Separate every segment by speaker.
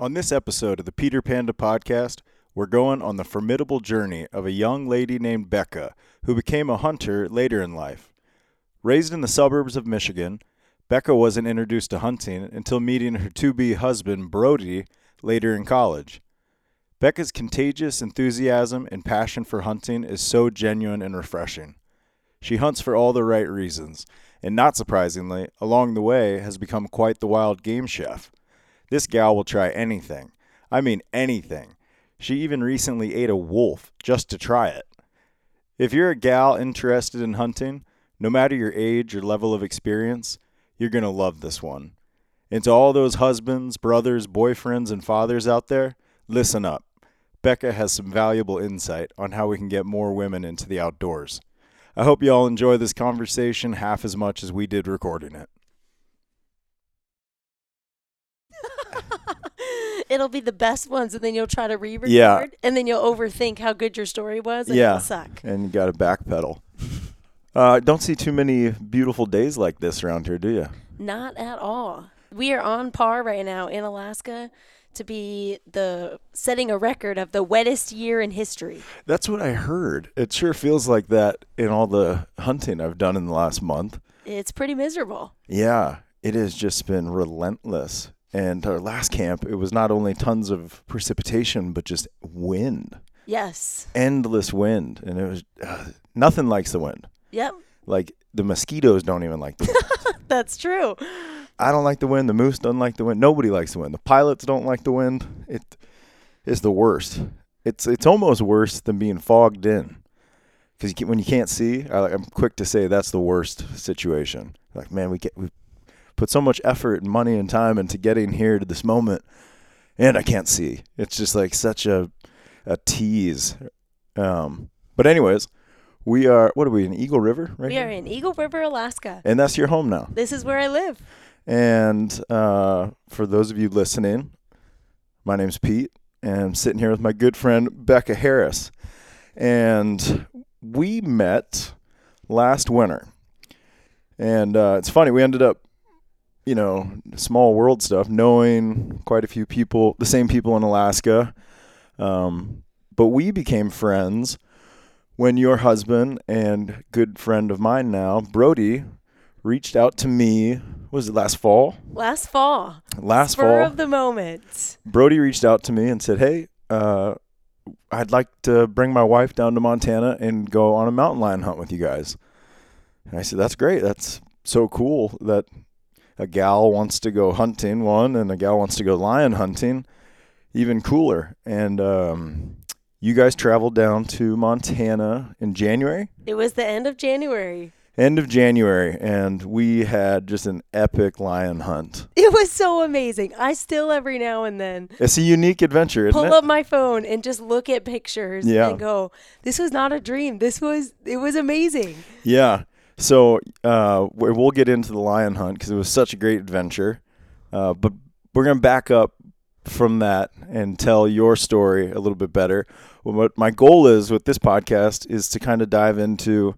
Speaker 1: On this episode of the Peter Panda podcast, we're going on the formidable journey of a young lady named Becca who became a hunter later in life. Raised in the suburbs of Michigan, Becca wasn't introduced to hunting until meeting her to be husband, Brody, later in college. Becca's contagious enthusiasm and passion for hunting is so genuine and refreshing. She hunts for all the right reasons, and not surprisingly, along the way has become quite the wild game chef. This gal will try anything. I mean, anything. She even recently ate a wolf just to try it. If you're a gal interested in hunting, no matter your age or level of experience, you're going to love this one. And to all those husbands, brothers, boyfriends, and fathers out there, listen up. Becca has some valuable insight on how we can get more women into the outdoors. I hope y'all enjoy this conversation half as much as we did recording it.
Speaker 2: It'll be the best ones, and then you'll try to re-record,
Speaker 1: Yeah.
Speaker 2: and then you'll overthink how good your story was, and it'll suck.
Speaker 1: And you got to backpedal. Uh, don't see too many beautiful days like this around here, do you?
Speaker 2: Not at all. We are on par right now in Alaska to be the setting a record of the wettest year in history.
Speaker 1: That's what I heard. It sure feels like that in all the hunting I've done in the last month.
Speaker 2: It's pretty miserable.
Speaker 1: Yeah, it has just been relentless. And our last camp, it was not only tons of precipitation, but just wind,
Speaker 2: Yes.
Speaker 1: endless wind. And it was uh, nothing likes the wind.
Speaker 2: Yep.
Speaker 1: Like the mosquitoes don't even like the wind.
Speaker 2: That's true.
Speaker 1: I don't like the wind. The moose don't like the wind. Nobody likes the wind. The pilots don't like the wind. It is the worst. It's it's almost worse than being fogged in, because when you can't see, I, I'm quick to say that's the worst situation. Like man, we get we put so much effort and money and time into getting here to this moment, and I can't see. It's just like such a a tease. Um, but anyways, we are what are we in Eagle River right
Speaker 2: We
Speaker 1: here?
Speaker 2: are in Eagle River, Alaska.
Speaker 1: and that's your home now.
Speaker 2: This is where I live.
Speaker 1: And uh, for those of you listening, my name's Pete, and I'm sitting here with my good friend Becca Harris. And we met last winter. And uh, it's funny, we ended up, you know, small world stuff, knowing quite a few people, the same people in Alaska. Um, but we became friends when your husband and good friend of mine now, Brody, reached out to me. what Was it last fall?
Speaker 2: Last fall.
Speaker 1: Last
Speaker 2: Spur
Speaker 1: fall,
Speaker 2: of the moment.
Speaker 1: Brody reached out to me and said, "Hey, uh, I'd like to bring my wife down to Montana and go on a mountain lion hunt with you guys." And I said, "That's great. That's so cool that a gal wants to go hunting one and a gal wants to go lion hunting. Even cooler." And um, you guys traveled down to Montana in January.
Speaker 2: It was the end of January.
Speaker 1: end of January, and we had just an epic lion hunt.
Speaker 2: It was so amazing. I still every now and then
Speaker 1: It's a unique adventure, isn't
Speaker 2: pull
Speaker 1: it?
Speaker 2: up my phone and just look at pictures
Speaker 1: Yeah.
Speaker 2: and go, this was not a dream. This was it was amazing.
Speaker 1: Yeah. So uh, we- we'll get into the lion hunt because it was such a great adventure. Uh, but we're going to back up from that and tell your story a little bit better. Well, What my goal is with this podcast is to kind of dive into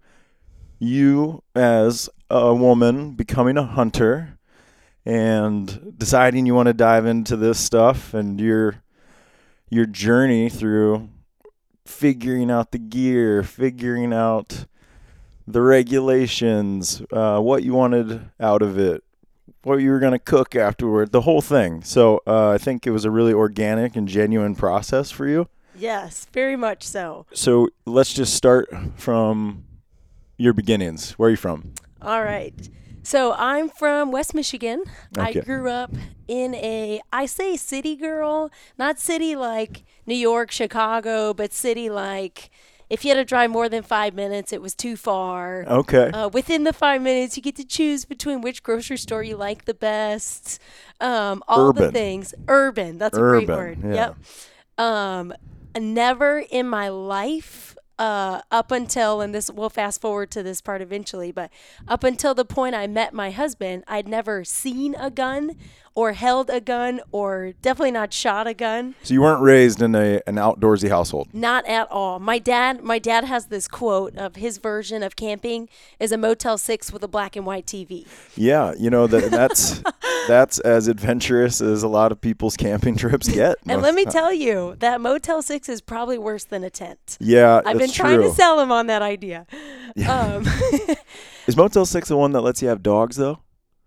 Speaker 1: you as a woman becoming a hunter and deciding you want to dive into this stuff and your your journey through figuring out the gear, figuring out the regulations, uh, what you wanted out of it, what you were going to cook afterward, the whole thing. So uh, I think it was a really organic and genuine process for you.
Speaker 2: Yes, very much so.
Speaker 1: So let's just start from your beginnings. Where are you from?
Speaker 2: All right. So I'm from West Michigan.
Speaker 1: Okay.
Speaker 2: I grew up in a I say city girl, not city like New York, Chicago, but city like if you had to drive more than five minutes, it was too far.
Speaker 1: Okay.
Speaker 2: Uh, within the five minutes, you get to choose between which grocery store you like the best. Um, all the
Speaker 1: Urban.
Speaker 2: things. Urban. That's a great
Speaker 1: Urban, yeah.
Speaker 2: word. Yep. Um, never in my life, uh, up until, and this, we'll fast forward to this part eventually, but up until the point I met my husband, I'd never seen a gun or held a gun or definitely not shot a gun.
Speaker 1: So you weren't raised in a an outdoorsy household.
Speaker 2: Not at all. My dad, my dad has this quote of his version of camping is a Motel Six with a black and white TV.
Speaker 1: Yeah, you know that that's that's as adventurous as a lot of people's camping trips get.
Speaker 2: And let me tell you, that Motel Six is probably worse than a tent.
Speaker 1: Yeah,
Speaker 2: I've been
Speaker 1: it's
Speaker 2: trying
Speaker 1: true.
Speaker 2: to sell him on that idea. Um,
Speaker 1: Is Motel Six the one that lets you have dogs though?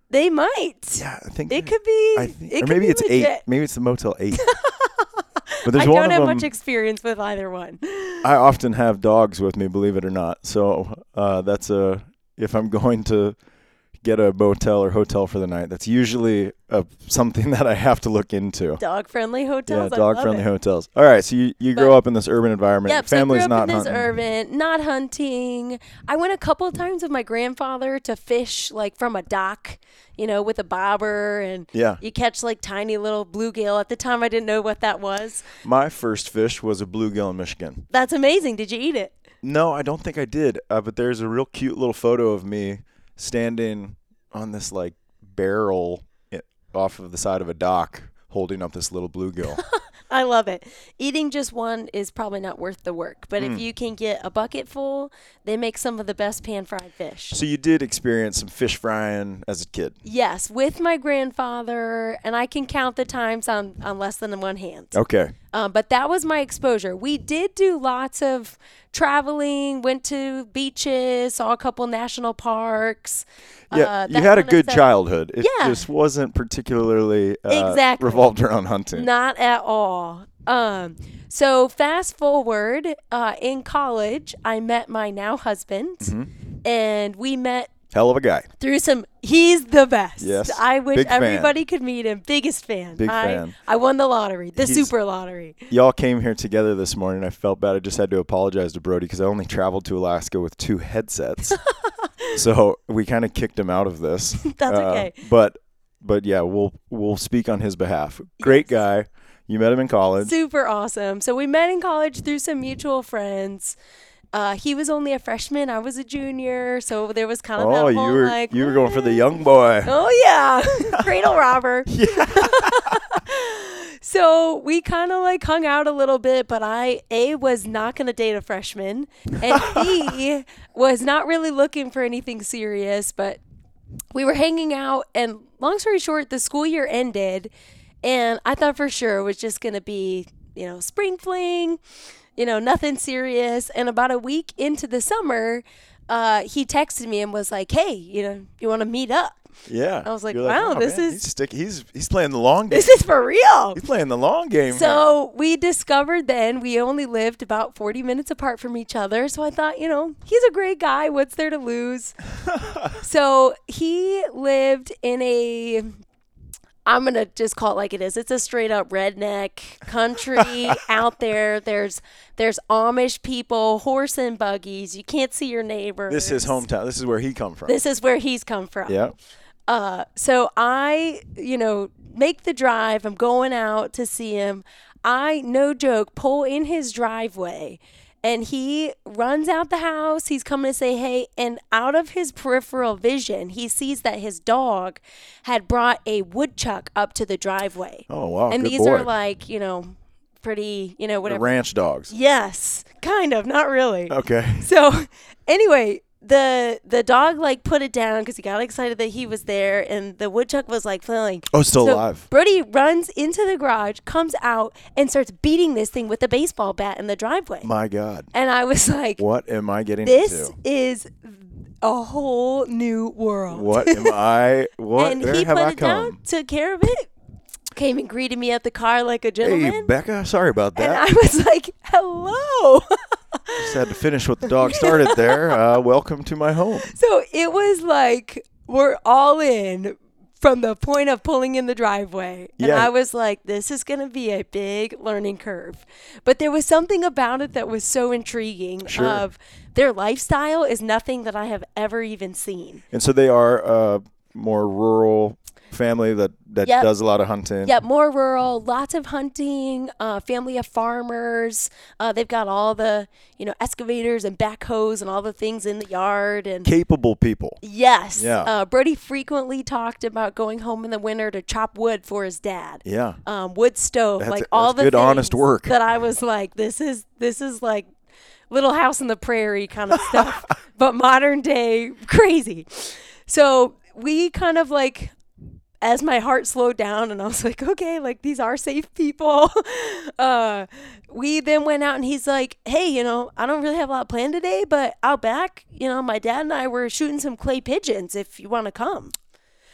Speaker 2: they might.
Speaker 1: Yeah, I think
Speaker 2: It could be.
Speaker 1: I think,
Speaker 2: it
Speaker 1: or
Speaker 2: could
Speaker 1: maybe
Speaker 2: be
Speaker 1: it's eight.
Speaker 2: legit.
Speaker 1: Maybe it's the Motel Eight. but there's
Speaker 2: I
Speaker 1: one
Speaker 2: don't
Speaker 1: of
Speaker 2: have
Speaker 1: them.
Speaker 2: much experience with either one.
Speaker 1: I often have dogs with me, believe it or not. So uh, that's a if I'm going to get a motel or hotel for the night, that's usually a, something that I have to look into.
Speaker 2: Dog friendly
Speaker 1: Yeah,
Speaker 2: hotels. I love
Speaker 1: dog friendly
Speaker 2: it.
Speaker 1: hotels. All right, so you, you grow
Speaker 2: But-
Speaker 1: up in this urban environment.
Speaker 2: Yep, so I grew
Speaker 1: Family's
Speaker 2: up
Speaker 1: not
Speaker 2: in this
Speaker 1: hunting.
Speaker 2: urban, not hunting. I went a couple of times with my grandfather to fish, like from a dock, you know, with a bobber, and
Speaker 1: Yeah.
Speaker 2: you catch like tiny little bluegill. At the time, I didn't know what that was.
Speaker 1: My first fish was a bluegill in Michigan.
Speaker 2: That's amazing. Did you eat it?
Speaker 1: No, I don't think I did. Uh, but there's a real cute little photo of me standing on this like barrel i- off of the side of a dock, holding up this little bluegill.
Speaker 2: I love it. Eating just one is probably not worth the work, but
Speaker 1: Hmm.
Speaker 2: if you can get a bucket full, they make some of the best pan fried fish.
Speaker 1: so you did experience some fish frying as a kid.
Speaker 2: Yes, with my grandfather, and I can count the times on, on less than one hand.
Speaker 1: Okay.
Speaker 2: Um, but that was my exposure. We did do lots of traveling, went to beaches, saw a couple national parks.
Speaker 1: Yeah,
Speaker 2: uh,
Speaker 1: you
Speaker 2: that
Speaker 1: had a
Speaker 2: kind of
Speaker 1: good
Speaker 2: stuff.
Speaker 1: childhood. It
Speaker 2: Yeah.
Speaker 1: just wasn't particularly uh,
Speaker 2: Exactly.
Speaker 1: revolved around hunting.
Speaker 2: Not at all. Um, so fast forward uh, in college, I met my now husband,
Speaker 1: Mm-hmm.
Speaker 2: and we met
Speaker 1: Hell of a guy.
Speaker 2: through some. He's the best.
Speaker 1: Yes.
Speaker 2: I wish
Speaker 1: Big fan.
Speaker 2: everybody could meet him. Biggest fan.
Speaker 1: Big
Speaker 2: I,
Speaker 1: fan.
Speaker 2: I won the lottery, the
Speaker 1: He's-
Speaker 2: super lottery.
Speaker 1: Y'all came here together this morning. I felt bad. I just had to apologize to Brody because I only traveled to Alaska with two headsets. so we kind of kicked him out of this. Uh,
Speaker 2: That's okay.
Speaker 1: But but yeah, we'll we'll speak on his behalf. Great guy. You met him in college.
Speaker 2: super awesome. So we met in college through some mutual friends. Uh, he was only a freshman, I was a junior, so there was kind of
Speaker 1: oh,
Speaker 2: that
Speaker 1: you
Speaker 2: whole,
Speaker 1: were
Speaker 2: like
Speaker 1: you were going for the
Speaker 2: "Eh,
Speaker 1: young boy.
Speaker 2: Oh yeah, cradle robber. so we kind of like hung out a little bit, but I a was not going to date a freshman, and b was not really looking for anything serious. But we were hanging out, and long story short, the school year ended, and I thought for sure it was just going to be you know spring fling, you know nothing serious. And about a week into the summer. Uh, he texted me and was like, "Hey, you know, you want to meet up?"
Speaker 1: Yeah.
Speaker 2: I was like,
Speaker 1: You're
Speaker 2: wow, this is-
Speaker 1: he's stick he's he's playing the long game.
Speaker 2: This is for real.
Speaker 1: He's playing the long game. here.
Speaker 2: So we discovered then we only lived about 40 minutes apart from each other. So I thought, you know, he's a great guy. What's there to lose? so he lived in a. I'm going to just call it like it is. It's a straight up redneck country out there. There's there's Amish people, horse and buggies. You can't see your neighbors.
Speaker 1: this is hometown. This is where he come from.
Speaker 2: This is where he's come from.
Speaker 1: yeah.
Speaker 2: Uh, so I, you know, make the drive. I'm going out to see him. I, no joke, pull in his driveway and he runs out the house. He's coming to say, hey, and out of his peripheral vision, he sees that his dog had brought a woodchuck up to the driveway.
Speaker 1: Oh wow.
Speaker 2: and
Speaker 1: good
Speaker 2: these
Speaker 1: boy.
Speaker 2: are like, you know, pretty, you know,
Speaker 1: The
Speaker 2: whatever.
Speaker 1: ranch dogs.
Speaker 2: yes, kind of, not really
Speaker 1: Okay.
Speaker 2: so anyway the the dog like put it down because he got excited that he was there and the woodchuck was like flailing
Speaker 1: Oh, still
Speaker 2: So
Speaker 1: alive.
Speaker 2: brody runs into the garage comes out and starts beating this thing with a baseball bat in the driveway
Speaker 1: My God.
Speaker 2: and i was like
Speaker 1: What am I getting
Speaker 2: this
Speaker 1: into?
Speaker 2: is a whole new world
Speaker 1: What am I? What?
Speaker 2: and
Speaker 1: where
Speaker 2: he
Speaker 1: have
Speaker 2: put
Speaker 1: I
Speaker 2: it
Speaker 1: come?
Speaker 2: down took care of it came and greeted me at the car like a
Speaker 1: Hey,
Speaker 2: gentleman
Speaker 1: Becca. Sorry about
Speaker 2: and i
Speaker 1: that.
Speaker 2: was like hello
Speaker 1: Just had to finish what the dog started there. Uh, welcome to my home.
Speaker 2: So it was like we're all in from the point of pulling in the driveway. And
Speaker 1: Yeah.
Speaker 2: I was like, this is going to be a big learning curve. But there was something about it that was so intriguing
Speaker 1: Sure.
Speaker 2: of their lifestyle is nothing that I have ever even seen.
Speaker 1: And so they are uh, more rural family that that
Speaker 2: Yep.
Speaker 1: does a lot of hunting.
Speaker 2: Yeah, more rural, lots of hunting, uh, family of farmers. Uh, they've got all the, you know, excavators and backhoes and all the things in the yard. And
Speaker 1: Capable people.
Speaker 2: yes,
Speaker 1: Yeah.
Speaker 2: uh, Brody frequently talked about going home in the winter to chop wood for his dad.
Speaker 1: Yeah.
Speaker 2: Um, wood stove,
Speaker 1: That's-
Speaker 2: like all
Speaker 1: that's
Speaker 2: the
Speaker 1: good, honest
Speaker 2: things
Speaker 1: work.
Speaker 2: that I was like, this is this is like Little House on the Prairie kind of stuff, but modern day crazy. So we kind of like as my heart slowed down and I was like, okay, like these are safe people. uh, we then went out and he's like, hey, you know, I don't really have a lot planned today, but out back, you know, my dad and I were shooting some clay pigeons if you want to come.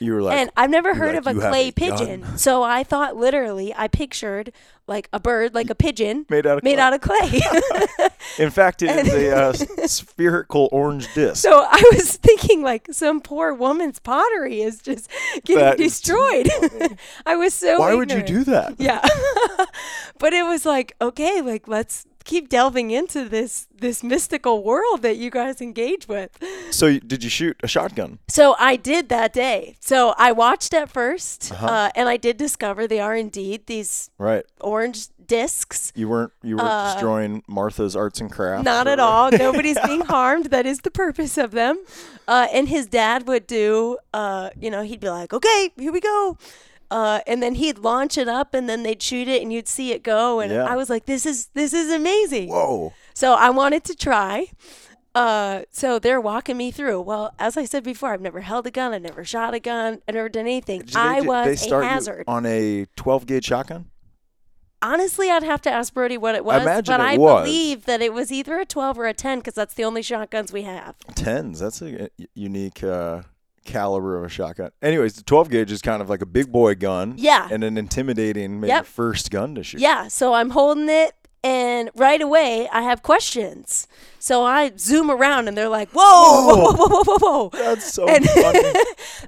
Speaker 1: You were like,
Speaker 2: And I've never heard
Speaker 1: like,
Speaker 2: of a
Speaker 1: "You have
Speaker 2: clay
Speaker 1: a
Speaker 2: pigeon. So I thought literally, I pictured like a bird, like a pigeon
Speaker 1: Made out of
Speaker 2: made
Speaker 1: clay.
Speaker 2: out of clay.
Speaker 1: in fact, it is a uh, s- spherical orange disc.
Speaker 2: so I was thinking like some poor woman's pottery is just getting
Speaker 1: That is-
Speaker 2: destroyed. I was so
Speaker 1: Why would you
Speaker 2: ignorant.
Speaker 1: do that?
Speaker 2: yeah but it was like okay like let's keep delving into this this mystical world that you guys engage with
Speaker 1: So you- did you shoot a shotgun?
Speaker 2: so i did that day so i watched at 1st
Speaker 1: Uh-huh.
Speaker 2: uh and i did discover they are indeed these
Speaker 1: Right.
Speaker 2: orange discs
Speaker 1: You weren't you weren't destroying Martha's arts and crafts.
Speaker 2: Uh, not
Speaker 1: or-
Speaker 2: at all nobody's being harmed that is the purpose of them uh, and his dad would do uh, you know he'd be like okay here we go uh, and then he'd launch it up and then they'd shoot it and you'd see it go and
Speaker 1: Yeah.
Speaker 2: i was like this is this is amazing
Speaker 1: Whoa.
Speaker 2: So I wanted to try. Uh, so they're walking me through. Well, as I said before, I've never held a gun, I've never shot a gun, I've never done anything.
Speaker 1: Did
Speaker 2: I
Speaker 1: do-
Speaker 2: was
Speaker 1: start
Speaker 2: a
Speaker 1: you
Speaker 2: hazard.
Speaker 1: on a 12 gauge shotgun.
Speaker 2: Honestly, I'd have to ask Brody what it was,
Speaker 1: imagine
Speaker 2: but
Speaker 1: it
Speaker 2: I
Speaker 1: was.
Speaker 2: believe that it was either a 12 or a 10 because that's the only shotguns we have.
Speaker 1: Tens. That's a uh, unique uh, caliber of a shotgun. Anyways, the 12 gauge is kind of like a big boy gun.
Speaker 2: Yeah.
Speaker 1: And an intimidating, maybe
Speaker 2: Yep.
Speaker 1: first gun to shoot.
Speaker 2: Yeah, so I'm holding it, and right away I have questions. So I zoom around, and they're like, "Whoa, whoa, whoa, whoa, whoa, whoa!" whoa.
Speaker 1: That's so funny.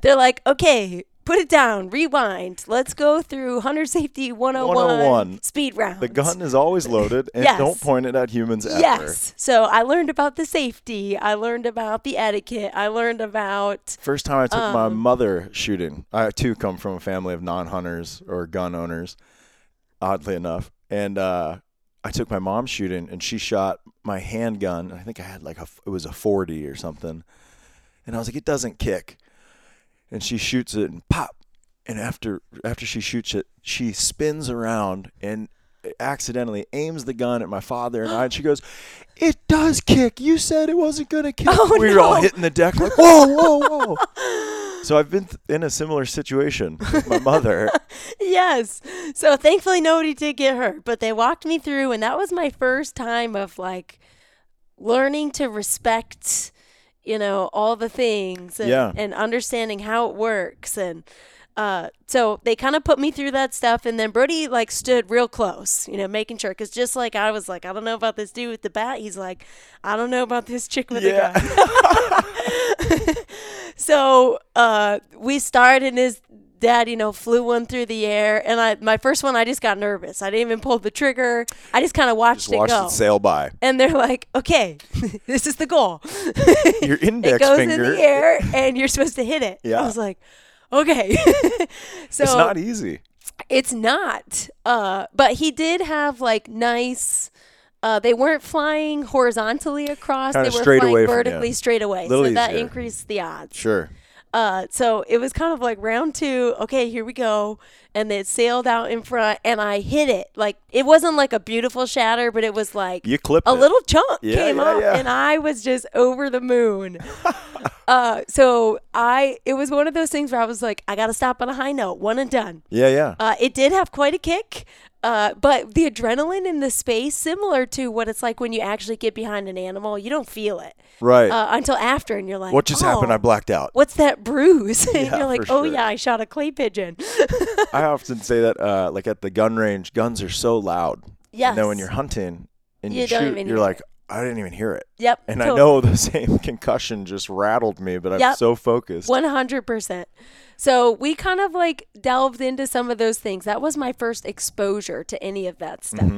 Speaker 2: they're like, "Okay, put it down, rewind. Let's go through hunter safety 101,
Speaker 1: 101.
Speaker 2: speed round."
Speaker 1: The gun is always loaded, and
Speaker 2: Yes.
Speaker 1: don't point it at humans ever.
Speaker 2: Yes. So I learned about the safety. I learned about the etiquette. I learned about
Speaker 1: First time I took my mother shooting. I too come from a family of non-hunters or gun owners, oddly enough. And uh, I took my mom shooting, and she shot my handgun. and I think I had like a it was a forty or something, and I was like, it doesn't kick. And she shoots it and pop. And after after she shoots it, she spins around and accidentally aims the gun at my father and I. And she goes, "It does kick. You said it wasn't gonna kick."
Speaker 2: Oh,
Speaker 1: we were all
Speaker 2: no.
Speaker 1: hitting the deck like, "Whoa, whoa, whoa!" So I've been th- in a similar situation with my mother.
Speaker 2: yes. So thankfully nobody did get hurt, but they walked me through and that was my first time of like learning to respect, you know, all the things and,
Speaker 1: Yeah.
Speaker 2: and understanding how it works and uh, so they kind of put me through that stuff and then Brody like stood real close, you know, making sure cuz just like I was like I don't know about this dude with the bat, he's like I don't know about this chick with
Speaker 1: Yeah.
Speaker 2: the gun. So uh, we started, and his dad, you know, flew one through the air. And I, my first one, I just got nervous. I didn't even pull the trigger. I just kind of watched
Speaker 1: Just
Speaker 2: it
Speaker 1: watched
Speaker 2: go.
Speaker 1: it sail by.
Speaker 2: and they're like, "Okay, this is the goal."
Speaker 1: Your
Speaker 2: it
Speaker 1: index
Speaker 2: goes
Speaker 1: finger.
Speaker 2: in the air, and you're supposed to hit it.
Speaker 1: Yeah.
Speaker 2: I was like, "Okay." so
Speaker 1: It's not e easy.
Speaker 2: it's not. Uh, but he did have like nice. Uh, they weren't flying horizontally across.
Speaker 1: Kinda
Speaker 2: they were
Speaker 1: straight
Speaker 2: flying
Speaker 1: away from you.
Speaker 2: vertically straight away.
Speaker 1: Little
Speaker 2: so that
Speaker 1: easier.
Speaker 2: increased the odds.
Speaker 1: Sure.
Speaker 2: Uh, so it was kind of like round two. Okay, here we go. And it sailed out in front, and I hit it. Like it wasn't like a beautiful shatter, but it was like
Speaker 1: You clipped
Speaker 2: a
Speaker 1: it.
Speaker 2: little chunk
Speaker 1: Yeah,
Speaker 2: came
Speaker 1: yeah,
Speaker 2: up,
Speaker 1: yeah.
Speaker 2: and I was just over the moon. uh, so I it was one of those things where I was like, I gotta stop on a high note, one and done.
Speaker 1: Yeah, yeah.
Speaker 2: Uh, it did have quite a kick, uh, but the adrenaline in the space, similar to what it's like when you actually get behind an animal, you don't feel it
Speaker 1: right.
Speaker 2: uh, until after, and you're like,
Speaker 1: what just happened?
Speaker 2: "Oh."
Speaker 1: I blacked out.
Speaker 2: what's that bruise? and
Speaker 1: Yeah,
Speaker 2: you're like,
Speaker 1: for
Speaker 2: oh
Speaker 1: sure.
Speaker 2: yeah, I shot a clay pigeon.
Speaker 1: I often say that, uh, like at the gun range, guns are so loud. And then when
Speaker 2: Yes.
Speaker 1: you're hunting and you,
Speaker 2: You don't
Speaker 1: shoot,
Speaker 2: even
Speaker 1: you're
Speaker 2: hear
Speaker 1: like, I didn't even hear it.
Speaker 2: yep.
Speaker 1: And I know the same concussion just rattled me, but I'm
Speaker 2: Yep.
Speaker 1: so focused.
Speaker 2: One hundred percent. So we kind of
Speaker 1: Mm-hmm.
Speaker 2: like delved into some of those things. That was my first exposure to any of that stuff.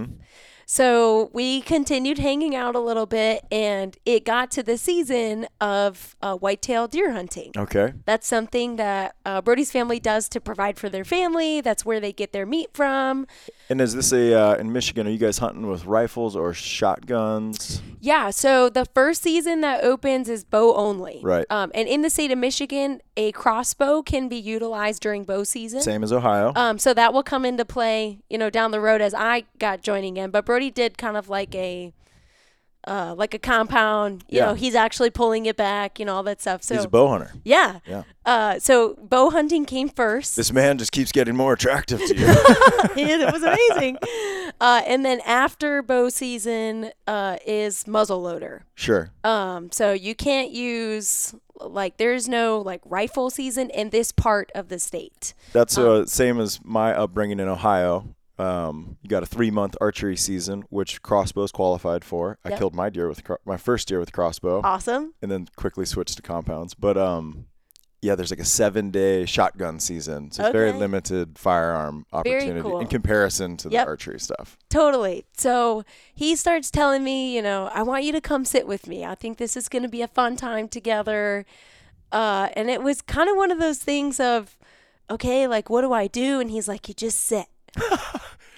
Speaker 2: So we continued hanging out a little bit, and it got to the season of uh, whitetail deer hunting.
Speaker 1: Okay.
Speaker 2: That's something that uh, Brody's family does to provide for their family. That's where they get their meat from.
Speaker 1: And is this a uh, in Michigan? Are you guys hunting with rifles or shotguns?
Speaker 2: Yeah, so the first season that opens is bow only.
Speaker 1: Right.
Speaker 2: Um, and in the state of Michigan, a crossbow can be utilized during bow season.
Speaker 1: Same as Ohio.
Speaker 2: Um, so that will come into play, you know, down the road as I got joining in. But Brody did kind of like a, uh, like a compound. You
Speaker 1: Yeah.
Speaker 2: know, he's actually pulling it back, you know, all that stuff. So
Speaker 1: He's a bow hunter.
Speaker 2: yeah.
Speaker 1: Yeah.
Speaker 2: Uh, so bow hunting came first.
Speaker 1: This man just keeps getting more attractive to you.
Speaker 2: it was amazing. Uh, and then after bow season uh, is muzzleloader.
Speaker 1: sure.
Speaker 2: Um, so you can't use like there's no like rifle season in this part of the state.
Speaker 1: That's uh, same as my upbringing in Ohio. Um, you got a three month archery season, which crossbows qualified for. I
Speaker 2: Yep.
Speaker 1: killed my deer with cro- my first deer with crossbow,
Speaker 2: Awesome.
Speaker 1: and then quickly switched to compounds. But um, yeah, there's like a seven day shotgun season, so it's very
Speaker 2: Okay.
Speaker 1: limited firearm
Speaker 2: Very
Speaker 1: opportunity
Speaker 2: cool.
Speaker 1: in comparison to
Speaker 2: Yep.
Speaker 1: the archery stuff.
Speaker 2: Totally. So he starts telling me, you know, I want you to come sit with me. I think this is going to be a fun time together. Uh, and it was kind of one of those things of, okay, like, what do I do? And he's like, you just sit.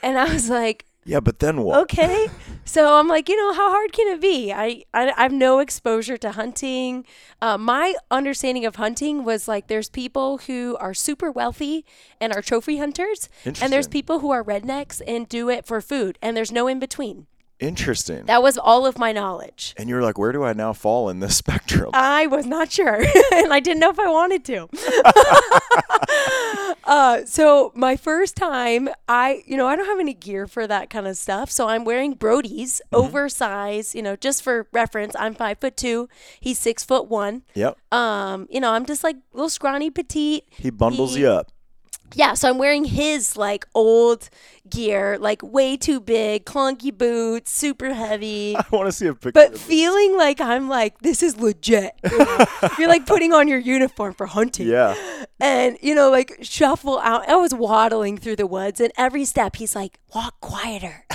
Speaker 2: and I was like,
Speaker 1: Yeah, but then what?
Speaker 2: okay so i'm like you know how hard can it be i i, I have no exposure to hunting uh, my understanding of hunting was like there's people who are super wealthy and are trophy hunters and there's
Speaker 1: Interesting.
Speaker 2: people who are rednecks and do it for food and there's no in between
Speaker 1: Interesting.
Speaker 2: that was all of my knowledge
Speaker 1: and you're like, where do I now fall in this spectrum?
Speaker 2: I was not sure, and I didn't know if I wanted to. uh, so my first time, I you know I don't have any gear for that kind of stuff, so I'm wearing Brody's
Speaker 1: Mm-hmm.
Speaker 2: oversized. You know, just for reference, I'm five foot two. He's six foot one.
Speaker 1: yep.
Speaker 2: Um, you know, I'm just like little scrawny petite.
Speaker 1: He bundles
Speaker 2: he-
Speaker 1: you up.
Speaker 2: Yeah, so I'm wearing his like old gear, like way too big, clunky boots, super heavy.
Speaker 1: I want to see a picture.
Speaker 2: But feeling like I'm like, this is legit. You're like putting on your uniform for hunting.
Speaker 1: yeah.
Speaker 2: And, you know, like shuffle out. I was waddling through the woods, and every step he's like, walk quieter.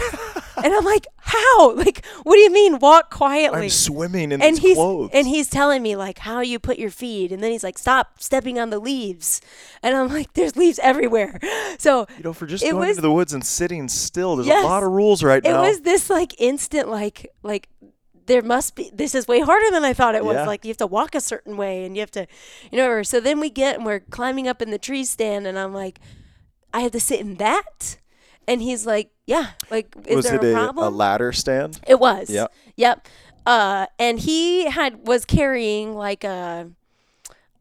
Speaker 2: and I'm like, how? Like, what do you mean, walk quietly?
Speaker 1: I'm swimming in
Speaker 2: and
Speaker 1: these
Speaker 2: he's
Speaker 1: clothes.
Speaker 2: and he's telling me like how you put your feet and then he's like stop stepping on the leaves and i'm like there's leaves everywhere so
Speaker 1: you know, for just
Speaker 2: it
Speaker 1: going
Speaker 2: was-
Speaker 1: into the woods and sitting still, there's
Speaker 2: Yes.
Speaker 1: a lot of rules right
Speaker 2: it
Speaker 1: now.
Speaker 2: was this like instant like like there must be this is way harder than i thought it was
Speaker 1: Yeah.
Speaker 2: like you have to walk a certain way and you have to you know or- so then we get and we're climbing up in the tree stand and i'm like i have to sit in that and he's like yeah like is
Speaker 1: Was
Speaker 2: there
Speaker 1: it
Speaker 2: a
Speaker 1: a,
Speaker 2: problem
Speaker 1: a ladder stand?
Speaker 2: it was
Speaker 1: Yep.
Speaker 2: yep uh and he had was carrying like a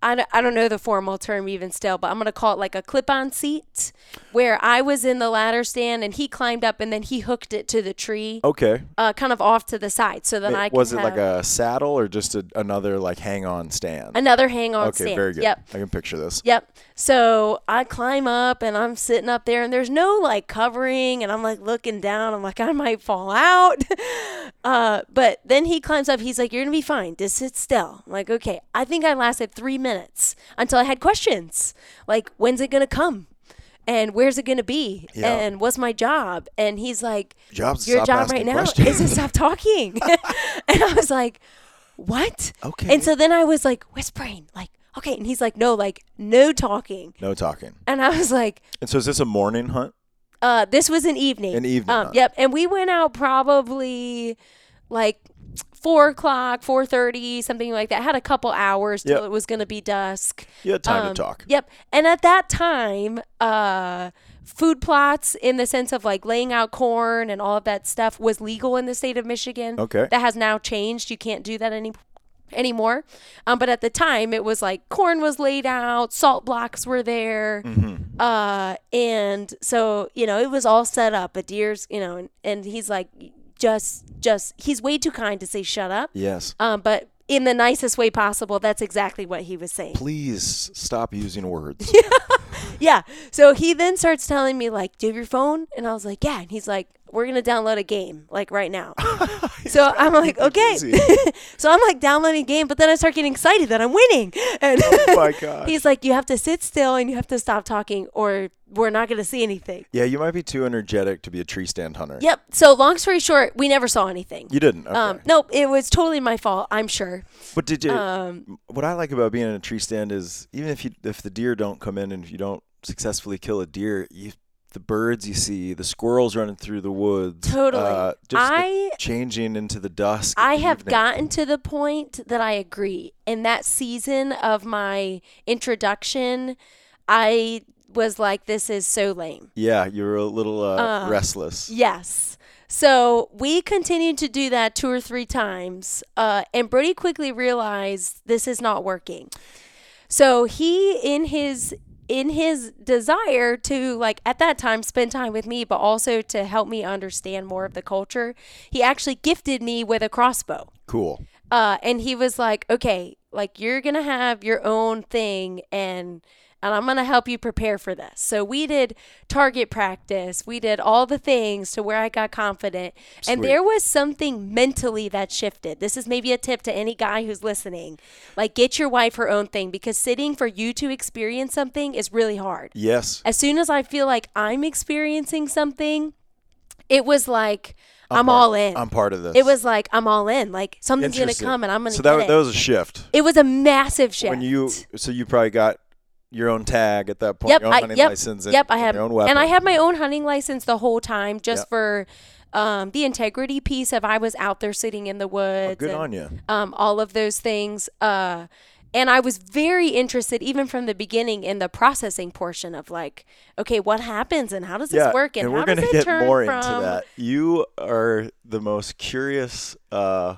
Speaker 2: I don't, I don't know the formal term even still, but I'm going to call it like a clip on seat where I was in the ladder stand and he climbed up and then he hooked it to the tree
Speaker 1: Okay. Eh,
Speaker 2: uh, kind of off to the side so then I could
Speaker 1: Oh. was it like
Speaker 2: have
Speaker 1: a saddle or just a, another like hang on stand?
Speaker 2: another hang on
Speaker 1: okay,
Speaker 2: stand.
Speaker 1: very good.
Speaker 2: Yep.
Speaker 1: I can picture this.
Speaker 2: Yep. So I climb up and I'm sitting up there and there's no like covering and I'm like looking down. I'm like, I might fall out. uh, but then he climbs up. He's like, You're going to be fine. Just sit still. I'm like, okay. I think I lasted three minutes until I had questions like, When's it going to come? And where's it going to be?
Speaker 1: Yeah.
Speaker 2: And what's my job? And he's like,
Speaker 1: Job's to
Speaker 2: Your
Speaker 1: stop
Speaker 2: job
Speaker 1: asking
Speaker 2: right now
Speaker 1: questions.
Speaker 2: is to stop talking. and I was like, What?
Speaker 1: Okay.
Speaker 2: And so then I was like whispering, like, okay. And he's like, no, like, no talking.
Speaker 1: No talking.
Speaker 2: And I was like,
Speaker 1: And so is this a morning hunt?
Speaker 2: uh, this was an evening.
Speaker 1: An evening, huh?
Speaker 2: Um, yep. And we went out probably like four o'clock, four thirty, something like that. Had a couple hours till
Speaker 1: Yep.
Speaker 2: it was gonna be dusk.
Speaker 1: You had time
Speaker 2: Um,
Speaker 1: to talk.
Speaker 2: Yep. And at that time, uh, food plots in the sense of like laying out corn and all of that stuff was legal in the state of Michigan.
Speaker 1: Okay.
Speaker 2: That has now changed. You can't do that any anymore. Um, but at the time, it was like corn was laid out, salt blocks were there.
Speaker 1: Mm-hmm.
Speaker 2: Uh, and so, you know, it was all set up. A deer's, you know, and, and he's like, just, just, he's way too kind to say shut up.
Speaker 1: Yes.
Speaker 2: Um, but in the nicest way possible, that's exactly what he was saying.
Speaker 1: Please stop using words.
Speaker 2: Yeah. So he then starts telling me, like, do you have your phone? And I was like, yeah. And he's like, we're gonna download a game like right now. so I'm like, okay.
Speaker 1: busy.
Speaker 2: so I'm like downloading a game, but then I start getting excited that I'm winning. And
Speaker 1: Oh my god.
Speaker 2: he's like, you have to sit still and you have to stop talking, or we're not gonna see anything.
Speaker 1: Yeah, you might be too energetic to be a tree stand hunter.
Speaker 2: Yep. So long story short, we never saw anything.
Speaker 1: You didn't. Okay.
Speaker 2: Um, nope, it was totally my fault. I'm sure.
Speaker 1: But did you?
Speaker 2: Um,
Speaker 1: what I like about being in a tree stand is even if you if the deer don't come in and if you don't successfully kill a deer, you the birds you see, the squirrels running through the woods,
Speaker 2: Totally.
Speaker 1: uh, just the
Speaker 2: I-
Speaker 1: changing into the dusk.
Speaker 2: I
Speaker 1: in the
Speaker 2: have
Speaker 1: evening.
Speaker 2: gotten to the point that I agree. In that season of my introduction, I was like, this is so lame.
Speaker 1: Yeah, you were a little uh, restless.
Speaker 2: Yes. So we continued to do that two or three times, uh, and Brody quickly realized this is not working. So he, in his in his desire to like at that time spend time with me, but also to help me understand more of the culture, he actually gifted me with a crossbow.
Speaker 1: Cool.
Speaker 2: Uh, and he was like, "Okay, like you're gonna have your own thing, and and I'm gonna help you prepare for this." So we did target practice. We did all the things to where I got confident, and
Speaker 1: Sweet.
Speaker 2: there was something mentally that shifted. This is maybe a tip to any guy who's listening: like get your wife her own thing because sitting for you to experience something is really hard
Speaker 1: Yes.
Speaker 2: as soon as I feel like I'm experiencing something, it was like I'm, all in.
Speaker 1: I'm part of this.
Speaker 2: it was like I'm all in. Like something's gonna
Speaker 1: Interesting.
Speaker 2: come and I'm gonna
Speaker 1: So
Speaker 2: get
Speaker 1: that
Speaker 2: it.
Speaker 1: that was a shift.
Speaker 2: it was a massive shift.
Speaker 1: When you so you probably got your own tag at that point.
Speaker 2: yep,
Speaker 1: your own
Speaker 2: I,
Speaker 1: hunting
Speaker 2: yep,
Speaker 1: license. And,
Speaker 2: yep, I
Speaker 1: and
Speaker 2: had
Speaker 1: your own weapon.
Speaker 2: and I had my own hunting license the whole time just
Speaker 1: Yep.
Speaker 2: for um, the integrity piece of I was out there sitting in the woods.
Speaker 1: Oh, Good
Speaker 2: and-
Speaker 1: on you.
Speaker 2: um, all of those things. Uh, and I was very interested, even from the beginning, in the processing portion of like, okay, what happens and how does this work and,
Speaker 1: we're
Speaker 2: how does
Speaker 1: gonna
Speaker 2: it
Speaker 1: get
Speaker 2: turn
Speaker 1: more
Speaker 2: from?
Speaker 1: into that. You are the most curious uh,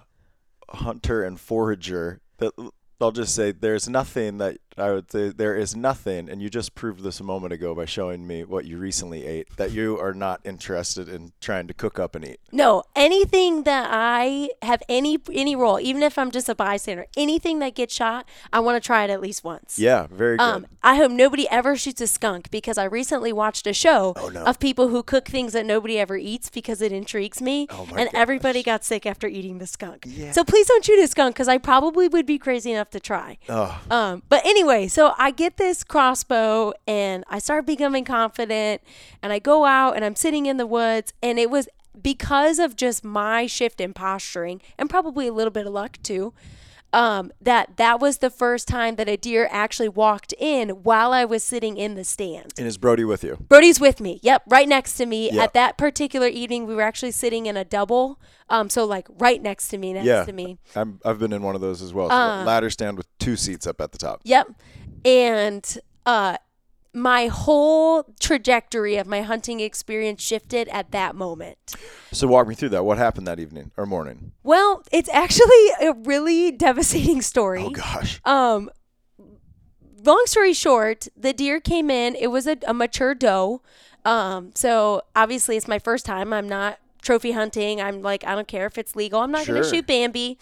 Speaker 1: hunter and forager. That I'll just say, there's nothing that I would say there is nothing, and you just proved this a moment ago by showing me what you recently ate. That you are not interested in trying to cook up and eat.
Speaker 2: No, anything that I have any any role, even if I'm just a bystander, anything that gets shot, I want to try it at least once.
Speaker 1: Yeah, very good.
Speaker 2: Um, I hope nobody ever shoots a skunk because I recently watched a show
Speaker 1: Oh, no.
Speaker 2: of people who cook things that nobody ever eats because it intrigues me.
Speaker 1: Oh, my
Speaker 2: and everybody got sick after eating the skunk.
Speaker 1: Yeah.
Speaker 2: So please don't shoot a skunk because I probably would be crazy enough to try.
Speaker 1: Ugh.
Speaker 2: Um, but anyway, so I get this crossbow and I start becoming confident and I go out and I'm sitting in the woods and it was because of just my shift in posturing and probably a little bit of luck too. Um, that that was the first time that a deer actually walked in while I was sitting in the stand.
Speaker 1: and is Brody with you?
Speaker 2: Brody's with me. Yep, right next to me.
Speaker 1: Yeah.
Speaker 2: At that particular evening, we were actually sitting in a double, um, so like right next to me, next
Speaker 1: Yeah,
Speaker 2: to me.
Speaker 1: I'm, I've been in one of those as well. So
Speaker 2: Uh,
Speaker 1: ladder stand with two seats up at the top.
Speaker 2: Yep. And uh my whole trajectory of my hunting experience shifted at that moment.
Speaker 1: So walk me through that. What happened that evening or morning?
Speaker 2: Well, it's actually a really devastating story.
Speaker 1: Oh gosh.
Speaker 2: Um long story short, the deer came in. It was a, a mature doe. Um so obviously it's my first time. I'm not trophy hunting. I'm like I don't care if it's legal. I'm not going to
Speaker 1: Sure.
Speaker 2: shoot Bambi.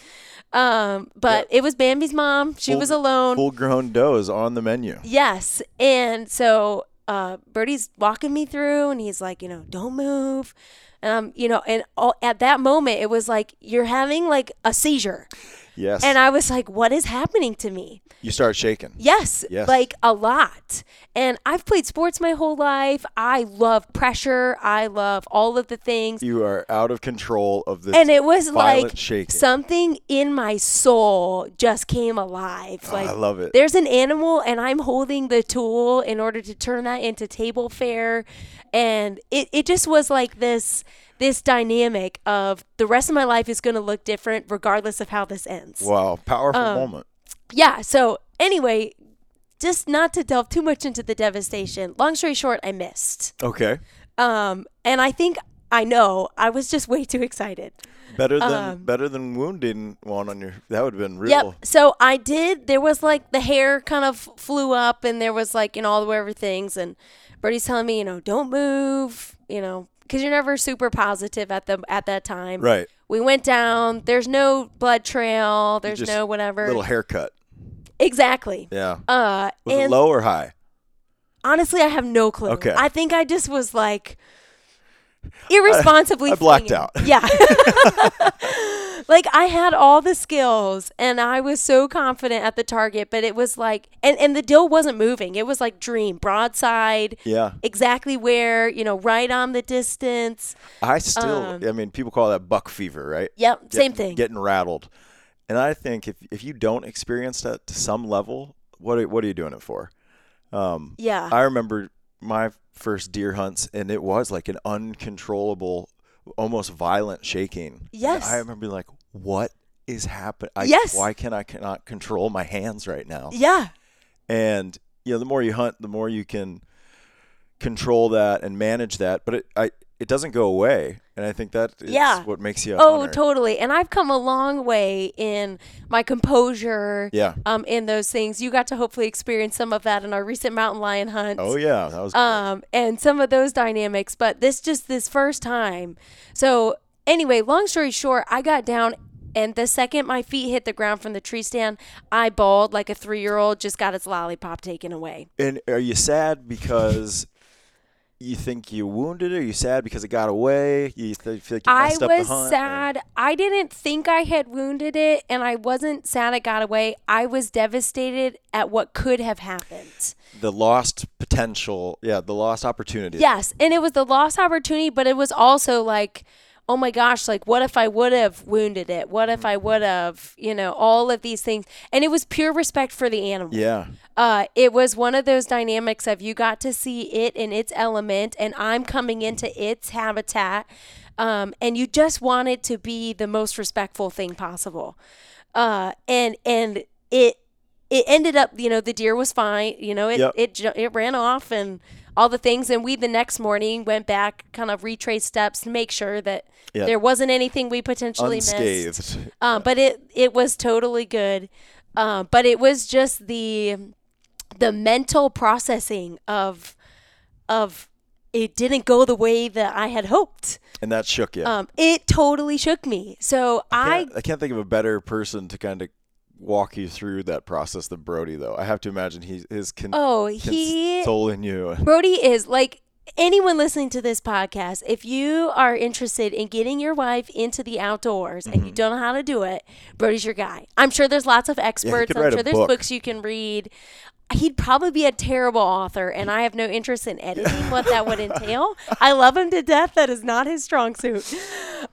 Speaker 2: Um but it was Bambi's mom. She was alone.
Speaker 1: Full grown doe is on the menu.
Speaker 2: Yes. And so uh, Birdie's walking me through and he's like, you know, don't move. Um, you know, and all, at that moment, it was like, you're having like a seizure.
Speaker 1: Yes.
Speaker 2: And I was like, what is happening to me?
Speaker 1: You start shaking.
Speaker 2: Yes,
Speaker 1: Yes.
Speaker 2: like a lot. And I've played sports my whole life. I love pressure. I love all of the things.
Speaker 1: You are out of control of this.
Speaker 2: and it was
Speaker 1: violent
Speaker 2: like
Speaker 1: shaking.
Speaker 2: something in my soul just came alive.
Speaker 1: Ah, I
Speaker 2: Like
Speaker 1: love it.
Speaker 2: There's an animal, and I'm holding the tool in order to turn that into table fare, and it it just was like this this dynamic of the rest of my life is going to look different regardless of how this ends.
Speaker 1: wow, powerful
Speaker 2: um,
Speaker 1: moment.
Speaker 2: Yeah. So anyway. Just not to delve too much into the devastation. Long story short, I missed.
Speaker 1: Okay.
Speaker 2: Um, and I think I know I was just way too excited.
Speaker 1: Better than better than wounding one on your. That would have been real.
Speaker 2: um, Yep. So I did. There was like the hair kind of flew up, and there was like you know all the whatever things. And Brody's telling me, you know, don't move, you know, because you're never super positive at the at that time.
Speaker 1: Right.
Speaker 2: We went down. There's no blood trail. There's
Speaker 1: Just
Speaker 2: no whatever.
Speaker 1: Little haircut.
Speaker 2: Exactly.
Speaker 1: Yeah.
Speaker 2: Uh,
Speaker 1: Was it
Speaker 2: and
Speaker 1: low or high?
Speaker 2: honestly, I have no clue.
Speaker 1: Okay.
Speaker 2: I think I just was like, irresponsibly
Speaker 1: I blacked
Speaker 2: flinging.
Speaker 1: out.
Speaker 2: Yeah. like I had all the skills and I was so confident at the target, but it was like and and the deal wasn't moving. It was like dream broadside.
Speaker 1: Yeah.
Speaker 2: Exactly where, you know, right on the distance.
Speaker 1: I still,
Speaker 2: Um,
Speaker 1: I mean, people call that buck fever, right?
Speaker 2: Yep,
Speaker 1: Get-
Speaker 2: same thing.
Speaker 1: Getting rattled. And I think if, if you don't experience that to some level, what are, what are you doing it for? Um,
Speaker 2: yeah.
Speaker 1: I remember my first deer hunts, and it was like an uncontrollable, almost violent shaking. And
Speaker 2: Yes.
Speaker 1: I remember being like, what is happening?
Speaker 2: Yes.
Speaker 1: Why can I cannot control my hands right now?
Speaker 2: yeah.
Speaker 1: And you know, the more you hunt, the more you can control that and manage that. But it, I, it doesn't go away, and I think that is
Speaker 2: Yeah.
Speaker 1: what makes you. A
Speaker 2: Oh,
Speaker 1: hunter.
Speaker 2: totally. And I've come a long way in my composure.
Speaker 1: Yeah.
Speaker 2: Um, in those things, you got to hopefully experience some of that in our recent mountain lion hunt.
Speaker 1: Oh yeah, that was.
Speaker 2: um, and some of those dynamics. But this just this first time. So anyway, long story short, I got down, and the second my feet hit the ground from the tree stand, I bawled like a three year old just got its lollipop taken away.
Speaker 1: and are you sad because? You think you wounded it? Are you sad because it got away? You th- feel like you
Speaker 2: I
Speaker 1: messed up the
Speaker 2: was
Speaker 1: hunt? or-
Speaker 2: sad. I didn't think I had wounded it, and I wasn't sad it got away. I was devastated at what could have happened.
Speaker 1: the lost potential. Yeah, the lost opportunity.
Speaker 2: Yes, and it was the lost opportunity, but it was also like, oh my gosh, like what if I would have wounded it? What if I would have, you know, all of these things? And it was pure respect for the animal.
Speaker 1: Yeah.
Speaker 2: Uh, it was one of those dynamics of you got to see it in its element, and I'm coming into its habitat, um, and you just want it to be the most respectful thing possible, uh, and and it it ended up you know the deer was fine you know it
Speaker 1: Yep.
Speaker 2: it ju- it ran off and all the things and we the next morning went back kind of retraced steps to make sure that
Speaker 1: Yeah.
Speaker 2: there wasn't anything we potentially missed
Speaker 1: Unscathed.
Speaker 2: um, but it it was totally good. Um, but it was just the the mental processing of of it didn't go the way that I had hoped.
Speaker 1: And that shook you.
Speaker 2: Um, it totally shook me. So I
Speaker 1: can't, I can't think of a better person to kind of walk you through that process than Brody, though. I have to imagine he is con-
Speaker 2: oh he
Speaker 1: consoling you.
Speaker 2: Brody is like anyone listening to this podcast, if you are interested in getting your wife into the outdoors and you don't know how to do it, Brody's your guy. I'm sure there's lots of experts.
Speaker 1: Mm-hmm. could
Speaker 2: I'm
Speaker 1: write a
Speaker 2: sure there's
Speaker 1: book.
Speaker 2: books you can read. He'd probably be a terrible author, and I have no interest in editing what that would entail. I love him to death. That is not his strong suit.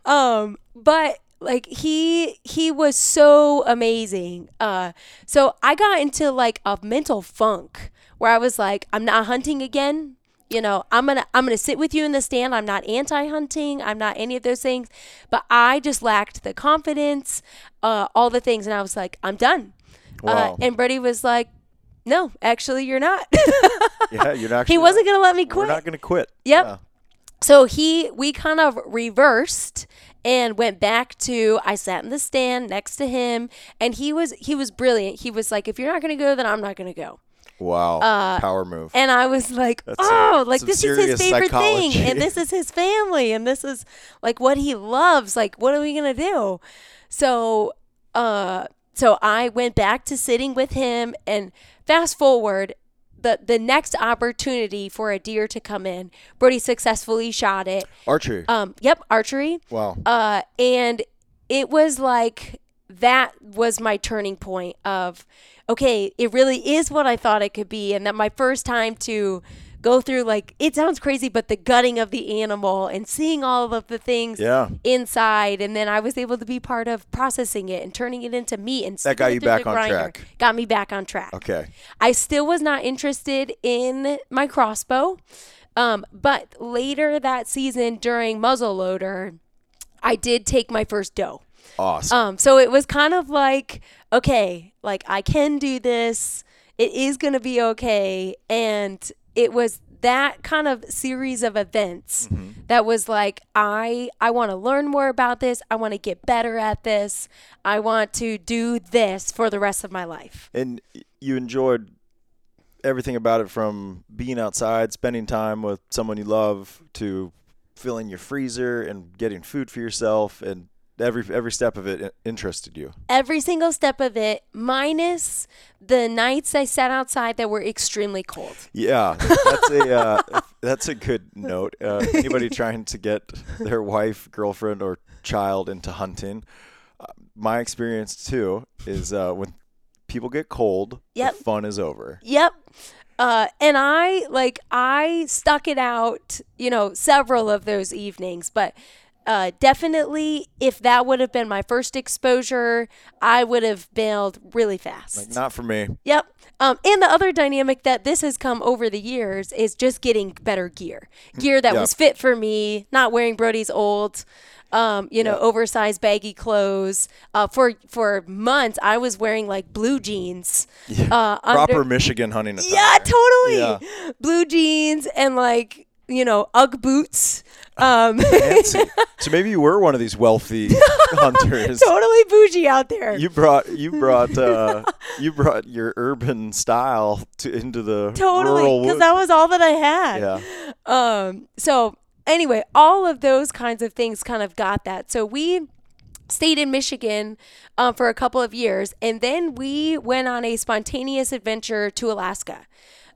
Speaker 2: Um, but like he he was so amazing. Uh, so I got into like a mental funk where I was like, I'm not hunting again you know i'm gonna i'm gonna sit with you in the stand i'm not anti-hunting i'm not any of those things but i just lacked the confidence uh, all the things and i was like i'm done
Speaker 1: Wow.
Speaker 2: uh, and brady was like no actually you're not
Speaker 1: yeah, you're not.
Speaker 2: he wasn't gonna let me
Speaker 1: We're
Speaker 2: quit
Speaker 1: not going to quit.
Speaker 2: Yep.
Speaker 1: Yeah.
Speaker 2: so he we kind of reversed and went back to I sat in the stand next to him and he was he was brilliant. He was like if you're not going to go then I'm not going to go.
Speaker 1: Wow. Power move.
Speaker 2: Uh, And I was like,
Speaker 1: That's
Speaker 2: oh,
Speaker 1: some-
Speaker 2: like
Speaker 1: some
Speaker 2: this is his
Speaker 1: serious
Speaker 2: favorite
Speaker 1: psychology.
Speaker 2: thing, and this is his family, and this is like what he loves. Like, what are we gonna do? So, uh, so I went back to sitting with him, and fast forward. The, the next opportunity for a deer to come in, Brody successfully shot it.
Speaker 1: Archery.
Speaker 2: Um, yep, archery.
Speaker 1: wow.
Speaker 2: Uh, and it was like that was my turning point of okay, it really is what I thought it could be, and that my first time to go through like it sounds crazy, but the gutting of the animal and seeing all of the things
Speaker 1: Yeah.
Speaker 2: inside, and then I was able to be part of processing it and turning it into meat and
Speaker 1: That got
Speaker 2: sticking it
Speaker 1: you
Speaker 2: through the
Speaker 1: back on
Speaker 2: grinder.
Speaker 1: track.
Speaker 2: Got me back on track.
Speaker 1: Okay.
Speaker 2: I still was not interested in my crossbow. Um, but later that season during muzzleloader, I did take my first doe.
Speaker 1: Awesome.
Speaker 2: Um, so it was kind of like, okay, like I can do this. It is going to be okay. And it was that kind of series of events that was like, I I want to learn more about this. I want to get better at this. I want to do this for the rest of my life.
Speaker 1: and you enjoyed everything about it from being outside, spending time with someone you love, to filling your freezer and getting food for yourself and every every step of it i- interested you.
Speaker 2: Every single step of it, minus the nights I sat outside that were extremely cold.
Speaker 1: Yeah, that's a uh, that's a good note. Uh, anybody trying to get their wife, girlfriend, or child into hunting, uh, my experience too is uh, when people get cold,
Speaker 2: Yep.
Speaker 1: the fun is over.
Speaker 2: Yep. Uh, and I like I stuck it out, you know, several of those evenings, but uh, definitely if that would have been my first exposure, I would have bailed really fast.
Speaker 1: Like not for me.
Speaker 2: Yep. Um, and the other dynamic that this has come over the years is just getting better gear, gear that
Speaker 1: Mm, Yeah.
Speaker 2: was fit for me, not wearing Brody's old, um, you know, oversized baggy clothes. Uh, for for months, I was wearing like blue jeans. Uh, under-
Speaker 1: Proper Michigan hunting attire.
Speaker 2: yeah, totally. Blue jeans and like you know UGG boots. Um,
Speaker 1: Fancy. So maybe you were one of these wealthy hunters.
Speaker 2: totally bougie out there.
Speaker 1: You brought you brought uh, you brought your urban style to, into the
Speaker 2: totally,
Speaker 1: rural
Speaker 2: because
Speaker 1: wo-
Speaker 2: that was all that I had.
Speaker 1: yeah.
Speaker 2: Um, so anyway, all of those kinds of things kind of got that. So we stayed in Michigan um, for a couple of years, and then we went on a spontaneous adventure to Alaska.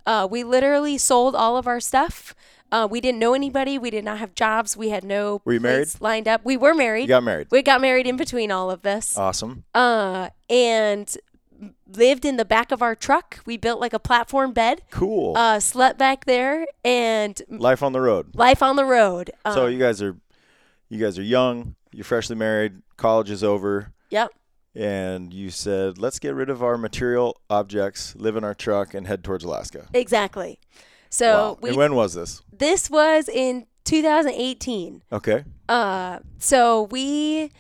Speaker 2: Uh, we literally sold all of our stuff. Uh, we didn't know anybody. We did not have jobs. We had no.
Speaker 1: Were you married?
Speaker 2: place Lined up. We were married.
Speaker 1: You got married.
Speaker 2: we got married in between all of this
Speaker 1: Awesome.
Speaker 2: uh, and lived in the back of our truck. We built like a platform bed,
Speaker 1: Cool.
Speaker 2: uh, slept back there, and
Speaker 1: Life on the road.
Speaker 2: life on the road. Um,
Speaker 1: So you guys are, you guys are young. You're freshly married. College is over,
Speaker 2: yep.
Speaker 1: and you said, "Let's get rid of our material objects, live in our truck, and head towards Alaska."
Speaker 2: Exactly. So
Speaker 1: Wow.
Speaker 2: we
Speaker 1: and when was this?
Speaker 2: this was in 2018.
Speaker 1: Okay.
Speaker 2: Uh, so we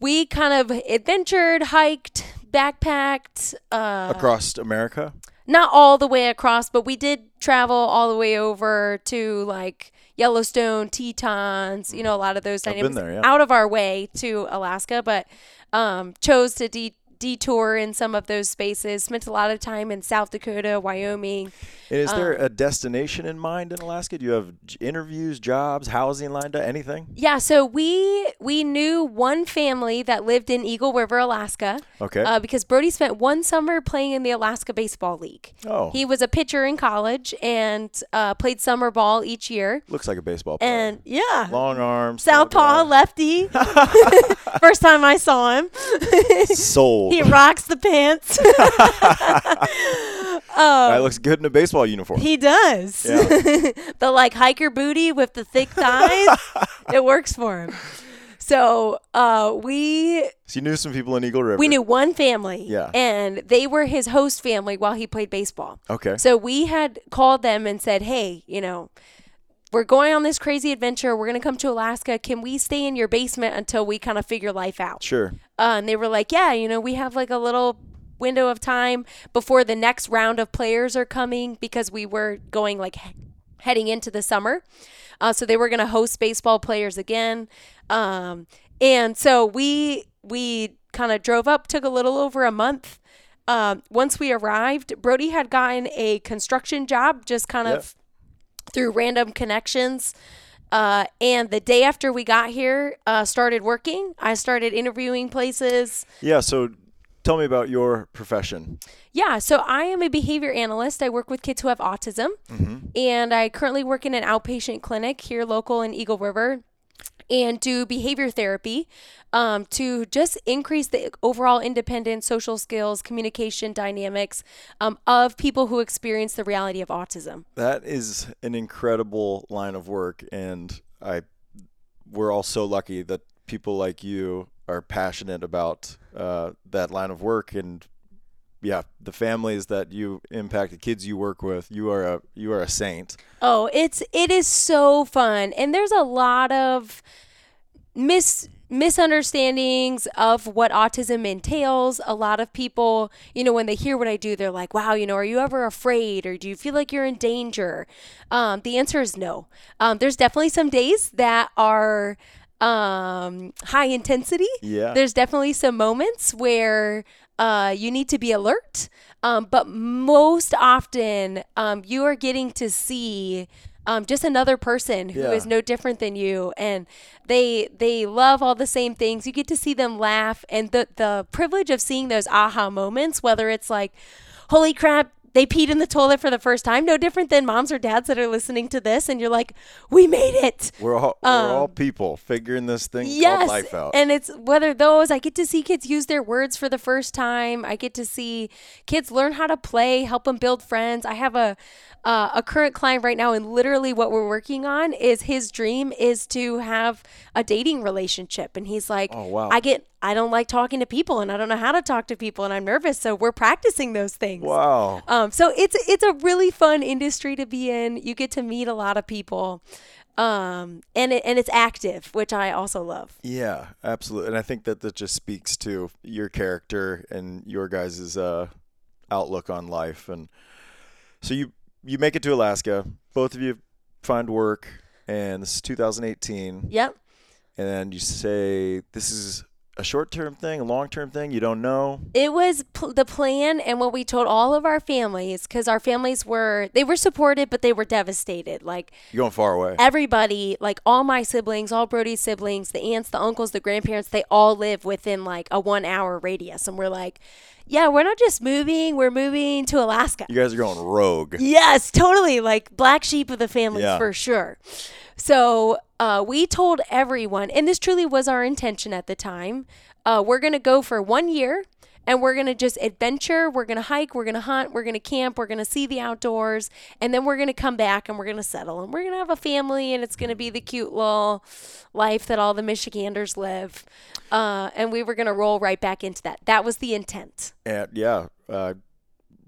Speaker 2: we kind of adventured, hiked, backpacked, uh,
Speaker 1: Across America.
Speaker 2: not all the way across, but we did travel all the way over to like Yellowstone, Tetons, you know, a lot of those dynamics
Speaker 1: Mm. been there, yeah.
Speaker 2: out of our way to Alaska, but um, chose to de- detour in some of those spaces. Spent a lot of time in South Dakota, Wyoming.
Speaker 1: And is
Speaker 2: Um,
Speaker 1: there a destination in mind in Alaska? Do you have j- interviews, jobs, housing lined up, anything?
Speaker 2: Yeah, so we we knew one family that lived in Eagle River, Alaska.
Speaker 1: Okay.
Speaker 2: Uh, because Brody spent one summer playing in the Alaska Baseball League.
Speaker 1: Oh.
Speaker 2: He was a pitcher in college and uh, played summer ball each year.
Speaker 1: Looks like a baseball player.
Speaker 2: And yeah,
Speaker 1: Long arms. tall
Speaker 2: Southpaw
Speaker 1: guy.
Speaker 2: lefty. First time I saw him,
Speaker 1: Sold.
Speaker 2: he rocks the pants.
Speaker 1: Guy looks good in a baseball uniform.
Speaker 2: he does. the like hiker booty with the thick thighs, it works for him. So uh, we
Speaker 1: so you knew some people in Eagle River.
Speaker 2: we knew one family,
Speaker 1: Yeah.
Speaker 2: and they were his host family while he played baseball.
Speaker 1: Okay.
Speaker 2: So we had called them and said, hey, you know, we're going on this crazy adventure. We're going to come to Alaska. Can we stay in your basement until we kind of figure life out?
Speaker 1: sure.
Speaker 2: Uh, and they were like, yeah, you know, we have like a little window of time before the next round of players are coming because we were going like he- heading into the summer. Uh, so they were going to host baseball players again. Um, and so we, we kind of drove up, took a little over a month. Um, once we arrived, Brody had gotten a construction job, just kind
Speaker 1: Yeah.
Speaker 2: of through random connections. Uh, and the day after we got here, uh, started working. I started interviewing places.
Speaker 1: Yeah. So tell me about your profession.
Speaker 2: Yeah, so I am a behavior analyst. I work with kids who have autism, and I currently work in an outpatient clinic here local in Eagle River. And do behavior therapy um, to just increase the overall independent social skills, communication dynamics um, of people who experience the reality of autism.
Speaker 1: That is an incredible line of work, and I we're all so lucky that people like you are passionate about uh, that line of work, and yeah, the families that you impact, the kids you work with, you are a you are a saint.
Speaker 2: Oh, it's it is so fun, and there's a lot of mis misunderstandings of what autism entails. A lot of people, you know, when they hear what I do, they're like, "Wow, you know, are you ever afraid, or do you feel like you're in danger?" Um, the answer is no. Um, there's definitely some days that are um high intensity
Speaker 1: Yeah.
Speaker 2: there's definitely some moments where uh, you need to be alert, um, but most often um, you are getting to see um, just another person who is
Speaker 1: Yeah.
Speaker 2: no different than you, and they they love all the same things. You get to see them laugh, and the the privilege of seeing those aha moments, whether it's like, holy crap. They peed in the toilet for the first time, no different than moms or dads that are listening to this, and you're like, "We made it!"
Speaker 1: We're all we're all people figuring this thing called
Speaker 2: Um, yes
Speaker 1: life out.
Speaker 2: and it's whether those i get to see kids use their words for the first time i get to see kids learn how to play help them build friends i have a uh, a current client right now and literally what we're working on is his dream is to have a dating relationship and he's like
Speaker 1: Oh, wow.
Speaker 2: i get i don't like talking to people and i don't know how to talk to people and i'm nervous so we're practicing those things
Speaker 1: wow.
Speaker 2: um, so it's it's a really fun industry to be in. You get to meet a lot of people, um, and it, and it's active, which I also love.
Speaker 1: Yeah, absolutely. And I think that that just speaks to your character and your guys' uh, outlook on life. And so you you make it to Alaska. Both of you find work, and this is 2018.
Speaker 2: Yep.
Speaker 1: And then you say this is a short term thing, a long term thing. You don't know.
Speaker 2: It was pl- the plan and what we told all of our families because our families were they were supported but they were devastated. Like
Speaker 1: You're going far away.
Speaker 2: everybody, like all my siblings, all Brody's siblings, the aunts, the uncles, the grandparents, they all live within like a one hour radius, and we're like, yeah, we're not just moving, we're moving to Alaska.
Speaker 1: You guys are going rogue.
Speaker 2: Yes, totally. Like black sheep of the family
Speaker 1: Yeah.
Speaker 2: for sure. So uh, we told everyone, and this truly was our intention at the time. Uh, we're gonna go for one year, and we're gonna just adventure. We're gonna hike. We're gonna hunt. We're gonna camp. We're gonna see the outdoors, and then we're gonna come back and we're gonna settle, and we're gonna have a family, and it's gonna be the cute little life that all the Michiganders live. Uh, and we were gonna roll right back into that. That was the intent.
Speaker 1: And yeah, uh,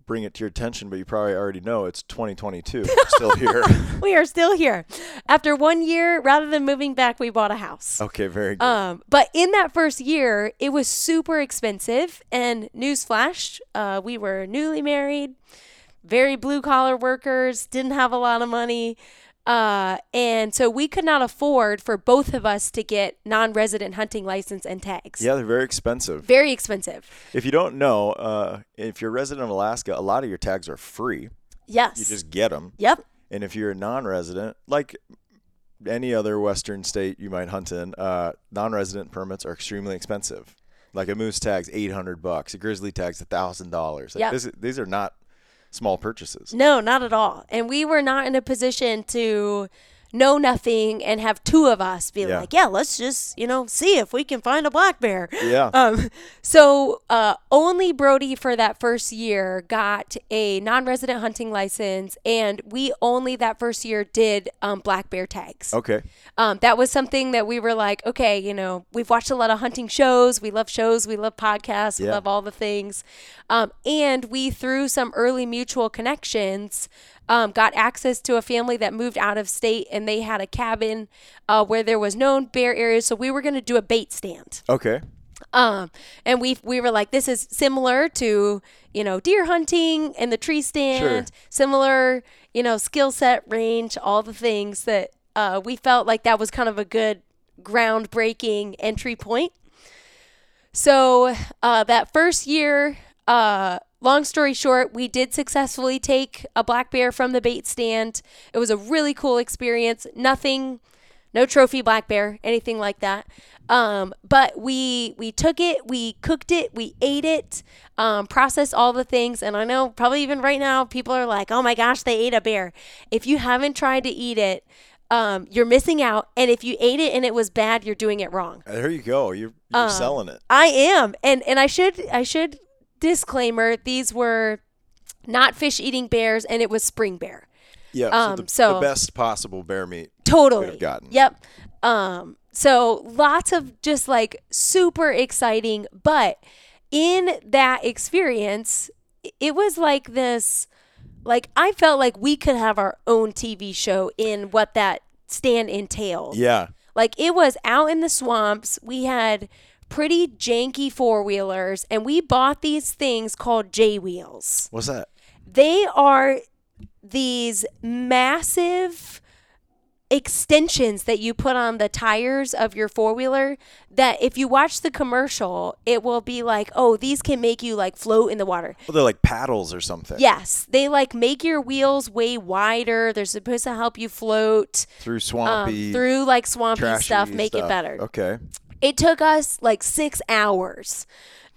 Speaker 1: bring it to your attention, but you probably already know it's 2022. We're still here.
Speaker 2: we are still here. After one year, rather than moving back, we bought a house.
Speaker 1: okay, very good.
Speaker 2: Um, but in that first year, it was super expensive. And newsflash, uh, we were newly married, very blue collar workers, didn't have a lot of money. Uh, and so we could not afford for both of us to get non resident hunting license and tags.
Speaker 1: yeah, they're very expensive.
Speaker 2: Very expensive.
Speaker 1: If you don't know, uh, if you're a resident of Alaska, a lot of your tags are free.
Speaker 2: Yes.
Speaker 1: You just get them.
Speaker 2: yep.
Speaker 1: And if you're a non resident, like any other Western state you might hunt in, uh, non resident permits are extremely expensive. Like a moose tag's 800 bucks, a grizzly tag's $1,000. Like
Speaker 2: Yeah.
Speaker 1: this, these are not small purchases.
Speaker 2: No, not at all. And we were not in a position to know nothing and have two of us be
Speaker 1: Yeah.
Speaker 2: like, yeah, let's just, you know, see if we can find a black bear.
Speaker 1: Yeah.
Speaker 2: Um, so uh, only Brody for that first year got a non resident hunting license, and we only that first year did um, black bear tags.
Speaker 1: okay.
Speaker 2: Um, that was something that we were like, okay, you know, we've watched a lot of hunting shows. We love shows. We love podcasts. We
Speaker 1: Yeah.
Speaker 2: love all the things. Um, and we, through some early mutual connections, um, got access to a family that moved out of state and they had a cabin uh, where there was known bear areas. So we were going to do a bait stand.
Speaker 1: Okay.
Speaker 2: Um, and we we were like, this is similar to you know deer hunting and the tree stand,
Speaker 1: Sure.
Speaker 2: similar you know skill set range, all the things that uh, we felt like that was kind of a good groundbreaking entry point. So uh, that first year, uh, long story short, we did successfully take a black bear from the bait stand. It was a really cool experience. Nothing, no trophy black bear, anything like that. Um, but we we took it, we cooked it, we ate it, um, processed all the things. And I know probably even right now, people are like, "Oh my gosh, they ate a bear." If you haven't tried to eat it. Um, you're missing out, and if you ate it and it was bad, you're doing it wrong.
Speaker 1: There you go. You're,
Speaker 2: Um,
Speaker 1: you're selling it.
Speaker 2: I am, and and I should I should disclaimer these were not fish eating bears, and it was spring bear.
Speaker 1: Yeah.
Speaker 2: um,
Speaker 1: so, the,
Speaker 2: so-
Speaker 1: the best possible bear meat.
Speaker 2: Totally.
Speaker 1: Could have gotten.
Speaker 2: Yep. Um. So lots of just like super exciting, but in that experience, i- it was like this. Like I felt like we could have our own TV show in what that stand entailed.
Speaker 1: Yeah.
Speaker 2: Like it was out in the swamps. We had pretty janky four wheelers, and we bought these things called J wheels.
Speaker 1: What's that?
Speaker 2: They are these massive extensions that you put on the tires of your four wheeler that if you watch the commercial, it will be like, oh, these can make you like float in the water.
Speaker 1: Well, they're like paddles or something.
Speaker 2: Yes, they like make your wheels way wider. They're supposed to help you float
Speaker 1: Through
Speaker 2: um,
Speaker 1: swampy,
Speaker 2: through like swampy
Speaker 1: trashy
Speaker 2: stuff, make it
Speaker 1: stuff.
Speaker 2: better.
Speaker 1: Okay.
Speaker 2: It took us like six hours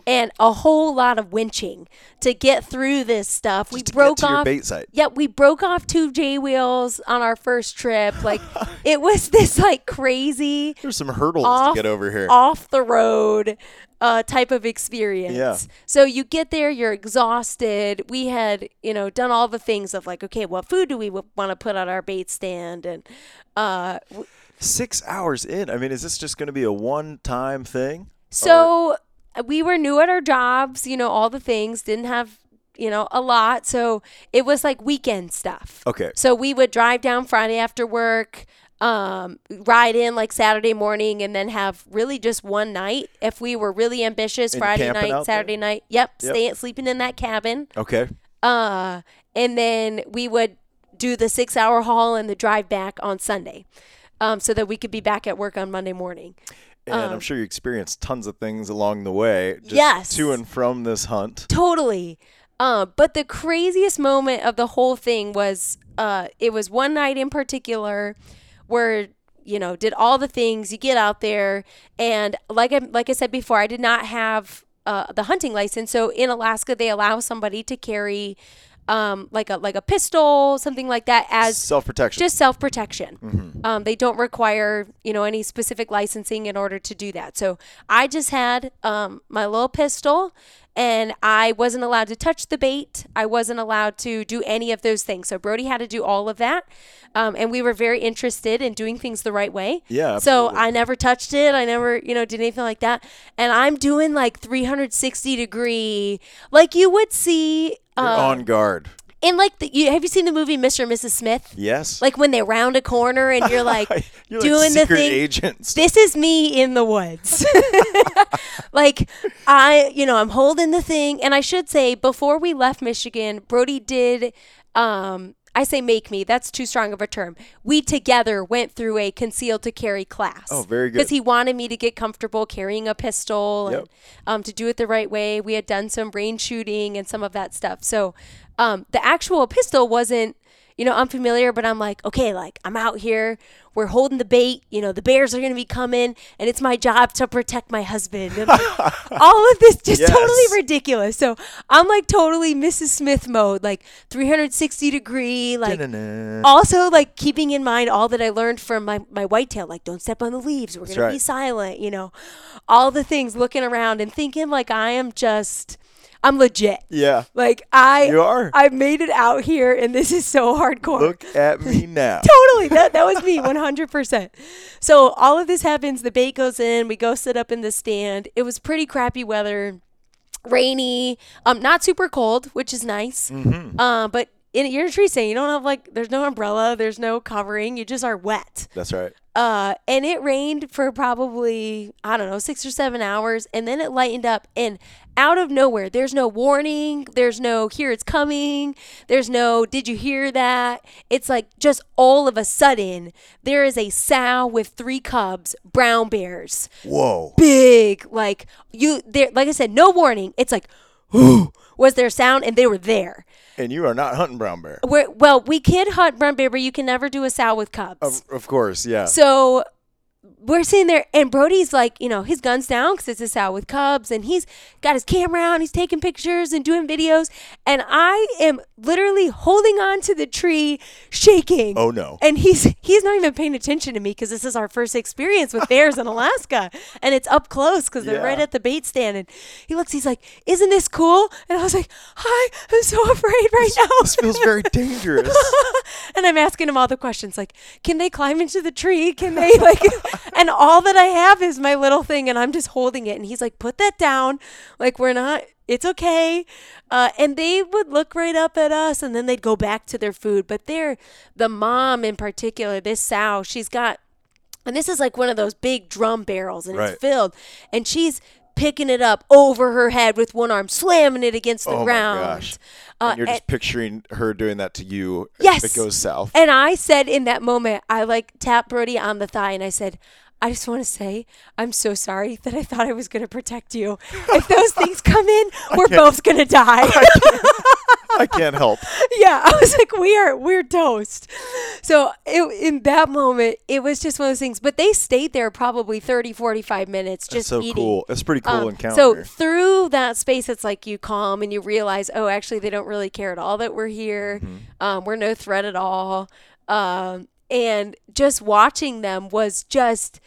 Speaker 2: and a whole lot of winching to get through this stuff. we
Speaker 1: Just to get
Speaker 2: broke
Speaker 1: to your
Speaker 2: off.
Speaker 1: bait site.
Speaker 2: Yeah, we broke off two J wheels on our first trip. Like it was this like crazy
Speaker 1: There's some hurdles
Speaker 2: off
Speaker 1: to get over here.
Speaker 2: off the road uh, type of experience.
Speaker 1: Yeah.
Speaker 2: So you get there, you're exhausted. We had, you know, done all the things of like, okay, what food do we want to put on our bait stand? And uh, w-
Speaker 1: Six hours in. I mean, is this just going to be a one-time thing?
Speaker 2: So uh, we were new at our jobs, you know, all the things, didn't have, you know, a lot. So it was like weekend stuff.
Speaker 1: Okay.
Speaker 2: So we would drive down Friday after work, um, ride in like Saturday morning, and then have really just one night if we were really ambitious
Speaker 1: And
Speaker 2: Friday
Speaker 1: camping out
Speaker 2: night,
Speaker 1: there?
Speaker 2: Saturday night. Yep.
Speaker 1: Yep.
Speaker 2: Stay sleeping in that cabin.
Speaker 1: Okay.
Speaker 2: Uh, and then we would do the six hour haul and the drive back on Sunday. Um, so that we could be back at work on Monday morning.
Speaker 1: And I'm sure you experienced tons of things along the way, just
Speaker 2: Um, Yes.
Speaker 1: to and from this hunt.
Speaker 2: Totally. Uh, but the craziest moment of the whole thing was uh, it was one night in particular where you know did all the things you get out there and like I like I said before I did not have uh, the hunting license so in Alaska they allow somebody to carry um, like a like a pistol something like that as
Speaker 1: Self-protection.
Speaker 2: just self protection.
Speaker 1: Mm-hmm.
Speaker 2: Um, they don't require you know any specific licensing in order to do that. So I just had um, my little pistol, and I wasn't allowed to touch the bait. I wasn't allowed to do any of those things. So Brody had to do all of that, um, and we were very interested in doing things the right way.
Speaker 1: Yeah,
Speaker 2: So
Speaker 1: absolutely.
Speaker 2: I never touched it. I never you know did anything like that. And I'm doing like 360 degree, like you would see.
Speaker 1: You're
Speaker 2: Uh,
Speaker 1: on guard.
Speaker 2: in like the, you, have you seen the movie Mr. and Mrs. Smith?
Speaker 1: Yes.
Speaker 2: like when they round a corner and you're like
Speaker 1: You're
Speaker 2: doing
Speaker 1: like
Speaker 2: the
Speaker 1: secret
Speaker 2: thing
Speaker 1: agents.
Speaker 2: this is me in the woods like i you know i'm holding the thing and i should say before we left michigan brody did um i say make me that's too strong of a term we together went through a concealed to carry class
Speaker 1: Oh, very good.
Speaker 2: because he wanted me to get comfortable carrying a pistol and
Speaker 1: Yep.
Speaker 2: um, to do it the right way we had done some rain shooting and some of that stuff so um, the actual pistol wasn't you know, I'm familiar, but I'm like, okay, like I'm out here, we're holding the bait, you know, the bears are gonna be coming, and it's my job to protect my husband. And, like, all of this just
Speaker 1: Yes.
Speaker 2: totally ridiculous. So I'm like totally Mrs. Smith mode, like 360 degree, like
Speaker 1: Da-na-na.
Speaker 2: also like keeping in mind all that I learned from my, my whitetail, like don't step on the leaves, we're gonna
Speaker 1: right.
Speaker 2: be silent, you know, all the things looking around and thinking like I am just I'm legit.
Speaker 1: Yeah.
Speaker 2: Like I
Speaker 1: You are.
Speaker 2: I made it out here and this is so hardcore.
Speaker 1: Look at me now.
Speaker 2: Totally. That that was me 100%. So all of this happens, the bait goes in, we go sit up in the stand. It was pretty crappy weather. Rainy, um not super cold, which is nice. Uh, but in you're a tree stand, you don't have like there's no umbrella, there's no covering, you just are wet.
Speaker 1: That's right.
Speaker 2: Uh, and it rained for probably, I don't know, six or seven hours. And then it lightened up. And out of nowhere, there's no warning. There's no, here it's coming. There's no, did you hear that? It's like just all of a sudden, there is a sow with three cubs, brown bears,
Speaker 1: Whoa.
Speaker 2: big. Like, you, there, like I said, no warning. It's like, was there sound? And they were there.
Speaker 1: And you are not hunting brown bear.
Speaker 2: We're, well, we can hunt brown bear, but you can never do a sow with cubs.
Speaker 1: Of, of course, yeah.
Speaker 2: So we're sitting there, and Brody's like, you know, his gun's down because it's a sow with cubs, and he's got his camera out, and he's taking pictures and doing videos, and I am literally holding on to the tree, shaking.
Speaker 1: Oh, no.
Speaker 2: And he's he's not even paying attention to me because this is our first experience with bears in Alaska, and it's up close because they're
Speaker 1: Yeah.
Speaker 2: right at the bait stand, and he looks, he's like, "Isn't this cool?" And I was like, "Hi, I'm so afraid right now."
Speaker 1: this feels very dangerous.
Speaker 2: and I'm asking him all the questions like, can they climb into the tree? Can they like? and all that I have is my little thing, and I'm just holding it. And he's like, put that down. Like we're not. It's okay. Uh, and they would look right up at us, and then they'd go back to their food. But they're the mom in particular. This sow, she's got and this is like one of those big drum barrels and
Speaker 1: Right.
Speaker 2: it's filled and she's picking it up over her head with one arm, slamming it against the
Speaker 1: Oh my
Speaker 2: ground.
Speaker 1: gosh.
Speaker 2: Uh,
Speaker 1: and you're
Speaker 2: and-
Speaker 1: just picturing her doing that to you.
Speaker 2: Yes.
Speaker 1: If it goes south.
Speaker 2: And I said in that moment, I like tapped Brody on the thigh and I said, I just want to say, I'm so sorry that I thought I was going to protect you. If those things come in, we're both going to die.
Speaker 1: I can't help.
Speaker 2: yeah, I was like, we are, we're toast. So it, in that moment, it was just one of those things. But they stayed there probably 30, 45 minutes just
Speaker 1: That's so
Speaker 2: eating.
Speaker 1: cool. That's a pretty cool
Speaker 2: Um,
Speaker 1: encounter.
Speaker 2: So through that space, it's like you calm and you realize, oh, actually, they don't really care at all that we're here.
Speaker 1: Mm-hmm.
Speaker 2: Um, we're no threat at all. Um, and just watching them was just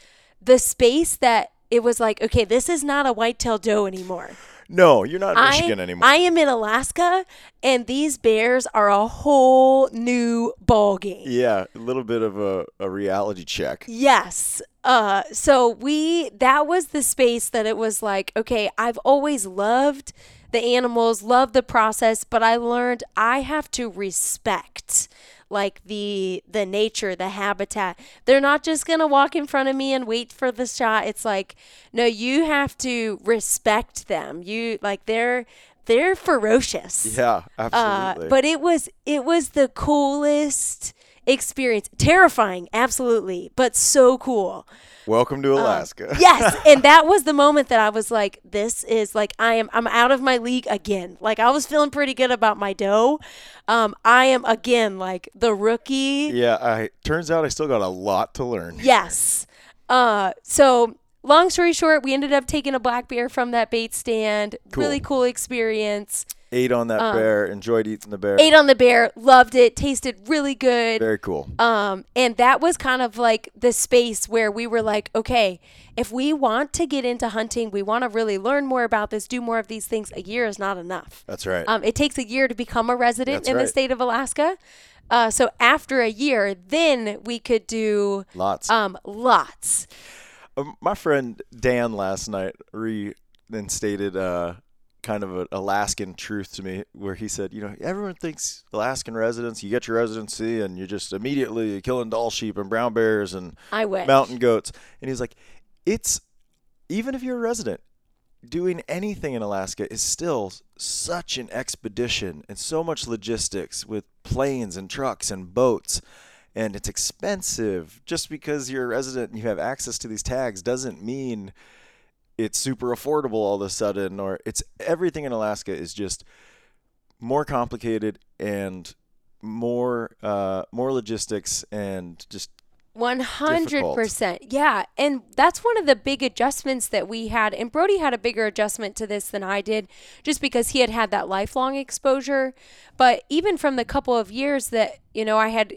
Speaker 2: the space that it was like, okay, this is not a whitetail doe anymore.
Speaker 1: no, you're not in
Speaker 2: I-
Speaker 1: Michigan anymore.
Speaker 2: I am in Alaska, and these bears are a whole new ball game.
Speaker 1: yeah, a little bit of a, a reality check.
Speaker 2: Yes. Uh, so we that was the space that it was like, okay, I've always loved the animals, loved the process, but I learned I have to respect like the the nature, the habitat. They're not just gonna walk in front of me and wait for the shot. It's like, no, you have to respect them. You like they're they're ferocious.
Speaker 1: Yeah,
Speaker 2: Uh,
Speaker 1: absolutely.
Speaker 2: but it was it was the coolest experience. Terrifying, absolutely, but so cool.
Speaker 1: Welcome
Speaker 2: uh,
Speaker 1: to Alaska.
Speaker 2: Yes, and that was the moment that I was like, "This is like I am. I'm out of my league again." Like I was feeling pretty good about my dough. Um, I am again like the rookie.
Speaker 1: yeah, I turns out I still got a lot to learn.
Speaker 2: Yes. Uh, so long story short, we ended up taking a black bear from that bait stand. Really cool experience.
Speaker 1: Ate on that bear, enjoyed eating the bear.
Speaker 2: Uh, Ate on the bear, loved it. Tasted really good.
Speaker 1: Very cool.
Speaker 2: Um, and that was kind of like the space where we were like, okay, if we want to get into hunting, we want to really learn more about this, do more of these things, a year is not enough.
Speaker 1: That's right.
Speaker 2: Um, it takes a year to become a resident
Speaker 1: That's
Speaker 2: in
Speaker 1: right.
Speaker 2: the state of Alaska. Uh, so after a year, then we could do
Speaker 1: Lots.
Speaker 2: um, lots.
Speaker 1: Um, my friend Dan last night reinstated uh, kind of an Alaskan truth to me, where he said, you know, everyone thinks Alaskan residents, you get your residency and you're just immediately killing doll sheep and brown bears and
Speaker 2: I wish.
Speaker 1: mountain goats, and he's like, it's even if you're a resident. Doing anything in Alaska is still such an expedition and so much logistics with planes and trucks and boats and it's expensive. Just because you're a resident and you have access to these tags doesn't mean it's super affordable all of a sudden or it's everything in Alaska is just more complicated and more uh more logistics and just
Speaker 2: 100%.
Speaker 1: difficult.
Speaker 2: Yeah. And that's one of the big adjustments that we had. And Brody had a bigger adjustment to this than I did just because he had had that lifelong exposure. But even from the couple of years that, you know, I had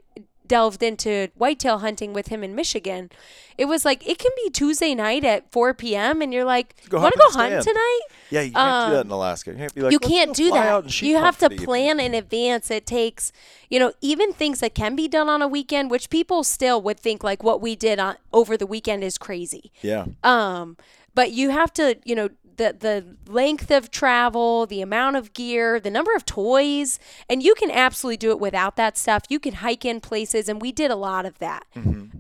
Speaker 2: delved into whitetail hunting with him in Michigan, it was like, it can be Tuesday night at 4 p.m. And you're like,
Speaker 1: Go
Speaker 2: want to
Speaker 1: hunt
Speaker 2: go
Speaker 1: the
Speaker 2: hunt
Speaker 1: stand."
Speaker 2: tonight?
Speaker 1: yeah, you can't do that in Alaska. You can't be like
Speaker 2: Um, you
Speaker 1: "Let's
Speaker 2: can't
Speaker 1: go
Speaker 2: do
Speaker 1: fly out and
Speaker 2: that.
Speaker 1: sheep
Speaker 2: You
Speaker 1: hunt
Speaker 2: have
Speaker 1: for
Speaker 2: to
Speaker 1: the evening."
Speaker 2: plan in advance. It takes, you know, even things that can be done on a weekend, which people still would think like what we did on, over the weekend is crazy.
Speaker 1: Yeah.
Speaker 2: Um, but you have to, you know, the the length of travel, the amount of gear, the number of toys, and you can absolutely do it without that stuff. You can hike in places, and we did a lot of that.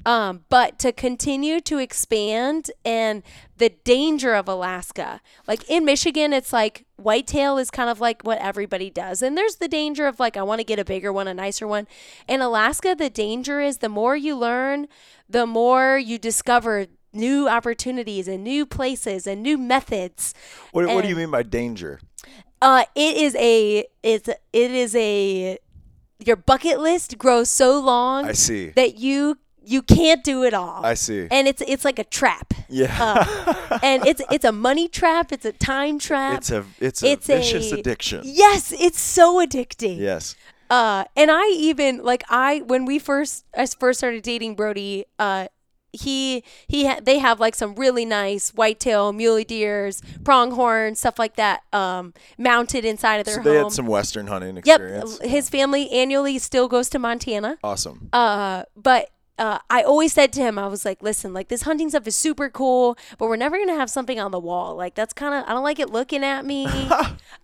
Speaker 2: Um, but to continue to expand and the danger of Alaska, like in Michigan, it's like whitetail is kind of like what everybody does, and there's the danger of like I want to get a bigger one, a nicer one. In Alaska, the danger is the more you learn, the more you discover new opportunities and new places and new methods.
Speaker 1: What, what do you mean by danger?
Speaker 2: Uh, it is a it's it is a your bucket list grows so long
Speaker 1: I see.
Speaker 2: that you you can't do it all.
Speaker 1: I see.
Speaker 2: And uh, it's it's like a trap.
Speaker 1: yeah.
Speaker 2: and it's it's a money trap, it's a time trap.
Speaker 1: it's a it's a
Speaker 2: it's
Speaker 1: vicious
Speaker 2: a-
Speaker 1: addiction.
Speaker 2: yes, it's so addicting.
Speaker 1: Yes.
Speaker 2: Uh, and I even like I when we first I first started dating Brody, uh, he he ha- they have like some really nice whitetail, muley deers, pronghorn, stuff like that, um, mounted inside of their
Speaker 1: So
Speaker 2: home.
Speaker 1: they had some western hunting
Speaker 2: yep, uh,
Speaker 1: experience.
Speaker 2: his family annually still goes to Montana.
Speaker 1: Awesome.
Speaker 2: Uh, but uh, I always said to him, I was like, listen, like this hunting stuff is super cool, but we're never gonna have something on the wall. Like that's kind of I don't like it looking at me.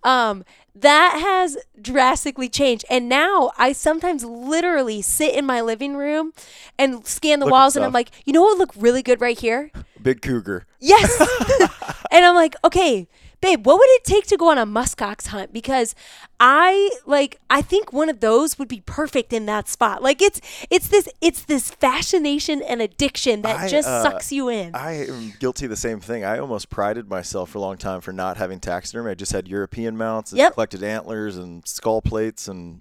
Speaker 2: um, that has drastically changed, and now I sometimes literally sit in my living room and scan the
Speaker 1: Look at
Speaker 2: walls, and I'm
Speaker 1: stuff.
Speaker 2: like, you know what would look really good right here?
Speaker 1: Big cougar.
Speaker 2: Yes, and I'm like, okay, babe, what would it take to go on a muskox hunt? Because I like, I think one of those would be perfect in that spot. Like it's, it's this, it's this fascination and addiction that
Speaker 1: I,
Speaker 2: just
Speaker 1: uh,
Speaker 2: sucks you in.
Speaker 1: I am guilty of the same thing. I almost prided myself for a long time for not having taxidermy. I just had European mounts and
Speaker 2: Yep.
Speaker 1: collected antlers and skull plates and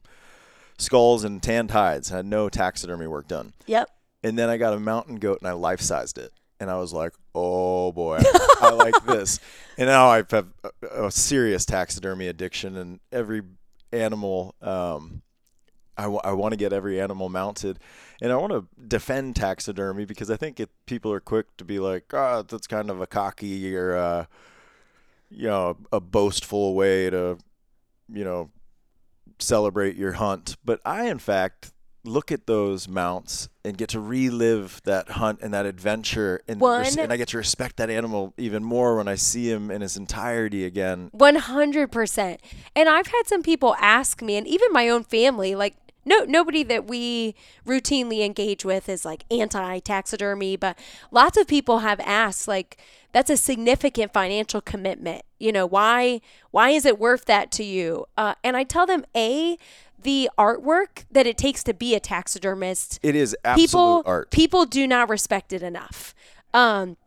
Speaker 1: skulls and tanned hides. I had no taxidermy work done.
Speaker 2: yep.
Speaker 1: And then I got a mountain goat and I life sized it. And I was like, oh boy, I like this. And now I have a, a serious taxidermy addiction and every animal. Um, I want to get every animal mounted, and I want to defend taxidermy because I think it, people are quick to be like, "Ah, that's kind of a cocky or uh, you know a boastful way to you know celebrate your hunt." But I, in fact, look at those mounts and get to relive that hunt and that adventure, and
Speaker 2: One-
Speaker 1: and I get to respect that animal even more when I see him in his entirety again.
Speaker 2: 100%. And I've had some people ask me and even my own family like no nobody that we routinely engage with is like anti taxidermy, but lots of people have asked like that's a significant financial commitment. You know, why why is it worth that to you? Uh, and I tell them a the artwork that it takes to be a taxidermist
Speaker 1: It is absolute
Speaker 2: people
Speaker 1: art.
Speaker 2: people do not respect it enough. Um,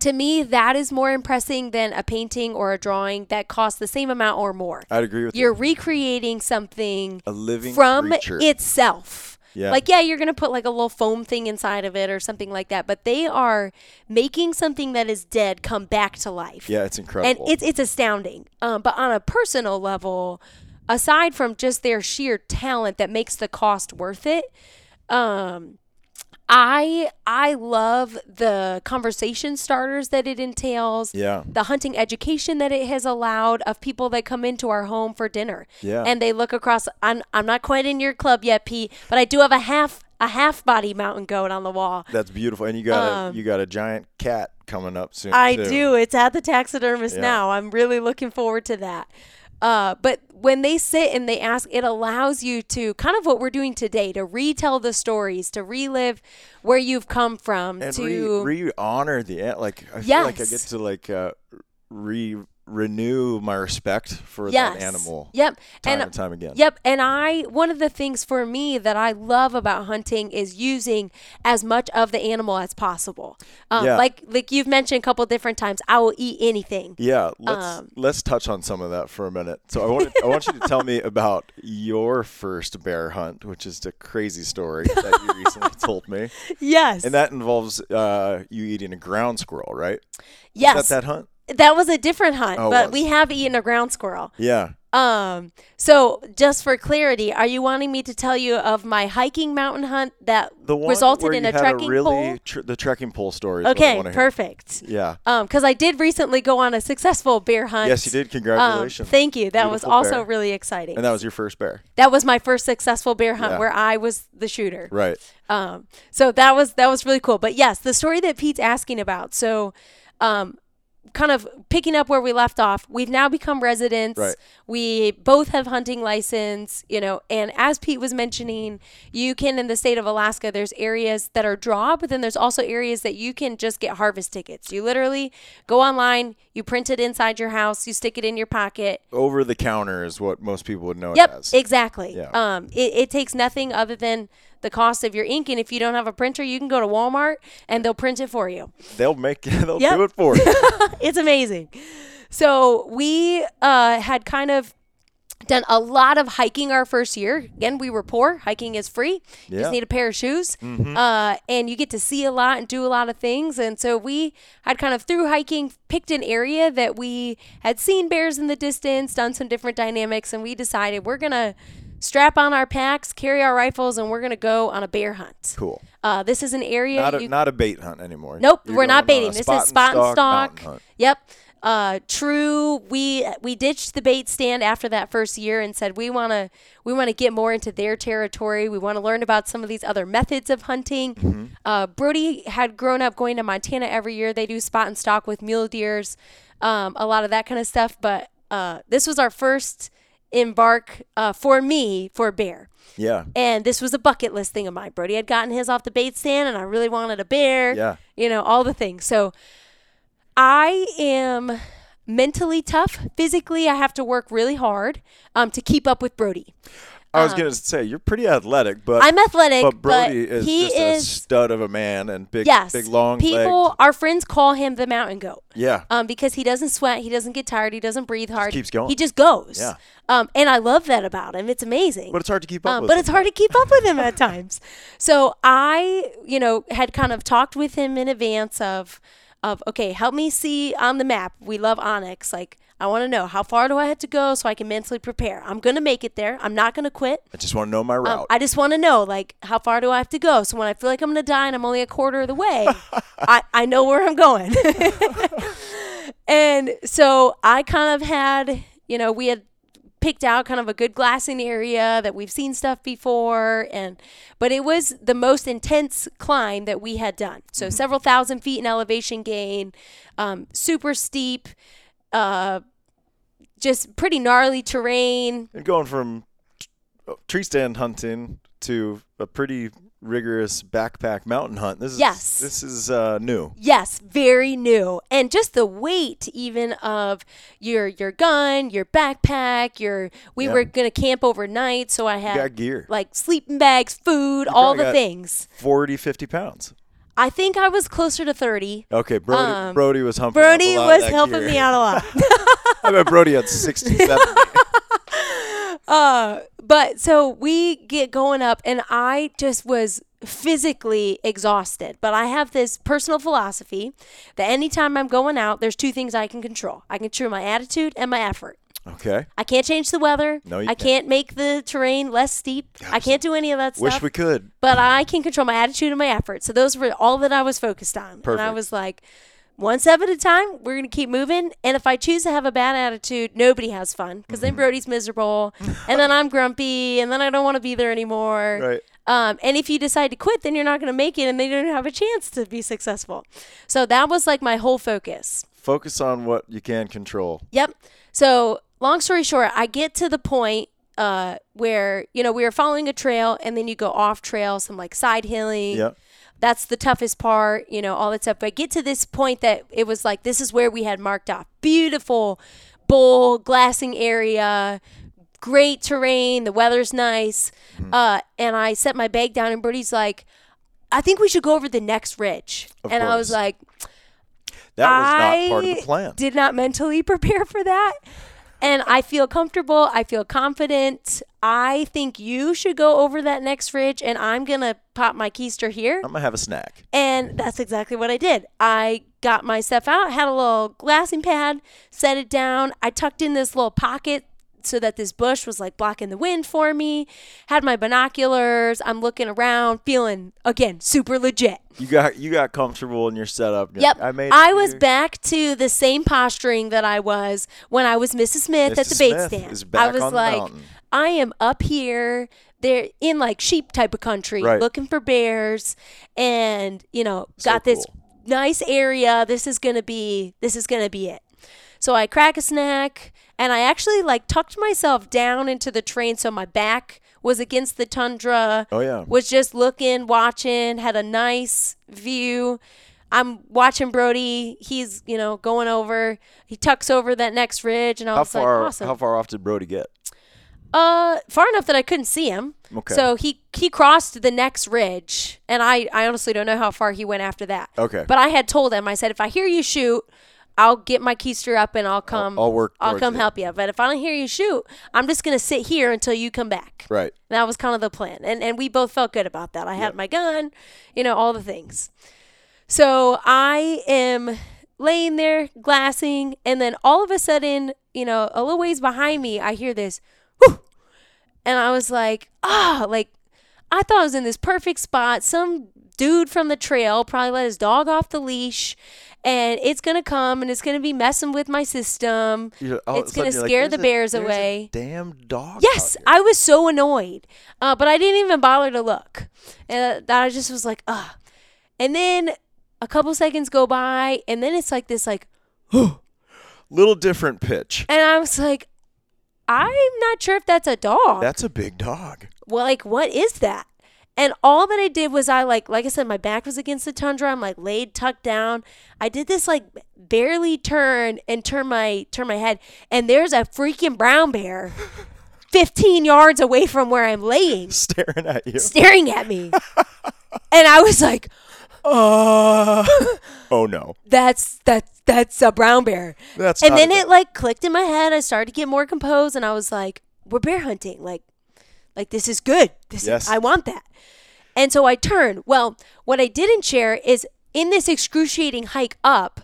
Speaker 2: to me, that is more impressing than a painting or a drawing that costs the same amount or more.
Speaker 1: I'd agree with you.
Speaker 2: You're recreating something
Speaker 1: A living
Speaker 2: from
Speaker 1: creature.
Speaker 2: itself.
Speaker 1: Yeah.
Speaker 2: Like, yeah, you're going to put like a little foam thing inside of it or something like that, but they are making something that is dead come back to life.
Speaker 1: Yeah, it's
Speaker 2: And
Speaker 1: incredible.
Speaker 2: it's, it's astounding. Um, but on a personal level, aside from just their sheer talent that makes the cost worth it, um, I I love the conversation starters that it entails.
Speaker 1: yeah.
Speaker 2: The hunting education that it has allowed of people that come into our home for dinner.
Speaker 1: Yeah.
Speaker 2: And they look across I'm I'm not quite in your club yet, Pete, but I do have a half a half body mountain goat on the wall.
Speaker 1: That's beautiful, and you got a you got a giant cat coming up soon.
Speaker 2: Um, I
Speaker 1: too.
Speaker 2: do. It's at the taxidermist
Speaker 1: Yeah.
Speaker 2: now. I'm really looking forward to that. Uh, but when they sit and they ask, it allows you to kind of what we're doing today to retell the stories, to relive where you've come from,
Speaker 1: and
Speaker 2: to
Speaker 1: re, re honor the an- like. I feel like I
Speaker 2: Yes.
Speaker 1: get to like uh, re renew my respect for that animal
Speaker 2: Yep.
Speaker 1: time and,
Speaker 2: and
Speaker 1: time again.
Speaker 2: Yep. And I, one of the things for me that I love about hunting is using as much of the animal as possible. Um,
Speaker 1: Yeah.
Speaker 2: Like, like you've mentioned a couple different times, I will eat anything.
Speaker 1: Yeah, let's
Speaker 2: Um,
Speaker 1: let's touch on some of that for a minute. So I want I want you to tell me about your first bear hunt, which is a crazy story that you recently told me,
Speaker 2: Yes.
Speaker 1: and that involves uh, you eating a ground squirrel, right?
Speaker 2: yes.
Speaker 1: Is that that hunt?
Speaker 2: That was a different hunt,
Speaker 1: Oh, it
Speaker 2: but
Speaker 1: was.
Speaker 2: we have eaten a ground squirrel.
Speaker 1: Yeah.
Speaker 2: Um, so just for clarity, are you wanting me to tell you of my hiking mountain hunt that
Speaker 1: The one
Speaker 2: resulted
Speaker 1: where
Speaker 2: in
Speaker 1: you
Speaker 2: a
Speaker 1: had
Speaker 2: trekking
Speaker 1: a really
Speaker 2: pole?
Speaker 1: tr- the trekking pole story. is what I
Speaker 2: Okay,
Speaker 1: wanna hear.
Speaker 2: perfect.
Speaker 1: Yeah.
Speaker 2: Um, because I did recently go on a successful bear hunt.
Speaker 1: Yes, you did.
Speaker 2: Um,
Speaker 1: Congratulations.
Speaker 2: Uh, thank you. That was
Speaker 1: Beautiful
Speaker 2: also
Speaker 1: bear.
Speaker 2: really exciting.
Speaker 1: and that was your first bear,
Speaker 2: that was my first successful bear hunt
Speaker 1: Yeah.
Speaker 2: where I was the shooter.
Speaker 1: right?
Speaker 2: Um, so that was that was really cool. But yes, the story that Pete's asking about. So, um, kind of picking up where we left off, we've now become residents.
Speaker 1: Right.
Speaker 2: We both have hunting license, you know. And as Pete was mentioning, you can in the state of Alaska, there's areas that are draw, but then there's also areas that you can just get harvest tickets. You literally go online, you print it inside your house, you stick it in your pocket,
Speaker 1: Over the counter is what most people would know it as.
Speaker 2: Yep, exactly.
Speaker 1: Yeah.
Speaker 2: Um, it, it takes nothing other than the cost of your ink, and if you don't have a printer, you can go to Walmart and they'll print it for you.
Speaker 1: they'll make they'll
Speaker 2: Yep.
Speaker 1: do it for you.
Speaker 2: It's amazing. So we uh, had kind of done a lot of hiking our first year. Again, we were poor. Hiking is free. You
Speaker 1: Yeah. Mm-hmm.
Speaker 2: just need a pair of shoes, uh, and you get to see a lot and do a lot of things. And so we had kind of through hiking picked an area that we had seen bears in the distance, done some different dynamics, and we decided we're gonna strap on our packs, carry our rifles, and we're gonna go on a bear hunt.
Speaker 1: Cool.
Speaker 2: Uh, this is an area
Speaker 1: Not a,
Speaker 2: you
Speaker 1: not a bait hunt anymore.
Speaker 2: Nope,
Speaker 1: You're
Speaker 2: we're not
Speaker 1: going on
Speaker 2: baiting.
Speaker 1: a
Speaker 2: This is spot and
Speaker 1: mountain
Speaker 2: stock.
Speaker 1: hunt.
Speaker 2: Yep. Uh, true. We we ditched the bait stand after that first year and said we want to we want to get more into their territory. We want to learn about some of these other methods of hunting.
Speaker 1: Mm-hmm.
Speaker 2: Uh, Brody had grown up going to Montana every year. They do spot and stock with mule deers, um, a lot of that kind of stuff. But uh, this was our first embark uh, for me for bear.
Speaker 1: Yeah.
Speaker 2: And this was a bucket list thing of mine. Brody had gotten his off the bait stand, and I really wanted a bear.
Speaker 1: Yeah.
Speaker 2: You know, all the things. So I am mentally tough. Physically, I have to work really hard um, to keep up with Brody.
Speaker 1: I was gonna say you're pretty athletic, but
Speaker 2: Um, I'm athletic,
Speaker 1: but Brody is
Speaker 2: he
Speaker 1: just a
Speaker 2: is
Speaker 1: stud of a man and big,
Speaker 2: yes.
Speaker 1: big long
Speaker 2: people,
Speaker 1: legs.
Speaker 2: our friends call him the mountain goat.
Speaker 1: Yeah,
Speaker 2: um, because he doesn't sweat, he doesn't get tired, he doesn't breathe hard.
Speaker 1: keeps going.
Speaker 2: He just goes.
Speaker 1: Yeah.
Speaker 2: Um, and I love that about him. It's amazing.
Speaker 1: but it's hard to keep up
Speaker 2: Um,
Speaker 1: with.
Speaker 2: but
Speaker 1: him.
Speaker 2: it's hard to keep up with him at times. So I, you know, had kind of talked with him in advance of, of okay, help me see on the map. We love Onyx. Like I want to know how far do I have to go so I can mentally prepare. I'm gonna make it there. I'm not gonna quit.
Speaker 1: I just want to know my
Speaker 2: Um,
Speaker 1: route.
Speaker 2: I just want to know, like, how far do I have to go? So when I feel like I'm going to die and I'm only a quarter of the way, I, I know where I'm going. and so I kind of had, you know, we had picked out kind of a good glassing area that we've seen stuff before and but it was the most intense climb that we had done so several thousand feet in elevation gain um, super steep uh, just pretty gnarly terrain
Speaker 1: and going from t- uh, tree stand hunting to a pretty rigorous backpack mountain hunt. This is
Speaker 2: Yes.
Speaker 1: this is uh, new.
Speaker 2: Yes, very new. And just the weight even of your your gun, your backpack, your we
Speaker 1: Yeah.
Speaker 2: were going to camp overnight, so I
Speaker 1: You got
Speaker 2: had
Speaker 1: gear,
Speaker 2: like sleeping bags, food, all the
Speaker 1: probably got-
Speaker 2: things.
Speaker 1: 40, 50 pounds.
Speaker 2: I think I was closer to 30.
Speaker 1: Okay, Brody,
Speaker 2: Um,
Speaker 1: Brody was humping. up a
Speaker 2: Brody
Speaker 1: lot of
Speaker 2: was
Speaker 1: that
Speaker 2: helping
Speaker 1: gear.
Speaker 2: me out a lot.
Speaker 1: I bet Brody had 60, 70.
Speaker 2: uh, but so we get going up, and I just was physically exhausted. But I have this personal philosophy that anytime I'm going out, there's two things I can control I can control my attitude and my effort.
Speaker 1: Okay,
Speaker 2: I can't change the weather.
Speaker 1: No, you
Speaker 2: I
Speaker 1: can't.
Speaker 2: can't make the terrain less steep. I can't do any of that
Speaker 1: wish
Speaker 2: stuff.
Speaker 1: we could.
Speaker 2: but I can control my attitude and my effort. So those were all that I was focused on. And I
Speaker 1: Perfect.
Speaker 2: was like, one step at a time, we're going to keep moving. And if I choose to have a bad attitude, nobody has fun because then Brody's miserable and then I'm grumpy and then I don't want to be there anymore.
Speaker 1: Right.
Speaker 2: Um, and if you decide to quit, then you're not going to make it and then you don't have a chance to be successful. So that was like my whole focus.
Speaker 1: Focus on what you can control.
Speaker 2: Yep. So, long story short, I get to the point uh, where, you know, we were following a trail and then you go off trail, some like side hilling.
Speaker 1: Yep.
Speaker 2: That's the toughest part, you know, all that stuff. But I get to this point that it was like, this is where we had marked off beautiful bowl glassing area, great terrain, the weather's nice.
Speaker 1: Mm-hmm.
Speaker 2: Uh, and I set my bag down, and Brody's like, I think we should go over the next ridge.
Speaker 1: Of
Speaker 2: and I
Speaker 1: course.
Speaker 2: was like,
Speaker 1: That was not part of the
Speaker 2: I
Speaker 1: plan.
Speaker 2: Did not mentally prepare for that. And I feel comfortable. I feel confident. I think you should go over that next ridge, and I'm gonna pop my keister here.
Speaker 1: I'm gonna have a snack.
Speaker 2: And that's exactly what I did. I got my stuff out, had a little glassing pad, set it down. I tucked in this little pocket so that this bush was like blocking the wind for me. Had my binoculars. I'm looking around, feeling again super legit.
Speaker 1: You got you got comfortable in your setup. You're
Speaker 2: Yep.
Speaker 1: like, I made. it
Speaker 2: was
Speaker 1: here.
Speaker 2: back to the same posturing that I was when I was Mrs. Smith at
Speaker 1: Mrs.
Speaker 2: the bait
Speaker 1: Smith
Speaker 2: stand.
Speaker 1: is
Speaker 2: I
Speaker 1: back
Speaker 2: was
Speaker 1: on the
Speaker 2: like,
Speaker 1: mountain.
Speaker 2: I am up here. They're in like sheep type of country
Speaker 1: Right.
Speaker 2: looking for bears and, you know,
Speaker 1: So
Speaker 2: got this
Speaker 1: cool.
Speaker 2: nice area. This is going to be this is going to be it. So I crack a snack and I actually like tucked myself down into the train so my back was against the tundra
Speaker 1: Oh yeah.
Speaker 2: was just looking, watching, had a nice view. I'm watching Brody. He's, you know, going over. He tucks over that next ridge, and I
Speaker 1: How
Speaker 2: was
Speaker 1: far?
Speaker 2: like, awesome.
Speaker 1: How far off did Brody get?
Speaker 2: uh, far enough that I couldn't see him.
Speaker 1: Okay.
Speaker 2: So he he crossed the next ridge, and I I honestly don't know how far he went after that.
Speaker 1: Okay.
Speaker 2: But I had told him. I said, if I hear you shoot, I'll get my keister up and I'll come.
Speaker 1: I'll work
Speaker 2: I'll
Speaker 1: towards
Speaker 2: come
Speaker 1: it.
Speaker 2: help you. But if I don't hear you shoot, I'm just gonna sit here until you come back.
Speaker 1: Right.
Speaker 2: That was kind of the plan. And and we both felt good about that. I had my gun, you know, all the things. So I am laying there glassing and then all of a sudden, you know, a little ways behind me, I hear this whoo. And I was like, ah, like I thought I was in this perfect spot. Some dude from the trail probably let his dog off the leash and it's going to come and it's going to be messing with my system.
Speaker 1: You're- all of a
Speaker 2: It's gonna
Speaker 1: sudden you're like,
Speaker 2: scare the
Speaker 1: "There's a-
Speaker 2: bears
Speaker 1: there's a
Speaker 2: away."
Speaker 1: damn dog. out
Speaker 2: Yes,
Speaker 1: here."
Speaker 2: I was so annoyed, uh, but I didn't even bother to look. And that I just was like, ugh. And then a couple seconds go by, and then it's like this, like,
Speaker 1: Little different pitch.
Speaker 2: and I was like, I'm not sure if that's a dog.
Speaker 1: That's a big dog.
Speaker 2: well, like, what is that? And all that I did was I like like I said my back was against the tundra. I'm like laid tucked down. I did this like barely turn and turn my turn my head and there's a freaking brown bear 15 yards away from where I'm laying
Speaker 1: staring at you.
Speaker 2: staring at me. and I was like,
Speaker 1: Uh, oh no.
Speaker 2: that's that's that's a brown bear.
Speaker 1: That's
Speaker 2: and
Speaker 1: not
Speaker 2: then
Speaker 1: a-
Speaker 2: it like clicked in my head. I started to get more composed, and I was like, "We're bear hunting. Like, like this is good. This
Speaker 1: Yes.
Speaker 2: is, I want that." And so I turned. Well, what I didn't share is in this excruciating hike up.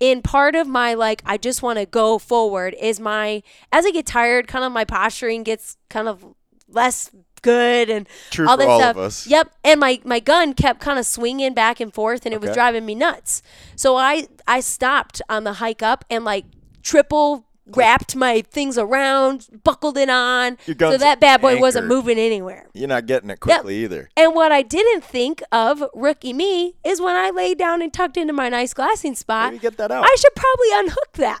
Speaker 2: In part of my like, I just want to go forward is my as I get tired, kind of my posturing gets kind of less good and
Speaker 1: True
Speaker 2: all
Speaker 1: for
Speaker 2: that
Speaker 1: all
Speaker 2: stuff.
Speaker 1: of us.
Speaker 2: Yep, and my my gun kept kind of swinging back and forth, and it was
Speaker 1: Okay.
Speaker 2: driving me nuts. So I I stopped on the hike up and like triple wrapped my things around, buckled it on,
Speaker 1: Your
Speaker 2: so
Speaker 1: gun's
Speaker 2: that bad boy wasn't
Speaker 1: anchored.
Speaker 2: moving anywhere.
Speaker 1: You're not getting it quickly either.
Speaker 2: And what I didn't think of, rookie me, is when I laid down and tucked into my nice glassing spot,
Speaker 1: Maybe get that out.
Speaker 2: I should probably unhook that.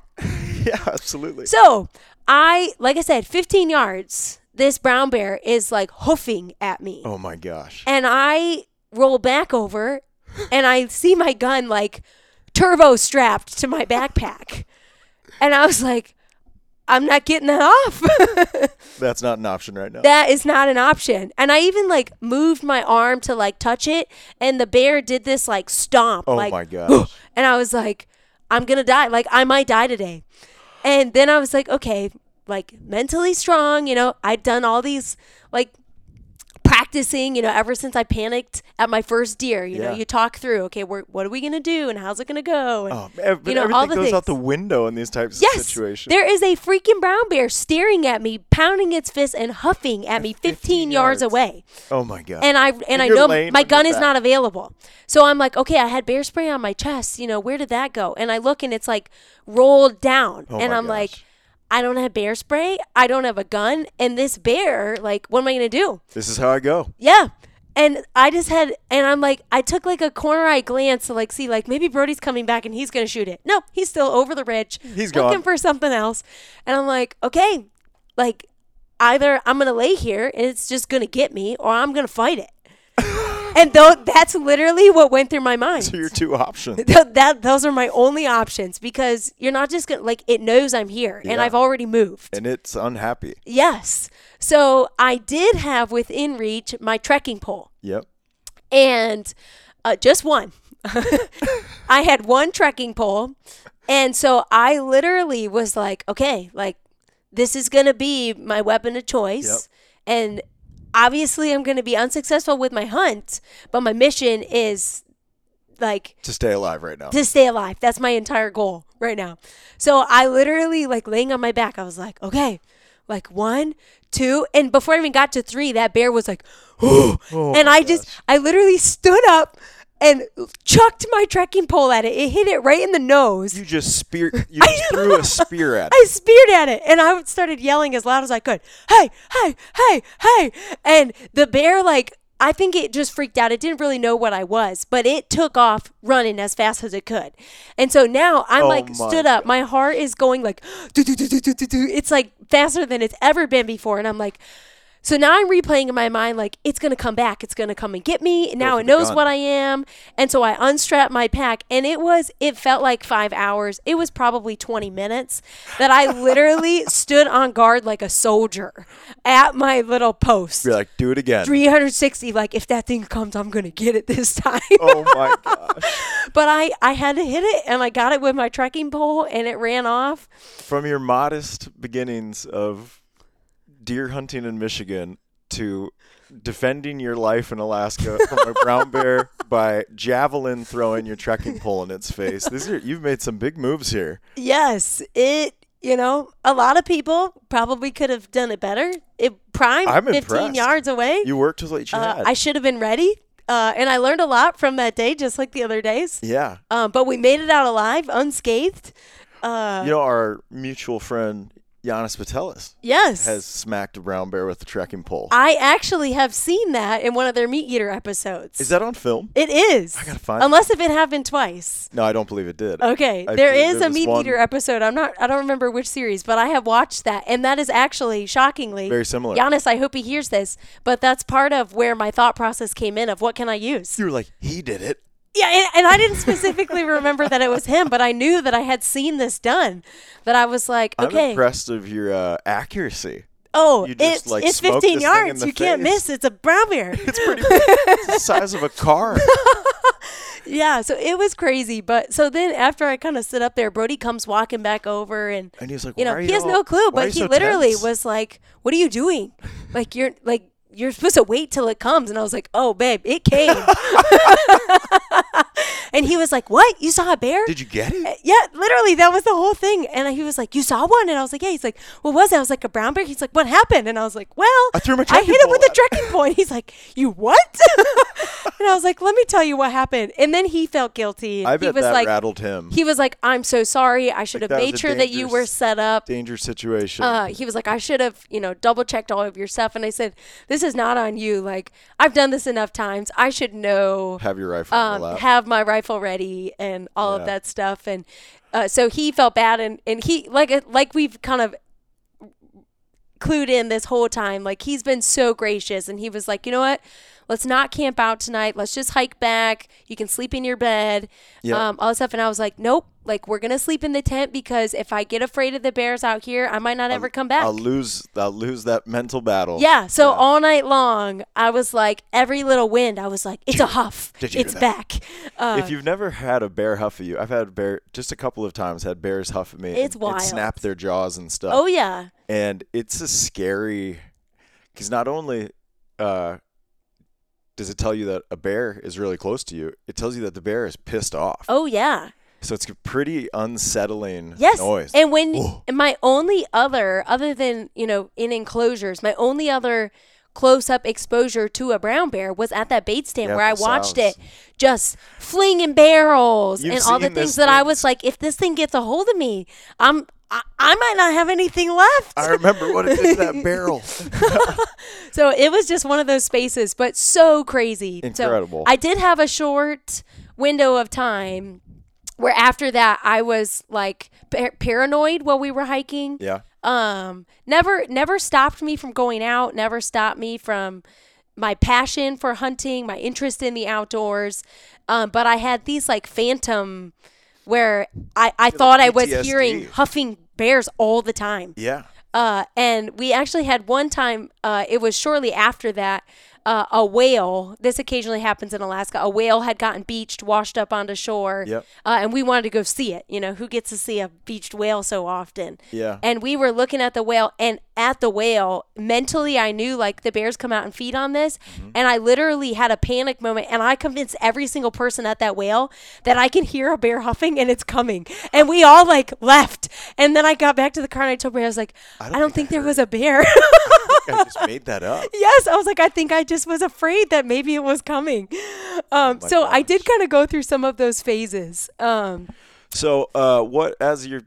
Speaker 1: yeah, absolutely.
Speaker 2: So I, like I said, 15 yards, this brown bear is like hoofing at me.
Speaker 1: oh my gosh.
Speaker 2: and I roll back over and I see my gun like turbo strapped to my backpack. And I was like, I'm not getting that off.
Speaker 1: That's not an option right now.
Speaker 2: that is not an option. And I even like moved my arm to like touch it and the bear did this like stomp.
Speaker 1: oh
Speaker 2: like,
Speaker 1: my gosh.
Speaker 2: and I was like, I'm gonna die. Like I might die today. And then I was like, okay, like mentally strong, you know, I'd done all these like practicing, you know, ever since I panicked at my first deer. You know,
Speaker 1: Yeah.
Speaker 2: you talk through, okay, we're, what are we gonna do and how's it gonna go? And
Speaker 1: Oh, man, but
Speaker 2: you know,
Speaker 1: everything
Speaker 2: all the
Speaker 1: goes out
Speaker 2: things.
Speaker 1: the window in these types
Speaker 2: yes,
Speaker 1: of situations.
Speaker 2: there is a freaking brown bear staring at me, pounding its fist and huffing at me 15,
Speaker 1: 15
Speaker 2: yards
Speaker 1: yards.
Speaker 2: away
Speaker 1: Oh my god.
Speaker 2: and I and I
Speaker 1: your
Speaker 2: know
Speaker 1: lane
Speaker 2: my
Speaker 1: when
Speaker 2: gun
Speaker 1: you're
Speaker 2: is
Speaker 1: back.
Speaker 2: not available. So I'm like, okay, I had bear spray on my chest. You know, where did that go? And I look and it's like rolled down,
Speaker 1: Oh
Speaker 2: and
Speaker 1: my
Speaker 2: I'm like,
Speaker 1: gosh.
Speaker 2: I don't have bear spray. I don't have a gun, and this bear, like, what am I gonna do?
Speaker 1: this is how I go.
Speaker 2: Yeah. And I just had, and I'm like, I took like a corner eye glance to like see, like maybe Brody's coming back and he's gonna shoot it. No, he's still over the ridge.
Speaker 1: He's
Speaker 2: looking
Speaker 1: gone.
Speaker 2: for something else. And I'm like, okay, like either I'm gonna lay here and it's just gonna get me, or I'm gonna fight it. and though that's literally what went through my mind.
Speaker 1: So your two options.
Speaker 2: Th- that those are my only options because you're not just gonna like it knows I'm here and
Speaker 1: Yeah.
Speaker 2: I've already moved.
Speaker 1: And it's unhappy.
Speaker 2: yes. So I did have within reach my trekking pole
Speaker 1: Yep.
Speaker 2: and uh, just one. I had one trekking pole, and so I literally was like, okay, like this is gonna be my weapon of choice, and obviously I'm gonna be unsuccessful with my hunt, but my mission is like
Speaker 1: To stay alive right now.
Speaker 2: to stay alive. That's my entire goal right now. So I literally like laying on my back. I was like, okay, like one, two, and before I even got to three, that bear was like,
Speaker 1: Oh
Speaker 2: and
Speaker 1: my
Speaker 2: I just I literally stood up and chucked my trekking pole at it. It hit it right in the nose.
Speaker 1: you just spear you just threw a spear at
Speaker 2: I speared at it and I started yelling as loud as I could. Hey, hey, hey, hey. And the bear like I think it just freaked out. It didn't really know what I was, but it took off running as fast as it could. And so now I'm
Speaker 1: Oh
Speaker 2: like
Speaker 1: my
Speaker 2: stood up. My heart is going like do do do do do do do. It's like faster than it's ever been before and I'm like so now I'm replaying in my mind, like, it's going to come back. It's going to come and get me. Now
Speaker 1: for
Speaker 2: it
Speaker 1: the
Speaker 2: knows
Speaker 1: gun.
Speaker 2: what I am. And so I unstrapped my pack, and it was, it felt like five hours. It was probably 20 minutes that I literally stood on guard like a soldier at my little post.
Speaker 1: You're like, do it again.
Speaker 2: 360, like, if that thing comes, I'm going to get it this time.
Speaker 1: Oh my gosh.
Speaker 2: but I, I had to hit it, and I got it with my trekking pole, and it ran off.
Speaker 1: From your modest beginnings of deer hunting in Michigan to defending your life in Alaska from a brown bear by javelin throwing your trekking pole in its face. These are you've made some big moves here.
Speaker 2: Yes, it. You know, a lot of people probably could have done it better. It primed
Speaker 1: I'm
Speaker 2: 15
Speaker 1: impressed.
Speaker 2: yards away.
Speaker 1: You worked with what you
Speaker 2: uh,
Speaker 1: had.
Speaker 2: I should have been ready. Uh, and I learned a lot from that day, just like the other days.
Speaker 1: yeah.
Speaker 2: Um, but we made it out alive, unscathed. Uh,
Speaker 1: You know, our mutual friend Giannis Vitellis
Speaker 2: Yes.
Speaker 1: has smacked a brown bear with a trekking pole.
Speaker 2: I actually have seen that in one of their meat eater episodes.
Speaker 1: Is that on film?
Speaker 2: it is. I
Speaker 1: gotta find
Speaker 2: Unless if it happened twice.
Speaker 1: No, I don't believe it did.
Speaker 2: Okay,
Speaker 1: I
Speaker 2: there
Speaker 1: believe
Speaker 2: is
Speaker 1: there
Speaker 2: a
Speaker 1: was
Speaker 2: meat
Speaker 1: one-
Speaker 2: eater episode. I'm not. I don't remember which series, but I have watched that, and that is actually shockingly
Speaker 1: Very similar.
Speaker 2: Giannis, I hope he hears this, but that's part of where my thought process came in of what can I use.
Speaker 1: You were like, he did it.
Speaker 2: Yeah, and, and I didn't specifically remember that it was him, but I knew that I had seen this done. That I was like,
Speaker 1: I'm
Speaker 2: okay,
Speaker 1: impressed of your uh, accuracy.
Speaker 2: oh,
Speaker 1: You just,
Speaker 2: it's
Speaker 1: like,
Speaker 2: it's
Speaker 1: smoked
Speaker 2: 15
Speaker 1: this thing in
Speaker 2: yards.
Speaker 1: the
Speaker 2: You can't
Speaker 1: face.
Speaker 2: miss. It's a brown bear.
Speaker 1: It's pretty it's the size of a car.
Speaker 2: Yeah, so it was crazy. But so then after I kind of sit up there, Brody comes walking back over and,
Speaker 1: And he was like,
Speaker 2: you know,
Speaker 1: "Why are
Speaker 2: he has
Speaker 1: y'all-
Speaker 2: no
Speaker 1: why
Speaker 2: clue,
Speaker 1: are
Speaker 2: but
Speaker 1: you
Speaker 2: he
Speaker 1: so
Speaker 2: literally
Speaker 1: tense?"
Speaker 2: was like, What are you doing? Like you're like you're supposed to wait till it comes and I was like, Oh babe, it came. and he was like, What? You saw a bear?
Speaker 1: Did you get it?
Speaker 2: yeah, literally, that was the whole thing. And he was like, "You saw one?" And I was like, "Yeah." He's like, "What was it?" I was like, "A brown bear." He's like, "What happened?" And I was like, "Well,
Speaker 1: I threw my
Speaker 2: I
Speaker 1: trekking
Speaker 2: hit it
Speaker 1: pole
Speaker 2: with a
Speaker 1: at-
Speaker 2: trekking pole." And he's like, "You what?" and I was like, "Let me tell you what happened." And then he felt guilty.
Speaker 1: I
Speaker 2: he
Speaker 1: bet
Speaker 2: was
Speaker 1: that
Speaker 2: like,
Speaker 1: rattled him.
Speaker 2: He was like, "I'm so sorry. I should
Speaker 1: Like,
Speaker 2: have
Speaker 1: that was
Speaker 2: made
Speaker 1: a
Speaker 2: sure that you were
Speaker 1: dangerous-
Speaker 2: set up."
Speaker 1: Danger situation.
Speaker 2: uh, he was like, I should have, you know, double checked all of your stuff. And I said, This is not on you. Like, I've done this enough times. I should know
Speaker 1: have your rifle in your
Speaker 2: um,
Speaker 1: lap.
Speaker 2: have my rifle ready and all
Speaker 1: Yeah.
Speaker 2: of that stuff. And uh, so he felt bad, and and he like uh, like we've kind of clued in this whole time. Like he's been so gracious, and he was like, you know what. Let's not camp out tonight. Let's just hike back. You can sleep in your bed.
Speaker 1: Yeah.
Speaker 2: Um, all this stuff. And I was like, nope. Like, we're going to sleep in the tent because if I get afraid of the bears out here, I might not ever come back.
Speaker 1: I'll lose. I'll lose that mental battle.
Speaker 2: Yeah. So all night long, I was like, every little wind, I was like, it's a huff.
Speaker 1: did you hear
Speaker 2: it's
Speaker 1: that?
Speaker 2: back. Uh,
Speaker 1: If you've never had a bear huff at you, I've had bear just a couple of times. Had bears huff at me.
Speaker 2: It's
Speaker 1: and,
Speaker 2: wild.
Speaker 1: And snap their jaws and stuff.
Speaker 2: oh, yeah.
Speaker 1: and it's a scary because not only uh, does it tell you that a bear is really close to you, it tells you that the bear is pissed off.
Speaker 2: Oh, yeah.
Speaker 1: So it's a pretty unsettling
Speaker 2: Yes.
Speaker 1: noise.
Speaker 2: And when
Speaker 1: Whoa.
Speaker 2: and my only other, other than, you know, in enclosures, my only other close up exposure to a brown bear was at that bait stand
Speaker 1: Yeah,
Speaker 2: where I
Speaker 1: the
Speaker 2: watched
Speaker 1: sows.
Speaker 2: it just flinging barrels
Speaker 1: You've
Speaker 2: and all the
Speaker 1: seen this
Speaker 2: things that I
Speaker 1: thing.
Speaker 2: was like, if this thing gets a hold of me, I'm. I, I might not have anything left.
Speaker 1: I remember what it did to that barrel.
Speaker 2: So it was just one of those spaces, but so crazy. So
Speaker 1: Incredible.
Speaker 2: I did have a short window of time where after that I was like par- paranoid while we were hiking.
Speaker 1: yeah.
Speaker 2: Um, never, never stopped me from going out. Never stopped me from my passion for hunting, my interest in the outdoors. Um, but I had these like phantom where I, I thought I was
Speaker 1: PTSD.
Speaker 2: hearing huffing bears all the time.
Speaker 1: Yeah.
Speaker 2: Uh, and we actually had one time, uh, it was shortly after that, uh, a whale, this occasionally happens in Alaska, a whale had gotten beached, washed up onto shore.
Speaker 1: Yep.
Speaker 2: Uh, and we wanted to go see it. You know, who gets to see a beached whale so often?
Speaker 1: Yeah.
Speaker 2: And we were looking at the whale, and at the whale, mentally, I knew like the bears come out and feed on this. And I literally had a panic moment, and I convinced every single person at that whale that I can hear a bear huffing and it's coming. And we all like left. And then I got back to the car and I told Brady, I was like, I don't, think, there was a bear.
Speaker 1: I just made that up.
Speaker 2: yes, I was like, I think I just was afraid that maybe it was coming. Um, so I did kind of go through some of those phases. Um,
Speaker 1: So, uh, what as your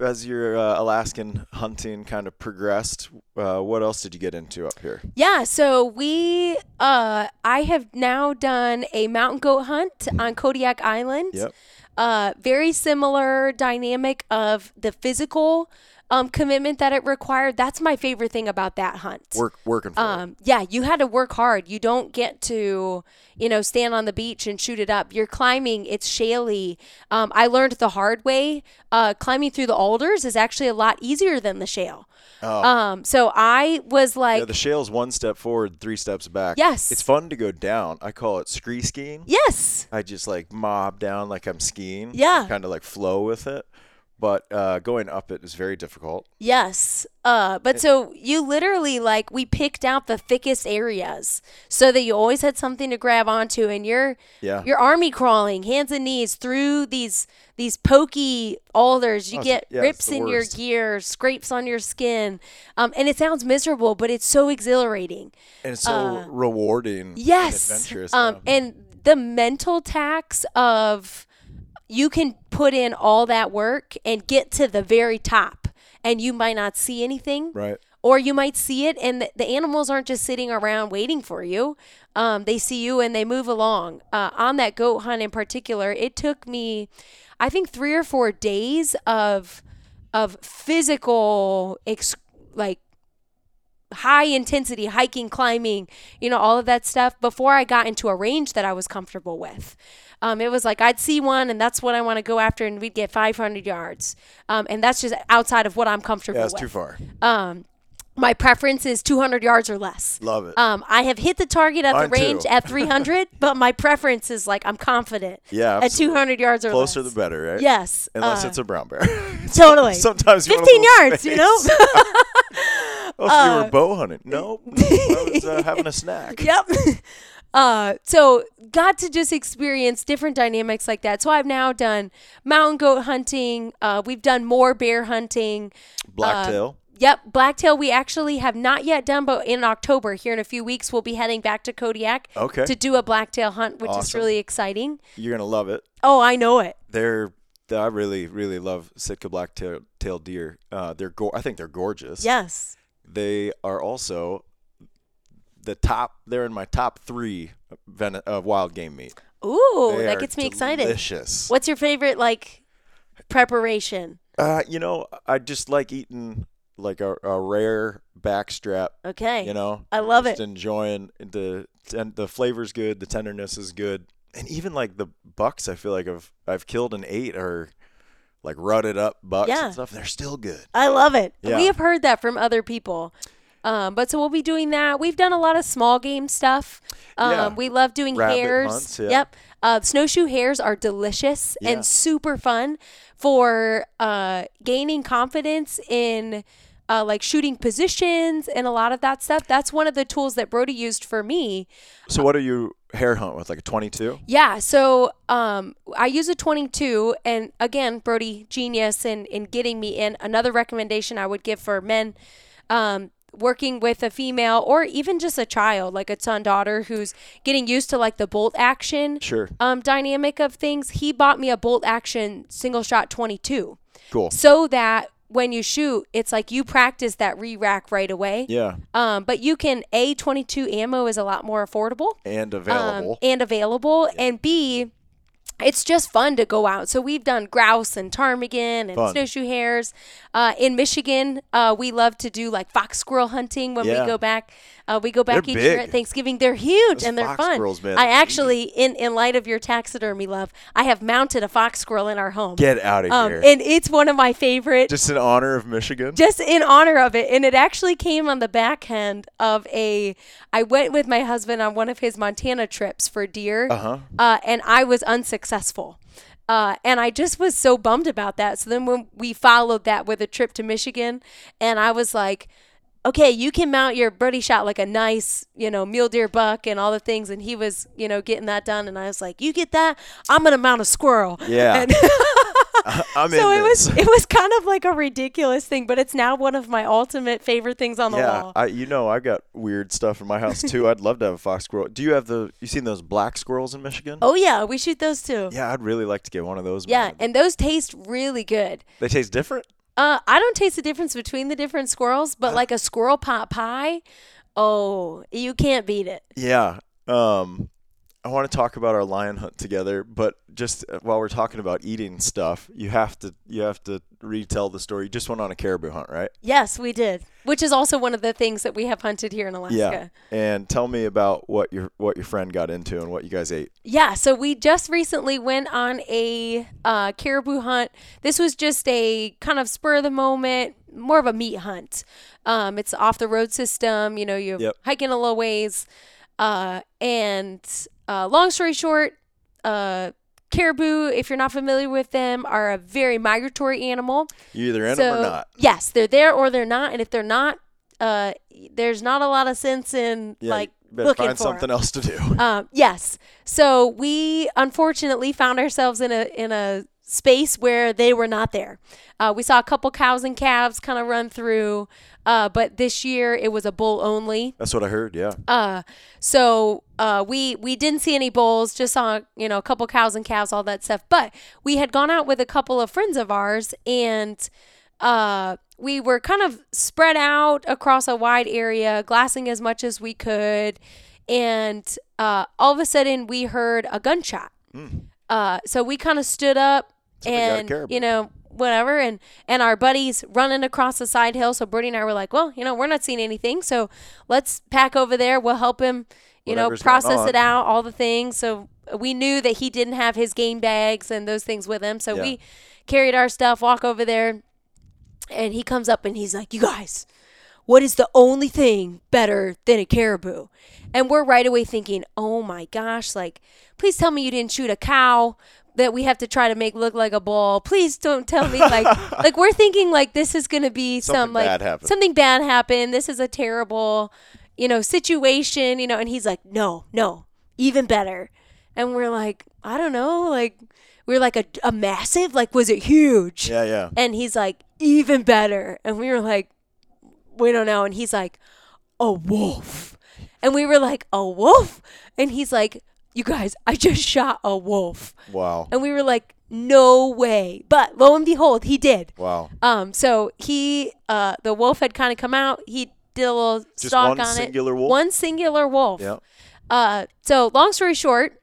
Speaker 1: as your uh, Alaskan hunting kind of progressed, uh, what else did you get into up here?
Speaker 2: Yeah, so we uh I have now done a mountain goat hunt on Kodiak Island.
Speaker 1: Yep.
Speaker 2: Uh very similar dynamic of the physical um commitment that it required. That's my favorite thing about that hunt.
Speaker 1: Work working for it.
Speaker 2: Um, yeah, you had to work hard. You don't get to, you know, stand on the beach and shoot it up. You're climbing. It's shaly. Um, I learned the hard way. Uh, climbing through the alders is actually a lot easier than the shale. Um, so I was like,
Speaker 1: Oh. Yeah, the shale's one step forward, three steps back.
Speaker 2: Yes.
Speaker 1: It's fun to go down. I call it scree skiing.
Speaker 2: yes,
Speaker 1: I just like mob down like I'm skiing.
Speaker 2: Yeah.
Speaker 1: Kind of like flow with it. But uh, going up it is very difficult.
Speaker 2: Yes. Uh, but so you literally like we picked out the thickest areas so that you always had something to grab onto and you're
Speaker 1: Yeah.
Speaker 2: you're army crawling hands and knees through these these pokey alders. You
Speaker 1: Oh, it's-
Speaker 2: get
Speaker 1: yeah, it's
Speaker 2: rips
Speaker 1: the
Speaker 2: in your
Speaker 1: worst.
Speaker 2: gear, scrapes on your skin. Um, and it sounds miserable, but it's so exhilarating.
Speaker 1: And it's so
Speaker 2: Uh,
Speaker 1: rewarding. and
Speaker 2: Yes.
Speaker 1: adventurous.
Speaker 2: Um, and the mental tax of you can put in all that work and get to the very top and you might not see anything
Speaker 1: Right.
Speaker 2: or you might see it and the, the animals aren't just sitting around waiting for you um, they see you and they move along uh, on that goat hunt in particular it took me i think three or four days of of physical ex- like high intensity hiking climbing you know all of that stuff before i got into a range that i was comfortable with um, it was like i'd see one and that's what i want to go after and we'd get 500 yards um, and that's just outside of what i'm comfortable
Speaker 1: Yeah, it's
Speaker 2: with
Speaker 1: too far.
Speaker 2: um, my preference is 200 yards or less.
Speaker 1: Love it.
Speaker 2: Um, I have hit the target at
Speaker 1: Mine
Speaker 2: the
Speaker 1: too.
Speaker 2: range at 300, but my preference is like I'm confident.
Speaker 1: Yeah,
Speaker 2: At
Speaker 1: absolutely.
Speaker 2: 200 yards or
Speaker 1: Closer
Speaker 2: less.
Speaker 1: the better, right?
Speaker 2: Yes.
Speaker 1: Unless
Speaker 2: uh,
Speaker 1: it's a brown bear.
Speaker 2: totally.
Speaker 1: Sometimes you want a
Speaker 2: 15
Speaker 1: little
Speaker 2: yards, you know? Uh,
Speaker 1: space. oh, you were bow hunting. No, I was uh, having a snack.
Speaker 2: yep. Uh, so got to just experience different dynamics like that. So I've now done mountain goat hunting. Uh, we've done more bear hunting.
Speaker 1: Blacktail.
Speaker 2: Yep, blacktail we actually have not yet done, but in October, here in a few weeks, we'll be heading back to Kodiak
Speaker 1: Okay.
Speaker 2: to do a blacktail hunt, which is
Speaker 1: Awesome.
Speaker 2: really exciting.
Speaker 1: You're gonna love it.
Speaker 2: Oh, I know it.
Speaker 1: They're I really really love Sitka blacktail tail deer. Uh, they're go- I think they're gorgeous.
Speaker 2: Yes.
Speaker 1: They are also the top. They're in my top three ven- uh, wild game meat.
Speaker 2: Ooh,
Speaker 1: They
Speaker 2: that
Speaker 1: are
Speaker 2: gets me excited.
Speaker 1: Delicious.
Speaker 2: What's your favorite like preparation?
Speaker 1: Uh, you know, I just like eating like a, a rare backstrap.
Speaker 2: Okay.
Speaker 1: You know,
Speaker 2: I love
Speaker 1: just
Speaker 2: it.
Speaker 1: Enjoying the and the flavor's good, the tenderness is good, and even like the bucks. I feel like I've I've killed and ate are like rutted up bucks
Speaker 2: Yeah.
Speaker 1: and stuff. They're still good.
Speaker 2: I love it.
Speaker 1: Yeah.
Speaker 2: We have heard that from other people. Um, but so we'll be doing that. We've done a lot of small game stuff. Um,
Speaker 1: Yeah.
Speaker 2: We love doing
Speaker 1: Rabbit
Speaker 2: hares.
Speaker 1: hunts, yeah.
Speaker 2: Yep. Uh, snowshoe hares are delicious
Speaker 1: Yeah.
Speaker 2: and super fun for uh, gaining confidence in uh, like shooting positions and a lot of that stuff. That's one of the tools that Brody used for me.
Speaker 1: So what do you hair hunt with? Like a twenty-two?
Speaker 2: Yeah. So um, I use a 22. And again, Brody, genius in, in getting me in. Another recommendation I would give for men um, working with a female or even just a child, like a son, daughter, who's getting used to like the bolt action
Speaker 1: Sure.
Speaker 2: um, dynamic of things. He bought me a bolt action single shot 22
Speaker 1: Cool.
Speaker 2: so that when you shoot, it's like you practice that re rack right away.
Speaker 1: Yeah,
Speaker 2: Um, but you can, A, 22 ammo is a lot more affordable
Speaker 1: and
Speaker 2: um,
Speaker 1: available.
Speaker 2: and available and b it's just fun to go out so we've done grouse and ptarmigan and
Speaker 1: Fun.
Speaker 2: snowshoe hares uh, in michigan uh, we love to do like fox squirrel hunting when
Speaker 1: Yeah.
Speaker 2: we go back uh, we go back
Speaker 1: They're
Speaker 2: each year
Speaker 1: big.
Speaker 2: at thanksgiving they're huge
Speaker 1: Those
Speaker 2: and they're
Speaker 1: fox
Speaker 2: fun
Speaker 1: squirrels, man,
Speaker 2: i
Speaker 1: they're
Speaker 2: actually in, in light of your taxidermy love i have mounted a fox squirrel in our home
Speaker 1: Get out of
Speaker 2: um,
Speaker 1: here.
Speaker 2: and it's one of my favorite
Speaker 1: just in honor of Michigan.
Speaker 2: just in honor of it and it actually came on the back end of a i went with my husband on one of his montana trips for deer
Speaker 1: Uh-huh.
Speaker 2: uh, and i was unsuccessful uh, and I just was so bummed about that. So then when we followed that with a trip to Michigan, and I was like, okay, you can mount your birdie shot like a nice, you know, mule deer buck and all the things. And he was, you know, getting that done. And I was like, you get that? I'm going to mount a squirrel.
Speaker 1: yeah.
Speaker 2: And-
Speaker 1: I'm
Speaker 2: so
Speaker 1: in
Speaker 2: it was
Speaker 1: this.
Speaker 2: it was kind of like a ridiculous thing, but it's now one of my ultimate favorite things on the
Speaker 1: Yeah,
Speaker 2: wall.
Speaker 1: I you know I got weird stuff in my house too. I'd love to have a fox squirrel. Do you have the you seen those black squirrels in Michigan?
Speaker 2: oh yeah, we shoot those too. Yeah,
Speaker 1: Yeah, I'd really like to get one of those. mounted.
Speaker 2: and those taste really good.
Speaker 1: they taste different.
Speaker 2: Uh, I don't taste the difference between the different squirrels, but like a squirrel pot pie, oh, you can't beat it.
Speaker 1: Yeah. Um, I want to talk about our lion hunt together, but just uh, while we're talking about eating stuff, you have to you have to retell the story. You just went on a caribou hunt, right?
Speaker 2: Yes, we did, which is also one of the things that we have hunted here in Alaska.
Speaker 1: And tell me about what your what your friend got into and what you guys ate.
Speaker 2: Yeah, so we just recently went on a uh, caribou hunt. This was just a kind of spur of the moment, more of a meat hunt. Um, it's off the road system. You know, you're
Speaker 1: Yep.
Speaker 2: hiking a little ways. Uh, and uh, long story short, uh, caribou, if you're not familiar with them, are a very migratory animal.
Speaker 1: You either in them or not.
Speaker 2: Yes, they're there or they're not. And if they're not, uh, there's not a lot of sense in
Speaker 1: Yeah,
Speaker 2: like
Speaker 1: you better
Speaker 2: looking
Speaker 1: find
Speaker 2: for 'em.
Speaker 1: something else to do.
Speaker 2: Um, yes. So we unfortunately found ourselves in a in a space where they were not there. Uh, we saw a couple cows and calves kind of run through, uh, but this year it was a bull only.
Speaker 1: That's what I heard. Yeah.
Speaker 2: Uh, so uh, we we didn't see any bulls, just saw you know a couple cows and calves, all that stuff. But we had gone out with a couple of friends of ours, and uh, we were kind of spread out across a wide area, glassing as much as we could. And uh, all of a sudden, we heard a gunshot. Uh, so we kind of stood up
Speaker 1: Somebody got a
Speaker 2: and,
Speaker 1: caribou.
Speaker 2: you know, whatever. And, and our buddies running across the side hill. So Bertie and I were like, well, you know, we're not seeing anything. So let's pack over there. We'll help him, you
Speaker 1: Whatever's going
Speaker 2: know, process
Speaker 1: on.
Speaker 2: it out, all the things. So we knew that he didn't have his game bags and those things with him. So
Speaker 1: Yeah.
Speaker 2: we carried our stuff, walk over there. And he comes up and he's like, You guys, what is the only thing better than a caribou? And we're right away thinking, Oh my gosh, like, please tell me you didn't shoot a cow that we have to try to make look like a bull. Please don't tell me like like we're thinking like this is gonna be some
Speaker 1: Something
Speaker 2: like
Speaker 1: bad happened.
Speaker 2: something bad happened. This is a terrible, you know, situation, you know, and he's like, No, no, even better. And we're like, I don't know, like we're like a, a massive, like was it huge?
Speaker 1: Yeah, yeah.
Speaker 2: And he's like, even better. And we were like, we don't know. And he's like, a wolf. And we were like, a wolf? And he's like, you guys, I just shot a wolf.
Speaker 1: Wow.
Speaker 2: And we were like, no way. But lo and behold, he did.
Speaker 1: Wow.
Speaker 2: Um, so he, uh, the wolf had kind of come out. He did a little
Speaker 1: Just
Speaker 2: stalk
Speaker 1: one
Speaker 2: on
Speaker 1: singular
Speaker 2: it.
Speaker 1: wolf?
Speaker 2: One singular wolf.
Speaker 1: Yeah.
Speaker 2: Uh, so long story short,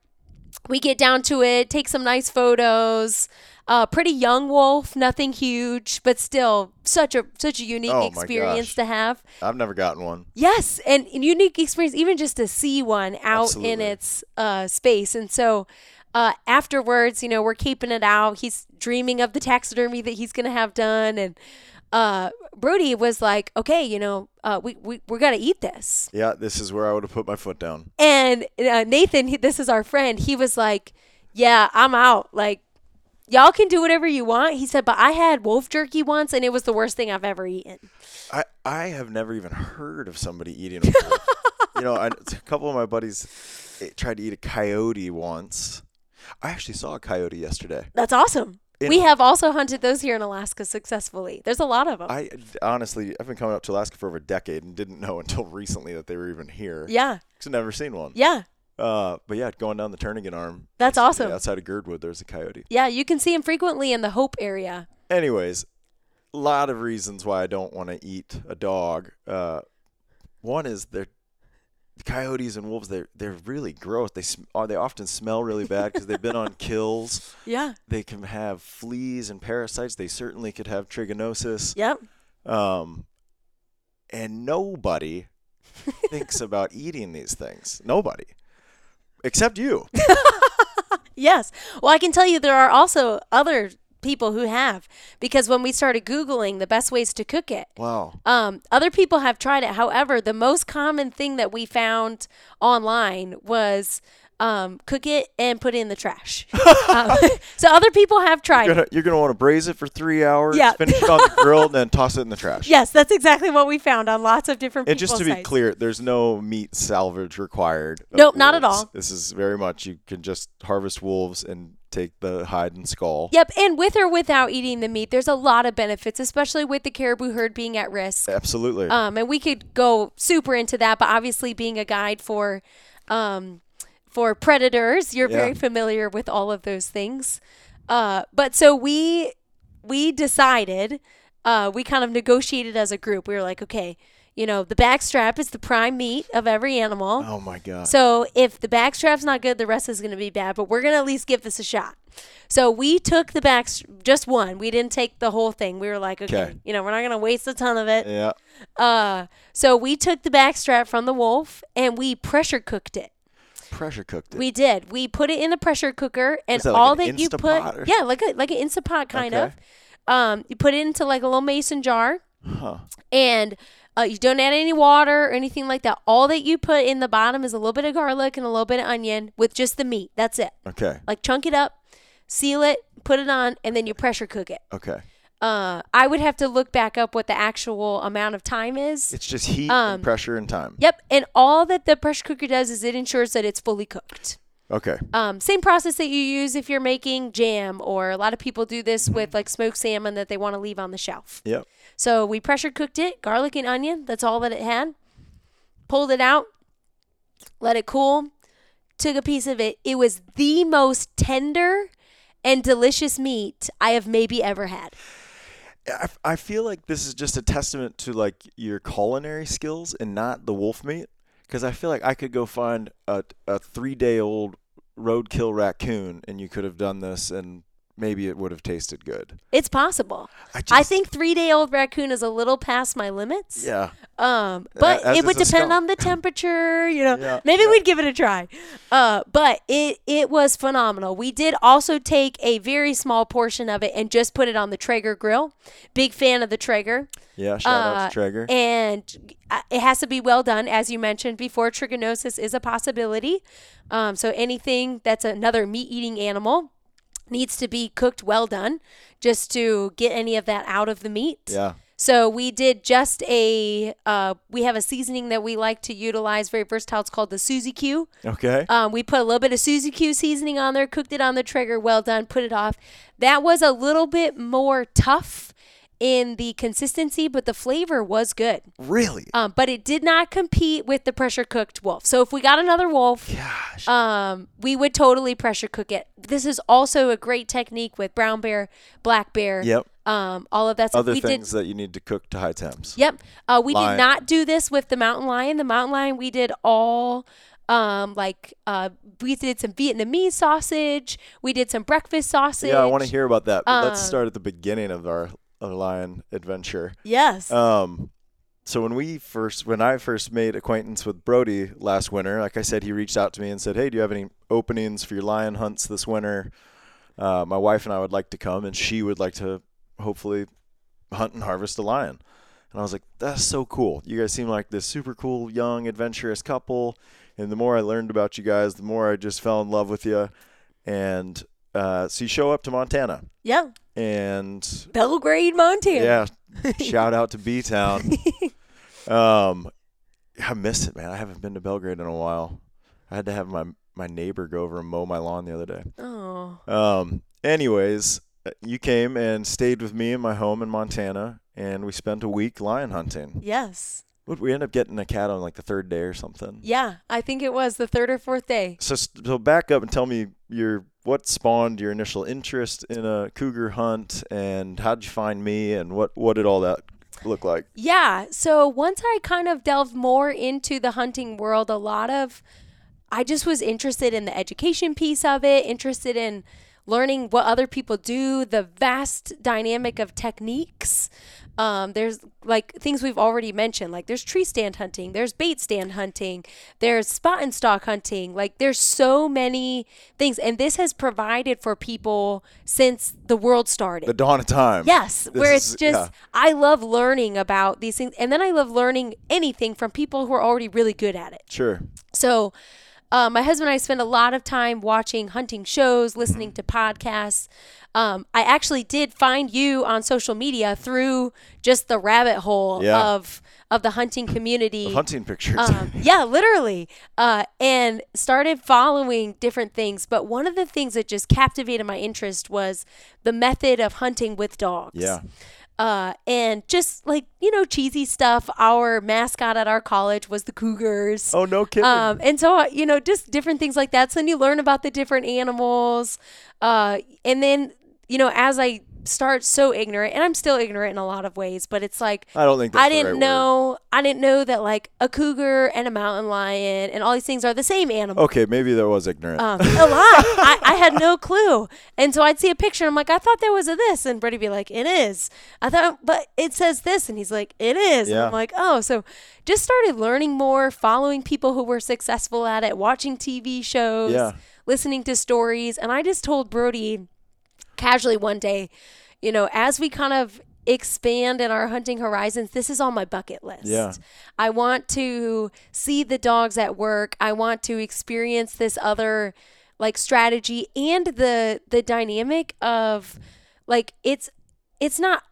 Speaker 2: we get down to it, take some nice photos. Uh, pretty young wolf, nothing huge, but still such a such a unique
Speaker 1: Oh my
Speaker 2: experience
Speaker 1: gosh.
Speaker 2: to have.
Speaker 1: I've never gotten one.
Speaker 2: Yes, and a unique experience, even just to see one out in
Speaker 1: Absolutely.
Speaker 2: its uh, space. And so uh, afterwards, you know, we're keeping it out. He's dreaming of the taxidermy that he's going to have done. And uh, Brody was like, okay, you know, uh, we, we, we're going to eat this.
Speaker 1: Yeah, this is where I would have put my foot down.
Speaker 2: And uh, Nathan, he, this is our friend, he was like, yeah, I'm out. Like, y'all can do whatever you want. He said, but I had wolf jerky once and it was the worst thing I've ever eaten.
Speaker 1: I, I have never even heard of somebody eating a wolf. you know, I, a couple of my buddies eh, tried to eat a coyote once. I actually saw a coyote yesterday.
Speaker 2: That's awesome.
Speaker 1: In-
Speaker 2: we have also hunted those here in Alaska successfully. There's a lot of them.
Speaker 1: I honestly, I've been coming up to Alaska for over a decade and didn't know until recently that they were even here.
Speaker 2: yeah,
Speaker 1: 'Cause I've never seen one.
Speaker 2: yeah,
Speaker 1: Uh, but yeah, going down the Turnigan Arm.
Speaker 2: That's
Speaker 1: yeah,
Speaker 2: awesome.
Speaker 1: outside of Girdwood, there's a coyote.
Speaker 2: yeah. You can see them frequently in the Hope area.
Speaker 1: Anyways, a lot of reasons why I don't want to eat a dog. Uh, one is they're coyotes and wolves. They're they're really gross. They sm- are they often smell really bad because they've been on kills.
Speaker 2: Yeah.
Speaker 1: They can have fleas and parasites. They certainly could have trichinosis.
Speaker 2: Yep.
Speaker 1: Um, and nobody thinks about eating these things. Nobody, except you.
Speaker 2: Yes. Well, I can tell you there are also other people who have because when we started googling the best ways to cook it,
Speaker 1: Wow.
Speaker 2: um, other people have tried it. However, the most common thing that we found online was um, cook it and put it in the trash. um, so other people have tried.
Speaker 1: You're gonna, you're gonna want to braise it for three hours,
Speaker 2: Yeah.
Speaker 1: finish it on the grill, and then toss it in the trash.
Speaker 2: Yes, that's exactly what we found on lots of different.
Speaker 1: And just to
Speaker 2: people's
Speaker 1: be
Speaker 2: sites.
Speaker 1: clear, there's no meat salvage required. of
Speaker 2: Nope, not at
Speaker 1: wolves.
Speaker 2: all.
Speaker 1: This is very much you can just harvest wolves and take the hide and skull.
Speaker 2: Yep, and with or without eating the meat, there's a lot of benefits, especially with the caribou herd being at risk.
Speaker 1: Absolutely.
Speaker 2: Um, and we could go super into that, but obviously, being a guide for, um, for predators, you're
Speaker 1: Yeah.
Speaker 2: very familiar with all of those things. Uh, but so we we decided, uh, we kind of negotiated as a group. We were like, okay, you know, the backstrap is the prime meat of every animal.
Speaker 1: oh my god.
Speaker 2: So if the backstrap's not good, the rest is going to be bad. But we're going to at least give this a shot. So we took the back, just one. We didn't take the whole thing. We were like, okay,
Speaker 1: Okay.
Speaker 2: you know, we're not going to waste a ton of it.
Speaker 1: yeah.
Speaker 2: Uh, so we took the backstrap from the wolf and we pressure cooked it.
Speaker 1: Pressure cooked it.
Speaker 2: We did. We put it in a pressure cooker, and
Speaker 1: that like
Speaker 2: all
Speaker 1: an
Speaker 2: that you
Speaker 1: Instapot
Speaker 2: put,
Speaker 1: or-
Speaker 2: yeah, like a like an Instapot kind
Speaker 1: Okay.
Speaker 2: of. Um, you put it into like a little mason jar,
Speaker 1: huh.
Speaker 2: and uh, you don't add any water or anything like that. All that you put in the bottom is a little bit of garlic and a little bit of onion with just the meat. That's it.
Speaker 1: Okay.
Speaker 2: Like chunk it up, seal it, put it on, and then you pressure cook it.
Speaker 1: Okay.
Speaker 2: Uh, I would have to look back up what the actual amount of time is.
Speaker 1: It's just heat
Speaker 2: Um,
Speaker 1: and pressure and time.
Speaker 2: Yep, and all that the pressure cooker does is it ensures that it's fully cooked.
Speaker 1: Okay.
Speaker 2: Um, same process that you use if you're making jam, or a lot of people do this with like smoked salmon that they want to leave on the shelf.
Speaker 1: Yep.
Speaker 2: So we pressure cooked it, garlic and onion. That's all that it had. Pulled it out, let it cool, took a piece of it. It was the most tender and delicious meat I have maybe ever had.
Speaker 1: I, I feel like this is just a testament to like your culinary skills and not the wolf meat because I feel like I could go find a, a three day old roadkill raccoon and you could have done this and maybe it would have tasted good.
Speaker 2: It's possible.
Speaker 1: I
Speaker 2: I
Speaker 1: just-
Speaker 2: think three day old raccoon is a little past my limits.
Speaker 1: yeah.
Speaker 2: Um, but
Speaker 1: as
Speaker 2: it would
Speaker 1: is a
Speaker 2: depend
Speaker 1: skunk.
Speaker 2: on the temperature, you know.
Speaker 1: Yeah,
Speaker 2: Maybe
Speaker 1: yeah.
Speaker 2: we'd give it a try. Uh, but it it was phenomenal. We did also take a very small portion of it and just put it on the Traeger grill. Big fan of the Traeger.
Speaker 1: Yeah. Shout out
Speaker 2: Uh,
Speaker 1: to Traeger.
Speaker 2: And uh, it has to be well done, as you mentioned before. Trichinosis is a possibility. Um, so anything that's another meat eating animal needs to be cooked well done just to get any of that out of the meat.
Speaker 1: yeah.
Speaker 2: So we did just a, uh, we have a seasoning that we like to utilize, very versatile. It's called the Suzy Q.
Speaker 1: Okay.
Speaker 2: Um, we put a little bit of Suzy Q seasoning on there, cooked it on the trigger, well done, put it off. That was a little bit more tough in the consistency, but the flavor was good.
Speaker 1: really?
Speaker 2: Um, but it did not compete with the pressure cooked wolf. So if we got another wolf,
Speaker 1: Gosh.
Speaker 2: um, we would totally pressure cook it. This is also a great technique with brown bear, black bear,
Speaker 1: Yep.
Speaker 2: um, all of that. stuff.
Speaker 1: Other
Speaker 2: we did
Speaker 1: things that you need to cook to high temps.
Speaker 2: Yep. Uh, we
Speaker 1: Lion.
Speaker 2: did not do this with the mountain lion. The mountain lion, we did all um, like uh, we did some Vietnamese sausage. We did some breakfast sausage.
Speaker 1: Yeah, I want to hear about that. But let's
Speaker 2: Um,
Speaker 1: start at the beginning of our, our lion adventure.
Speaker 2: Yes.
Speaker 1: Um, so when we first, when I first made acquaintance with Brody last winter, like I said, he reached out to me and said, "Hey, do you have any openings for your lion hunts this winter? Uh, my wife and I would like to come, and she would like to hopefully hunt and harvest a lion." And I was like, "That's so cool! You guys seem like this super cool, young, adventurous couple." And the more I learned about you guys, the more I just fell in love with you. And uh, so you show up to Montana,
Speaker 2: yeah.
Speaker 1: and
Speaker 2: Belgrade, Montana.
Speaker 1: yeah. Shout out to B Town. um, I miss it, man. I haven't been to Belgrade in a while. I had to have my my neighbor go over and mow my lawn the other day.
Speaker 2: Oh.
Speaker 1: Um, anyways, uh, you came and stayed with me in my home in Montana, and we spent a week lion hunting.
Speaker 2: Yes.
Speaker 1: What we end up getting a cat on like the third day or something.
Speaker 2: Yeah. I think it was the third or fourth day.
Speaker 1: So so back up and tell me your what spawned your initial interest in a cougar hunt, and how'd you find me, and what what did all that look like?
Speaker 2: Yeah. So once I kind of delved more into the hunting world, a lot of I just was interested in the education piece of it, interested in learning what other people do, the vast dynamic of techniques. Um, there's like things we've already mentioned, like there's tree stand hunting, there's bait stand hunting, there's spot and stalk hunting. Like there's so many things, and this has provided for people since the world started.
Speaker 1: the dawn of time.
Speaker 2: Yes,
Speaker 1: This
Speaker 2: where it's
Speaker 1: is-
Speaker 2: just
Speaker 1: yeah.
Speaker 2: I love learning about these things, and then I love learning anything from people who are already really good at it.
Speaker 1: sure.
Speaker 2: So, uh, my husband and I spend a lot of time watching hunting shows, listening
Speaker 1: Mm-hmm.
Speaker 2: to podcasts. Um, I actually did find you on social media through just the rabbit hole
Speaker 1: Yeah.
Speaker 2: of of the hunting community.
Speaker 1: Hunting pictures.
Speaker 2: Um, yeah, literally. Uh, and started following different things. But one of the things that just captivated my interest was the method of hunting with dogs.
Speaker 1: Yeah.
Speaker 2: Uh, and just like, you know, cheesy stuff. Our mascot at our college was the Cougars.
Speaker 1: oh no kidding.
Speaker 2: Um, and so, uh, you know, just different things like that. So then you learn about the different animals. Uh, and then, you know, as I start so ignorant, and I'm still ignorant in a lot of ways, but it's like,
Speaker 1: I don't think that's
Speaker 2: I
Speaker 1: the
Speaker 2: didn't
Speaker 1: right word.
Speaker 2: know, I didn't know that like a cougar and a mountain lion and all these things are the same animal.
Speaker 1: Okay, maybe that was ignorant.
Speaker 2: Um, a lot. I, I had no clue. And so I'd see a picture. I'm like, I thought that was a this. And Brady'd be like, it is. I thought, but it says this. And he's like, it is. And
Speaker 1: Yeah.
Speaker 2: I'm like, oh. So just started learning more, following people who were successful at it, watching TV shows,
Speaker 1: Yeah.
Speaker 2: listening to stories. And I just told Brody casually one day, you know, as we kind of expand in our hunting horizons, this is on my bucket list.
Speaker 1: Yeah.
Speaker 2: I want to see the dogs at work. I want to experience this other like strategy and the the dynamic of like it's it's not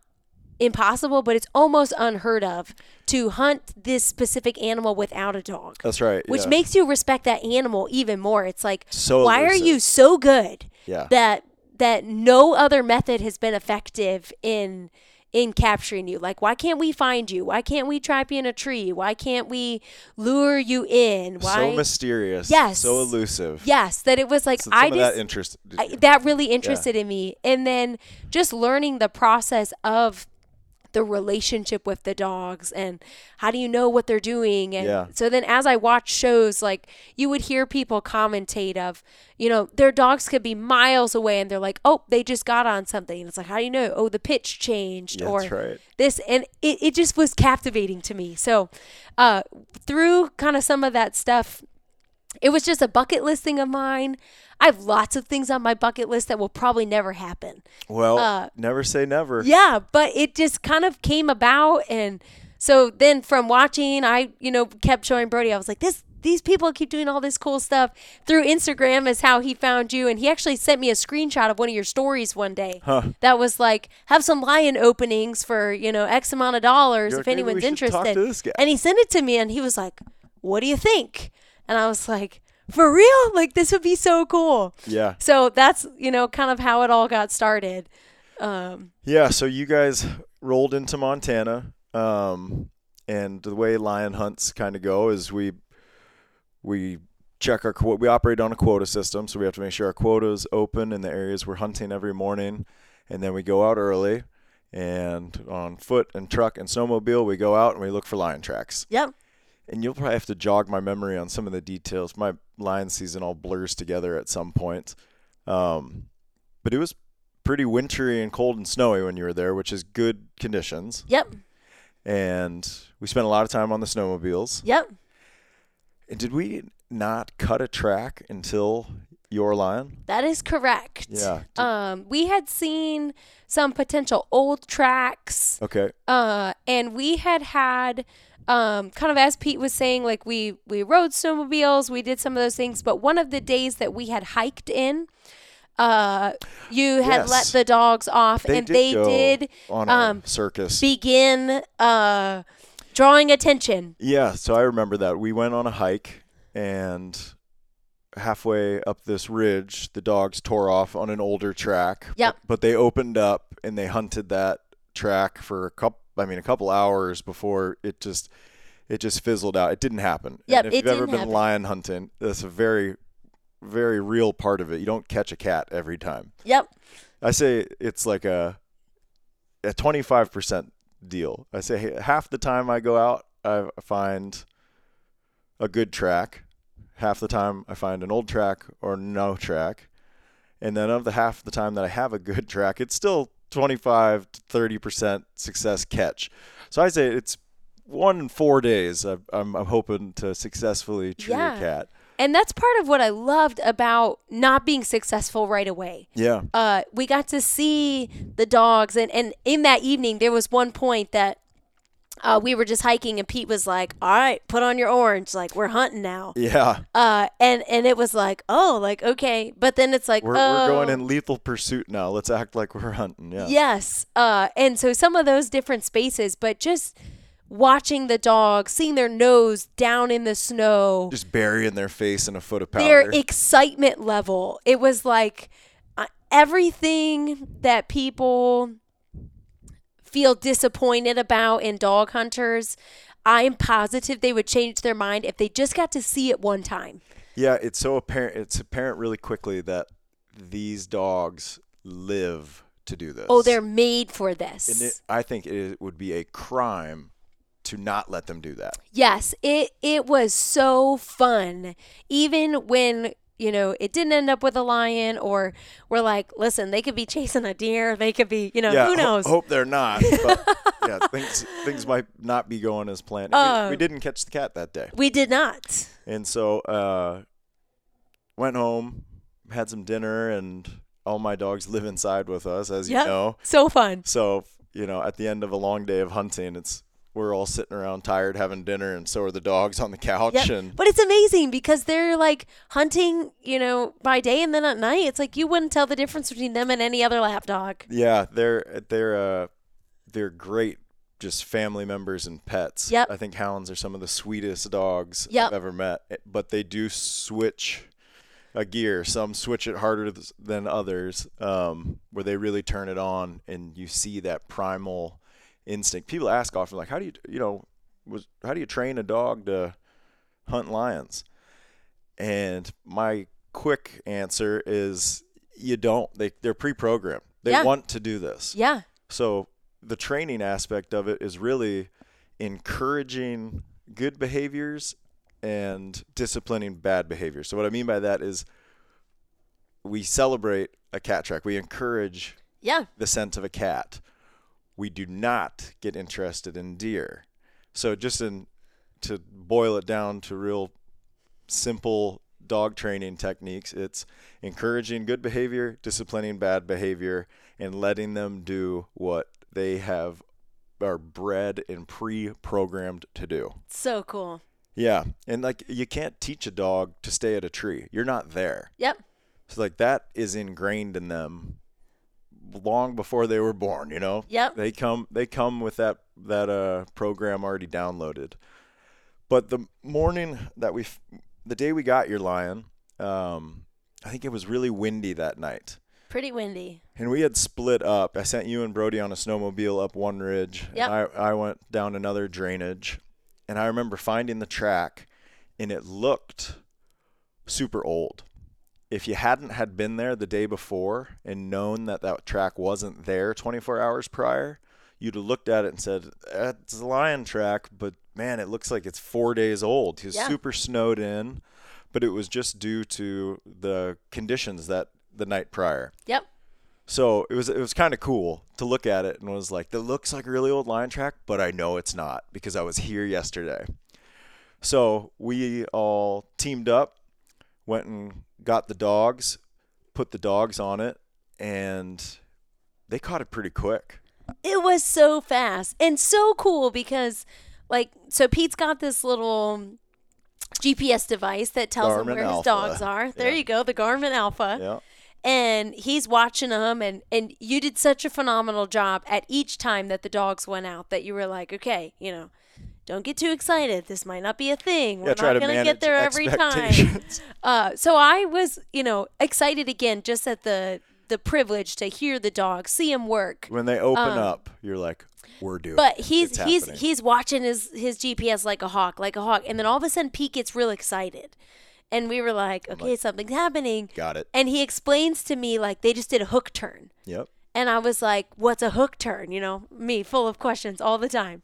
Speaker 2: impossible, but it's almost unheard of to hunt this specific animal without a dog.
Speaker 1: that's right.
Speaker 2: Which
Speaker 1: yeah.
Speaker 2: makes you respect that animal even more. It's like
Speaker 1: So
Speaker 2: why
Speaker 1: elusive.
Speaker 2: are you so good
Speaker 1: Yeah.
Speaker 2: that that no other method has been effective in in capturing you like why can't we find you why can't we trap you in a tree why can't we lure you in why
Speaker 1: so mysterious.
Speaker 2: Yes.
Speaker 1: So elusive.
Speaker 2: yes that it was like
Speaker 1: So some
Speaker 2: i
Speaker 1: of
Speaker 2: just
Speaker 1: that interest.
Speaker 2: I, that really interested in me and then just learning the process of the relationship with the dogs and how do you know what they're doing and
Speaker 1: Yeah.
Speaker 2: so then as i watch shows like you would hear people commentate of you know their dogs could be miles away and they're like oh they just got on something and it's like how do you know oh the pitch changed
Speaker 1: Yeah,
Speaker 2: or
Speaker 1: that's right.
Speaker 2: this and it, it just was captivating to me so uh, through kind of some of that stuff it was just a bucket list thing of mine i have lots of things on my bucket list that will probably never happen
Speaker 1: Well,
Speaker 2: uh,
Speaker 1: never say never.
Speaker 2: yeah, but it just kind of came about, and so then from watching, I you know kept showing Brody. I was like, this these people keep doing all this cool stuff through Instagram is how he found you, and he actually sent me a screenshot of one of your stories one day that was like, have some lion openings for you know X amount of dollars
Speaker 1: You're
Speaker 2: if
Speaker 1: like, "Maybe we
Speaker 2: anyone's
Speaker 1: should talk to
Speaker 2: interested.
Speaker 1: this guy.
Speaker 2: And he sent it to me, and he was like, what do you think? And I was like. For real? Like this would be so cool.
Speaker 1: Yeah.
Speaker 2: So that's, you know, kind of how it all got started. Um
Speaker 1: Yeah, so you guys rolled into Montana, um, and the way lion hunts kind of go is we we check our quo- we operate on a quota system, so we have to make sure our quota is open in the areas we're hunting every morning, and then we go out early, and on foot and truck and snowmobile we go out and we look for lion tracks.
Speaker 2: Yep.
Speaker 1: And you'll probably have to jog my memory on some of the details. My lion season all blurs together at some point. Um, but it was pretty wintry and cold and snowy when you were there, which is good conditions.
Speaker 2: Yep.
Speaker 1: And we spent a lot of time on the snowmobiles.
Speaker 2: Yep.
Speaker 1: And did we not cut a track until your lion?
Speaker 2: That is correct.
Speaker 1: Yeah.
Speaker 2: Um, we had seen some potential old tracks,
Speaker 1: Okay.
Speaker 2: uh, and we had had um, kind of as Pete was saying, like we we rode snowmobiles, we did some of those things, but one of the days that we had hiked in, uh, you had let
Speaker 1: Yes.
Speaker 2: the dogs off,
Speaker 1: They
Speaker 2: and
Speaker 1: did
Speaker 2: they
Speaker 1: go
Speaker 2: did
Speaker 1: on
Speaker 2: um,
Speaker 1: a circus.
Speaker 2: begin uh, drawing attention.
Speaker 1: Yeah, so I remember that. We went on a hike and halfway up this ridge, the dogs tore off on an older track.
Speaker 2: Yep.
Speaker 1: But, but they opened up and they hunted that track for a couple I mean a couple hours before it just it just fizzled out. It didn't happen.
Speaker 2: Yep,
Speaker 1: and if
Speaker 2: it
Speaker 1: you've ever
Speaker 2: didn't
Speaker 1: been
Speaker 2: happen.
Speaker 1: lion hunting, that's a very very real part of it. You don't catch a cat every time.
Speaker 2: Yep.
Speaker 1: I say it's like a a twenty five percent deal. I say hey, half the time I go out, I find a good track. Half the time I find an old track or no track, and then of the half the time that I have a good track, it's still twenty five to thirty percent success catch. So I say it's one in four days. I, I'm, I'm hoping to successfully treat
Speaker 2: Yeah.
Speaker 1: a cat.
Speaker 2: And that's part of what I loved about not being successful right away.
Speaker 1: Yeah.
Speaker 2: uh, we got to see the dogs and, and in that evening there was one point that uh, we were just hiking and pete was like all right put on your orange like we're hunting now
Speaker 1: Yeah.
Speaker 2: uh, and and it was like oh like okay but then it's like
Speaker 1: We're,
Speaker 2: oh.
Speaker 1: we're going in lethal pursuit now. Let's act like we're hunting. Yeah.
Speaker 2: Yes. Uh, and so some of those different spaces, but just watching the dog, seeing their nose down in the snow,
Speaker 1: just burying their face in a foot of
Speaker 2: their
Speaker 1: powder.
Speaker 2: excitement level. It was like uh, everything that people feel disappointed about in dog hunters. I am positive they would change their mind if they just got to see it one time.
Speaker 1: yeah, it's so apparent. It's apparent really quickly that these dogs live to do this.
Speaker 2: Oh, they're made for
Speaker 1: And
Speaker 2: this.
Speaker 1: it, I think it would be a crime to not let them do that.
Speaker 2: yes, it it was so fun. Even when you know it didn't end up with a lion, or we're like, listen, they could be chasing a deer. They could be, you know,
Speaker 1: yeah,
Speaker 2: who
Speaker 1: ho-
Speaker 2: knows?
Speaker 1: hope they're not. But yeah, things things might not be going as planned. We-
Speaker 2: Um,
Speaker 1: we, didn't catch the cat that day,
Speaker 2: we did not.
Speaker 1: and so uh, went home, had some dinner, and all my dogs live inside with us, as you
Speaker 2: Yep.
Speaker 1: know.
Speaker 2: So fun.
Speaker 1: So, you know, at the end of a long day of hunting, it's we're all sitting around tired having dinner and so are the dogs on the couch
Speaker 2: Yep.
Speaker 1: and
Speaker 2: But it's amazing because they're like hunting, you know, by day and then at night. It's like you wouldn't tell the difference between them and any other lap dog.
Speaker 1: yeah, they're they're uh they're great just family members and pets.
Speaker 2: Yep.
Speaker 1: I think hounds are some of the sweetest dogs
Speaker 2: Yep.
Speaker 1: I've ever met, eh, but they do switch a gear. Some switch it harder th- than others, um, where they really turn it on and you see that primal instinct. People ask often, like, how do you, you know, was how do you train a dog to hunt lions? And my quick answer is you don't. They they're pre-programmed. They
Speaker 2: Yeah.
Speaker 1: want to do this.
Speaker 2: Yeah.
Speaker 1: So the training aspect of it is really encouraging good behaviors and disciplining bad behaviors. So what I mean by that is we celebrate a cat track. We encourage
Speaker 2: Yeah.
Speaker 1: the scent of a cat. We do not get interested in deer. So just in to boil it down to real simple dog training techniques, it's encouraging good behavior, disciplining bad behavior, and letting them do what they have are bred and pre-programmed to do.
Speaker 2: So cool.
Speaker 1: Yeah, and like you can't teach a dog to stay at a tree. You're not there.
Speaker 2: Yep.
Speaker 1: So like that is ingrained in them long before they were born, you know?
Speaker 2: Yep.
Speaker 1: They come they come with that that uh program already downloaded. But the morning that we f- the day we got your lion, um I think it was really windy that night.
Speaker 2: Pretty windy.
Speaker 1: And we had split up. I sent you and Brody on a snowmobile up one ridge.
Speaker 2: Yep.
Speaker 1: And I, I went down another drainage. And I remember finding the track and it looked super old. If you hadn't had been there the day before and known that that track wasn't there 24 hours prior, you'd have looked at it and said, "That's a lion track, but man, it looks like it's 4 days old." He was
Speaker 2: Yeah.
Speaker 1: super snowed in, but it was just due to the conditions that the night prior.
Speaker 2: Yep.
Speaker 1: So it was it was kind of cool to look at it and was like, that looks like a really old line track, but I know it's not because I was here yesterday. So we all teamed up, went and got the dogs, put the dogs on it, and they caught it pretty quick.
Speaker 2: It was so fast and so cool because, like, so Pete's got this little GPS device that tells him
Speaker 1: Garmin
Speaker 2: where his
Speaker 1: Alpha.
Speaker 2: dogs are. There
Speaker 1: Yeah.
Speaker 2: you go, the Garmin Alpha.
Speaker 1: Yeah.
Speaker 2: And he's watching them, and, and you did such a phenomenal job at each time that the dogs went out that you were like, okay, you know, don't get too excited. This might not be a thing. We're
Speaker 1: yeah, try
Speaker 2: not
Speaker 1: to
Speaker 2: going
Speaker 1: manage
Speaker 2: get there every time.
Speaker 1: expectations.
Speaker 2: Uh, so I was, you know, excited again just at the the privilege to hear the dog, see him work.
Speaker 1: when they open up, you're like, we're doing
Speaker 2: Uh, But
Speaker 1: it.
Speaker 2: he's
Speaker 1: It's
Speaker 2: he's
Speaker 1: happening.
Speaker 2: he's watching his his GPS like a hawk, like a hawk, and then all of a sudden Pete gets real excited, and we were like, okay, something's happening.
Speaker 1: got it.
Speaker 2: And he explains to me like they just did a hook turn,
Speaker 1: Yep.
Speaker 2: and I was like, what's a hook turn? You know, me full of questions all the time,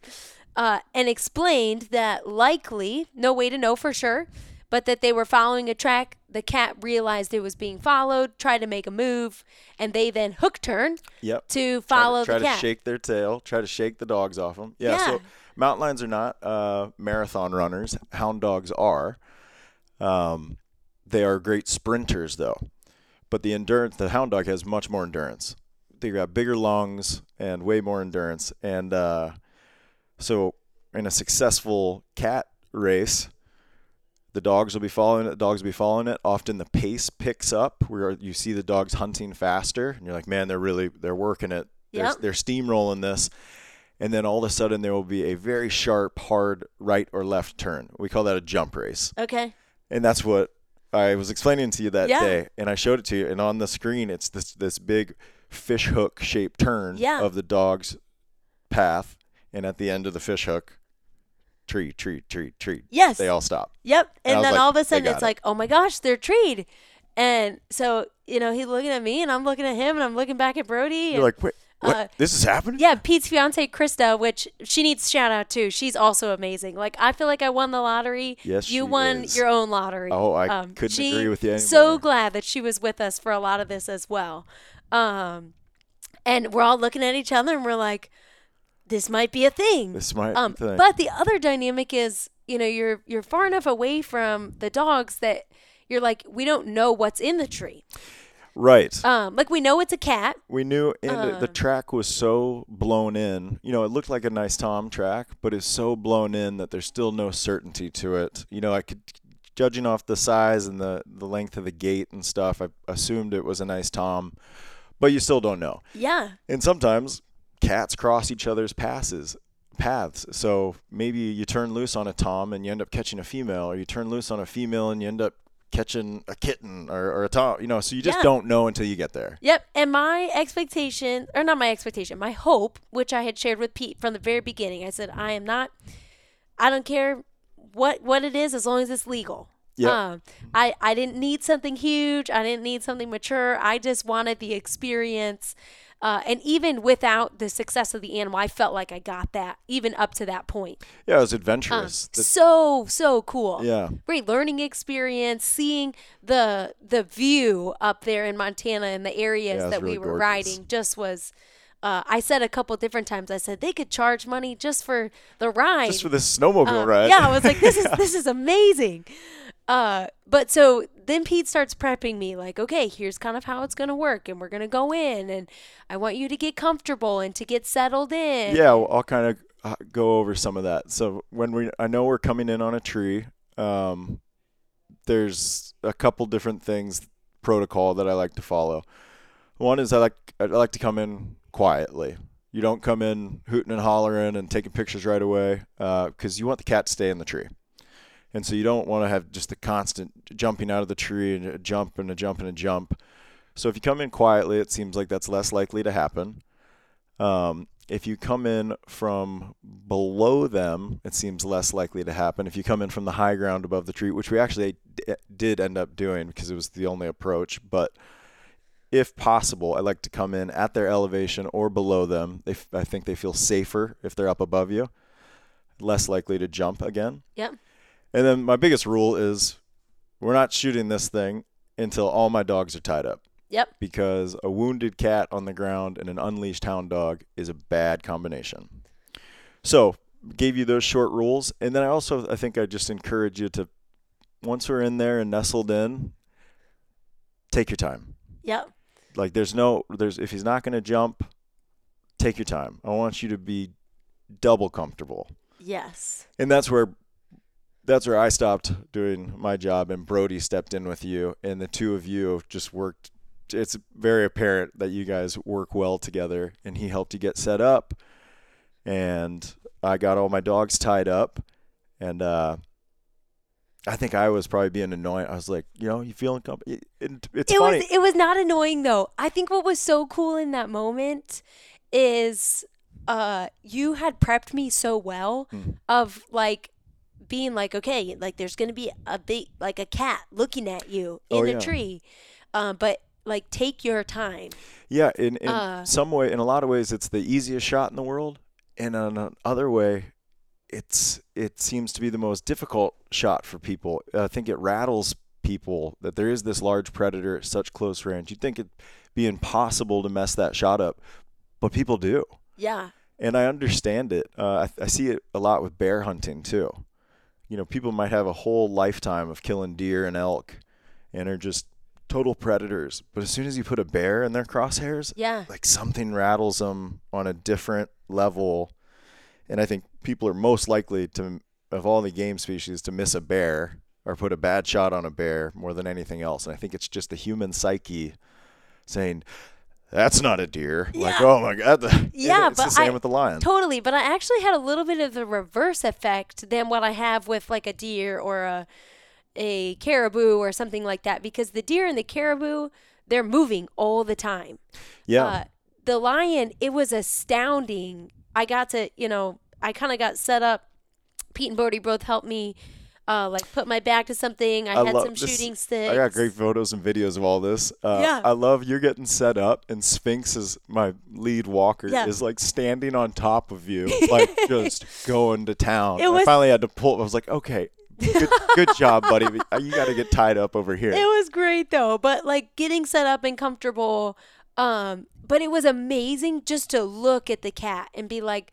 Speaker 2: uh, and explained that likely, no way to know for sure, but that they were following a track. The cat realized it was being followed, tried to make a move, and they then hook turned
Speaker 1: Yep. Try to-
Speaker 2: to follow
Speaker 1: try
Speaker 2: the cat.
Speaker 1: to shake their tail try to shake the dogs off them yeah, so
Speaker 2: Yeah.
Speaker 1: mountain lions are not uh, marathon runners hound dogs are um, they are great sprinters though but the endurance the hound dog has much more endurance they've got bigger lungs and way more endurance and uh, so in a successful cat race the dogs will be following it. The dogs will be following it. Often the pace picks up where you see the dogs hunting faster, and you're like, man, they're really they're working it. They're,
Speaker 2: Yep.
Speaker 1: they're steamrolling this. And then all of a sudden there will be a very sharp, hard right or left turn. We call that a jump race,
Speaker 2: Okay.
Speaker 1: and that's what I was explaining to you that
Speaker 2: Yeah.
Speaker 1: day. And I showed it to you, and on the screen it's this this big fish hook shaped turn
Speaker 2: Yeah.
Speaker 1: of the dog's path, and at the end of the fish hook, tree, tree, tree, tree.
Speaker 2: Yes.
Speaker 1: They all stop.
Speaker 2: Yep.
Speaker 1: And
Speaker 2: And,
Speaker 1: I was
Speaker 2: then
Speaker 1: like,
Speaker 2: all of a
Speaker 1: "They
Speaker 2: sudden
Speaker 1: got
Speaker 2: it's
Speaker 1: it."
Speaker 2: like, oh my gosh, they're treed. And so, you know, he's looking at me and I'm looking at him and I'm looking back at Brody.
Speaker 1: You're
Speaker 2: and-
Speaker 1: like, wait, what?
Speaker 2: uh,
Speaker 1: this is happening?
Speaker 2: yeah, Pete's fiance, Krista, which she needs shout out too. She's also amazing. Like, I feel like I won the lottery.
Speaker 1: Yes,
Speaker 2: You
Speaker 1: she
Speaker 2: won
Speaker 1: is.
Speaker 2: your own lottery. Um,
Speaker 1: Oh, I couldn't
Speaker 2: she-
Speaker 1: agree with you anymore.
Speaker 2: So glad that she was with us for a lot of this as well. Um, and we're all looking at each other and we're like, this might be a thing.
Speaker 1: This might
Speaker 2: Um,
Speaker 1: thing.
Speaker 2: but the other dynamic is, you know, you're you're far enough away from the dogs that you're like, we don't know what's in the tree.
Speaker 1: right.
Speaker 2: Um, like we know it's a cat.
Speaker 1: we knew and the track was so blown in. You know, it looked like a nice Tom track, but it's so blown in that there's still no certainty to it. You know, I could judging off the size and the, the length of the gate and stuff, I assumed it was a nice Tom. But you still don't know.
Speaker 2: Yeah.
Speaker 1: And sometimes cats cross each other's passes paths. So maybe you turn loose on a tom and you end up catching a female, or you turn loose on a female and you end up catching a kitten or, or a tom. You know, so you just
Speaker 2: Yeah.
Speaker 1: don't know until you get there.
Speaker 2: Yep. And my expectation, or not my expectation, my hope, which I had shared with Pete from the very beginning, I said, I am not, I don't care what what it is as long as it's legal.
Speaker 1: Yep.
Speaker 2: Um, I, I didn't need something huge. I didn't need something mature. I just wanted the experience. Uh, and even without the success of the animal, I felt like I got that even up to that point.
Speaker 1: Yeah, it was
Speaker 2: Uh,
Speaker 1: adventurous. That-
Speaker 2: so so cool.
Speaker 1: Yeah.
Speaker 2: Great learning experience, seeing the the view up there in Montana and the areas
Speaker 1: Yeah, it's
Speaker 2: that
Speaker 1: really
Speaker 2: we were
Speaker 1: gorgeous.
Speaker 2: riding just was. Uh, I said a couple different times. I said they could charge money just for the ride.
Speaker 1: just for this snowmobile
Speaker 2: Um,
Speaker 1: ride.
Speaker 2: Yeah, I was like, this is this is amazing. Uh, but so then Pete starts prepping me, like, okay, here's kind of how it's gonna work, and we're gonna go in, and I want you to get comfortable and to get settled in.
Speaker 1: Yeah, well, I'll kind of uh, go over some of that. So when we, I know we're coming in on a tree. Um, there's a couple different things protocol that I like to follow. One is I like I like to come in quietly. You don't come in hooting and hollering and taking pictures right away because you want the cat to stay in the tree. And so you don't want to have just the constant jumping out of the tree and a jump and a jump and a jump. So if you come in quietly, it seems like that's less likely to happen. Um, if you come in from below them, it seems less likely to happen. If you come in from the high ground above the tree, which we actually d- eh, did end up doing because it was the only approach, but if possible, I like to come in at their elevation or below them. They f- I think they feel safer if they're up above you, less likely to jump again.
Speaker 2: Yep.
Speaker 1: And then my biggest rule is we're not shooting this thing until all my dogs are tied up
Speaker 2: Yep.
Speaker 1: because a wounded cat on the ground and an unleashed hound dog is a bad combination. So, gave you those short rules, and then I also I think I just encourage you to once we're in there and nestled in, take your time.
Speaker 2: Yep.
Speaker 1: Like there's no there's if he's not going to jump, take your time. I want you to be double comfortable
Speaker 2: Yes.
Speaker 1: and that's where that's where I stopped doing my job and Brody stepped in with you and the two of you just worked it's very apparent that you guys work well together and he helped you get set up and I got all my dogs tied up and uh I think I was probably being annoying. I was like, you know, you feeling comfortable? It's
Speaker 2: it
Speaker 1: funny.
Speaker 2: was it was not annoying though. I think what was so cool in that moment is uh you had prepped me so well
Speaker 1: Hmm.
Speaker 2: of like being like okay like there's gonna be a big like a cat looking at you in
Speaker 1: Oh,
Speaker 2: a
Speaker 1: yeah.
Speaker 2: tree um but like take your time
Speaker 1: Yeah, in in
Speaker 2: Uh,
Speaker 1: some way, in a lot of ways, it's the easiest shot in the world, and in another way, it's it seems to be the most difficult shot for people. I think it rattles people that there is this large predator at such close range. You'd think it'd be impossible to mess that shot up, but people do,
Speaker 2: yeah
Speaker 1: and I understand it. Uh, I, I see it a lot with bear hunting too. You know, people might have a whole lifetime of killing deer and elk, and are just total predators. But as soon as you put a bear in their crosshairs,
Speaker 2: yeah
Speaker 1: like something rattles them on a different level and i think people are most likely to of all the game species to miss a bear or put a bad shot on a bear more than anything else and i think it's just the human psyche saying that's not a deer like
Speaker 2: Yeah.
Speaker 1: oh my god the,
Speaker 2: Yeah,
Speaker 1: it's the
Speaker 2: but
Speaker 1: same
Speaker 2: I-
Speaker 1: with the lion
Speaker 2: Totally, but I actually had a little bit of the reverse effect than what I have with like a deer or a a caribou or something like that because the deer and the caribou they're moving all the time.
Speaker 1: yeah
Speaker 2: Uh, the lion, it was astounding. I got to, you know, I kind of got set up. Pete and Bodie both helped me uh, like put my back to something. I,
Speaker 1: I
Speaker 2: had
Speaker 1: love
Speaker 2: some
Speaker 1: this-
Speaker 2: shooting sticks.
Speaker 1: I got great photos and videos of all this. Uh,
Speaker 2: Yeah.
Speaker 1: I love you're getting set up, and Sphinx is my lead walker
Speaker 2: Yeah.
Speaker 1: is like standing on top of you, like just going to town.
Speaker 2: It
Speaker 1: And I
Speaker 2: was-
Speaker 1: finally had to pull. I was like, okay, good, good job, buddy. but uh, You got to get tied up over here.
Speaker 2: It was great though, but like getting set up and comfortable. Um, but it was amazing just to look at the cat and be like,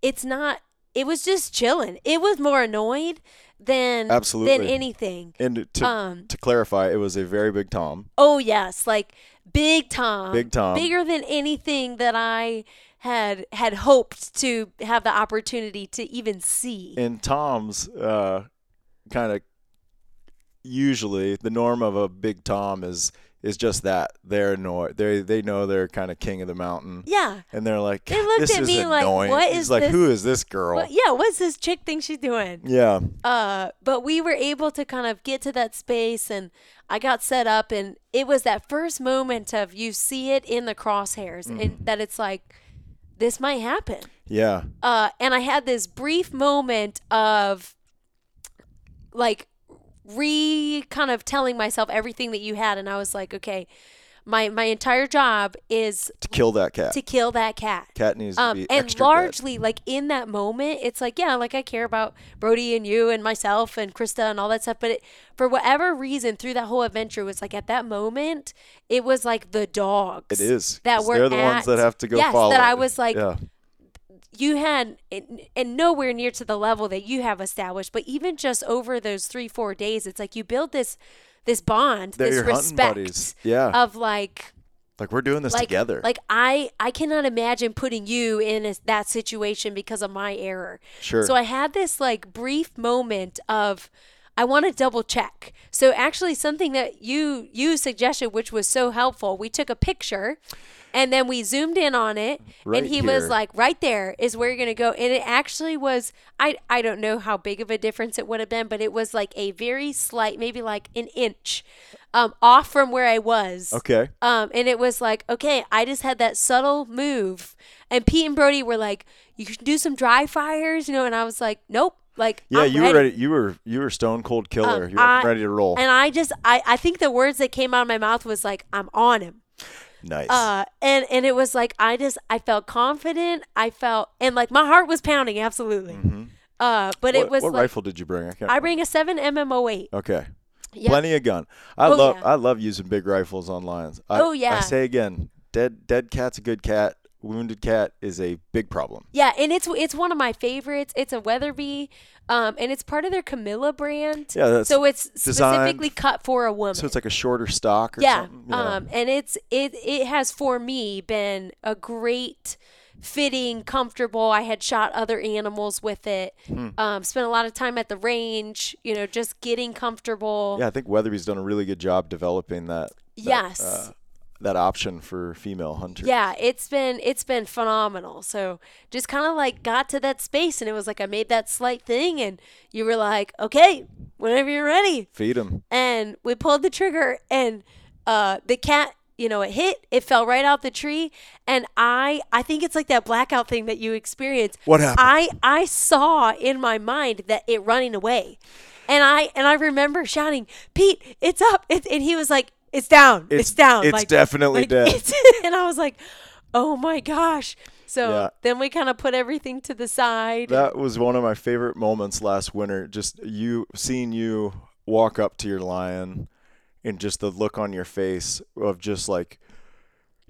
Speaker 2: it's not. It was just chilling. It was more annoyed than than
Speaker 1: Absolutely.
Speaker 2: anything.
Speaker 1: and to
Speaker 2: um,
Speaker 1: to clarify, it was a very big tom.
Speaker 2: Oh yes, like big Tom,
Speaker 1: Big Tom.
Speaker 2: bigger than anything that I had had hoped to have the opportunity to even see.
Speaker 1: And toms uh, kind of usually the norm of a big tom is is just that they're annoyed. They they know they're kind of king of the mountain.
Speaker 2: yeah,
Speaker 1: And they're like,
Speaker 2: They looked
Speaker 1: this
Speaker 2: at
Speaker 1: is
Speaker 2: me like,
Speaker 1: annoying.
Speaker 2: "What
Speaker 1: He's
Speaker 2: is
Speaker 1: like,
Speaker 2: this?"
Speaker 1: who is this girl?
Speaker 2: but yeah, what's this chick think she's doing?
Speaker 1: yeah.
Speaker 2: Uh, but we were able to kind of get to that space and I got set up and it was that first moment of you see it in the crosshairs
Speaker 1: Mm-hmm.
Speaker 2: and that it's like this might happen.
Speaker 1: Yeah.
Speaker 2: Uh, and I had this brief moment of like re kind of telling myself everything that you had and I was like, okay, my my entire job is
Speaker 1: to kill that cat.
Speaker 2: to kill that cat.
Speaker 1: cat needs to
Speaker 2: Um,
Speaker 1: be
Speaker 2: and
Speaker 1: extra
Speaker 2: largely, like in that moment, it's like, yeah, like I care about Brody and you and myself and Krista and all that stuff. But it, for whatever reason, through that whole adventure, was like at that moment, it was like the dogs.
Speaker 1: good. It is.
Speaker 2: that
Speaker 1: 'cause
Speaker 2: were
Speaker 1: they're the ones
Speaker 2: at-
Speaker 1: that have to go
Speaker 2: yes,
Speaker 1: follow.
Speaker 2: that I
Speaker 1: it.
Speaker 2: was like,
Speaker 1: yeah.
Speaker 2: you had and- and nowhere near to the level that you have established but even just over those three four days it's like you build this this bond
Speaker 1: They're
Speaker 2: this
Speaker 1: your hunting
Speaker 2: respect
Speaker 1: buddies. Yeah.
Speaker 2: of like
Speaker 1: like we're doing this
Speaker 2: like
Speaker 1: together.
Speaker 2: like i i cannot imagine putting you in a, that situation because of my error
Speaker 1: Sure.
Speaker 2: so i had this like brief moment of i want to double check so actually something that you you suggested which was so helpful we took a picture and then we zoomed in on it
Speaker 1: Right
Speaker 2: and he
Speaker 1: here.
Speaker 2: was like right there is where you're going to go and it actually was i i don't know how big of a difference it would have been but it was like a very slight maybe like an inch um, off from where i was
Speaker 1: okay.
Speaker 2: um, and it was like, okay, I just had that subtle move. And Pete and Brody were like, you can do some dry fires, you know? And I was like, nope. Like,
Speaker 1: Yeah,
Speaker 2: I'm
Speaker 1: you
Speaker 2: ready. Um,
Speaker 1: were ready. You were you were stone cold killer. you were
Speaker 2: I-
Speaker 1: ready to roll.
Speaker 2: And I just, I, I think the words that came out of my mouth was like, I'm on him.
Speaker 1: nice.
Speaker 2: Uh, and, and it was like, I just, I felt confident. I felt, and like my heart was pounding, absolutely. Uh,
Speaker 1: Mm-hmm. what
Speaker 2: but it was
Speaker 1: what
Speaker 2: like,
Speaker 1: rifle did you bring? I can't.
Speaker 2: I bring a 7 MMO8.
Speaker 1: okay.
Speaker 2: Yeah.
Speaker 1: Plenty of gun. I
Speaker 2: Oh,
Speaker 1: love
Speaker 2: yeah.
Speaker 1: I love using big rifles on lions. I,
Speaker 2: Oh,
Speaker 1: I
Speaker 2: yeah.
Speaker 1: say again, dead dead cat's a good cat. Wounded cat is a big problem.
Speaker 2: Yeah, and it's it's one of my favorites. It's a Weatherby, um, and it's part of their Camilla brand.
Speaker 1: Yeah, that's
Speaker 2: so it's
Speaker 1: designed-
Speaker 2: specifically cut for a woman.
Speaker 1: So it's like a shorter stock or
Speaker 2: yeah,
Speaker 1: something. Yeah.
Speaker 2: um, and it's it it has for me been a great fitting, comfortable. I had shot other animals with it.
Speaker 1: Hmm.
Speaker 2: Um, spent a lot of time at the range. You know, just getting comfortable.
Speaker 1: yeah, I think Weatherby's done a really good job developing that. that,
Speaker 2: Yes.
Speaker 1: uh, that option for female hunters.
Speaker 2: Yeah, it's been it's been phenomenal. So just kind of like got to that space, and it was like I made that slight thing, and you were like, okay, whenever you're ready,
Speaker 1: Feed them.
Speaker 2: and we pulled the trigger, and uh, the cat, you know, it hit, it fell right out the tree, and I I think it's like that blackout thing that you experience.
Speaker 1: What happened?
Speaker 2: I I saw in my mind that it running away, and I and I remember shouting, Pete, it's up, it's, and he was like. It's down. It's, down.
Speaker 1: It's
Speaker 2: Like-
Speaker 1: definitely
Speaker 2: like,
Speaker 1: dead.
Speaker 2: it's- and I was like, oh my gosh. So
Speaker 1: Yeah.
Speaker 2: then we kind of put everything to the side.
Speaker 1: That was one of my favorite moments last winter. Just you seeing you walk up to your lion and just the look on your face of just like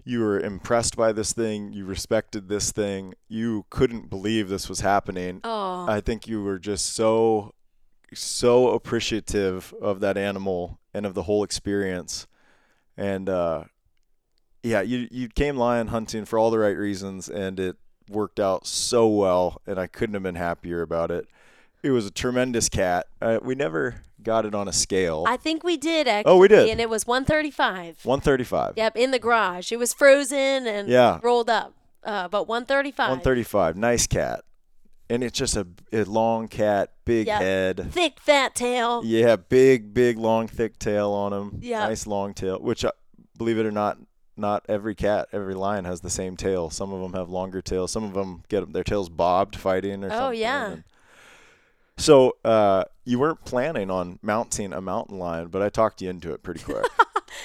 Speaker 1: you were impressed by this thing, you respected this thing, you couldn't believe this was happening.
Speaker 2: oh,
Speaker 1: I think you were just so so appreciative of that animal and of the whole experience. And uh yeah, you you came lion hunting for all the right reasons and it worked out so well and I couldn't have been happier about it. It was a tremendous cat. Uh, we never got it on a scale.
Speaker 2: I think we did actually.
Speaker 1: Oh, we did.
Speaker 2: And it was 135.
Speaker 1: 135.
Speaker 2: Yep, in the garage. It was frozen and
Speaker 1: Yeah.
Speaker 2: rolled up. Uh, but 135.
Speaker 1: 135. Nice cat. And it's just a, a long cat, big
Speaker 2: Yeah.
Speaker 1: head.
Speaker 2: Thick fat tail.
Speaker 1: Yeah, big, big, long, thick tail on him.
Speaker 2: Yeah.
Speaker 1: nice long tail. Which, uh, believe it or not, not every cat, every lion has the same tail. Some of them have longer tails. Some of them get their tails bobbed fighting or
Speaker 2: Oh,
Speaker 1: something.
Speaker 2: yeah.
Speaker 1: and- so uh, you weren't planning on mounting a mountain lion, but I talked you into it pretty quick.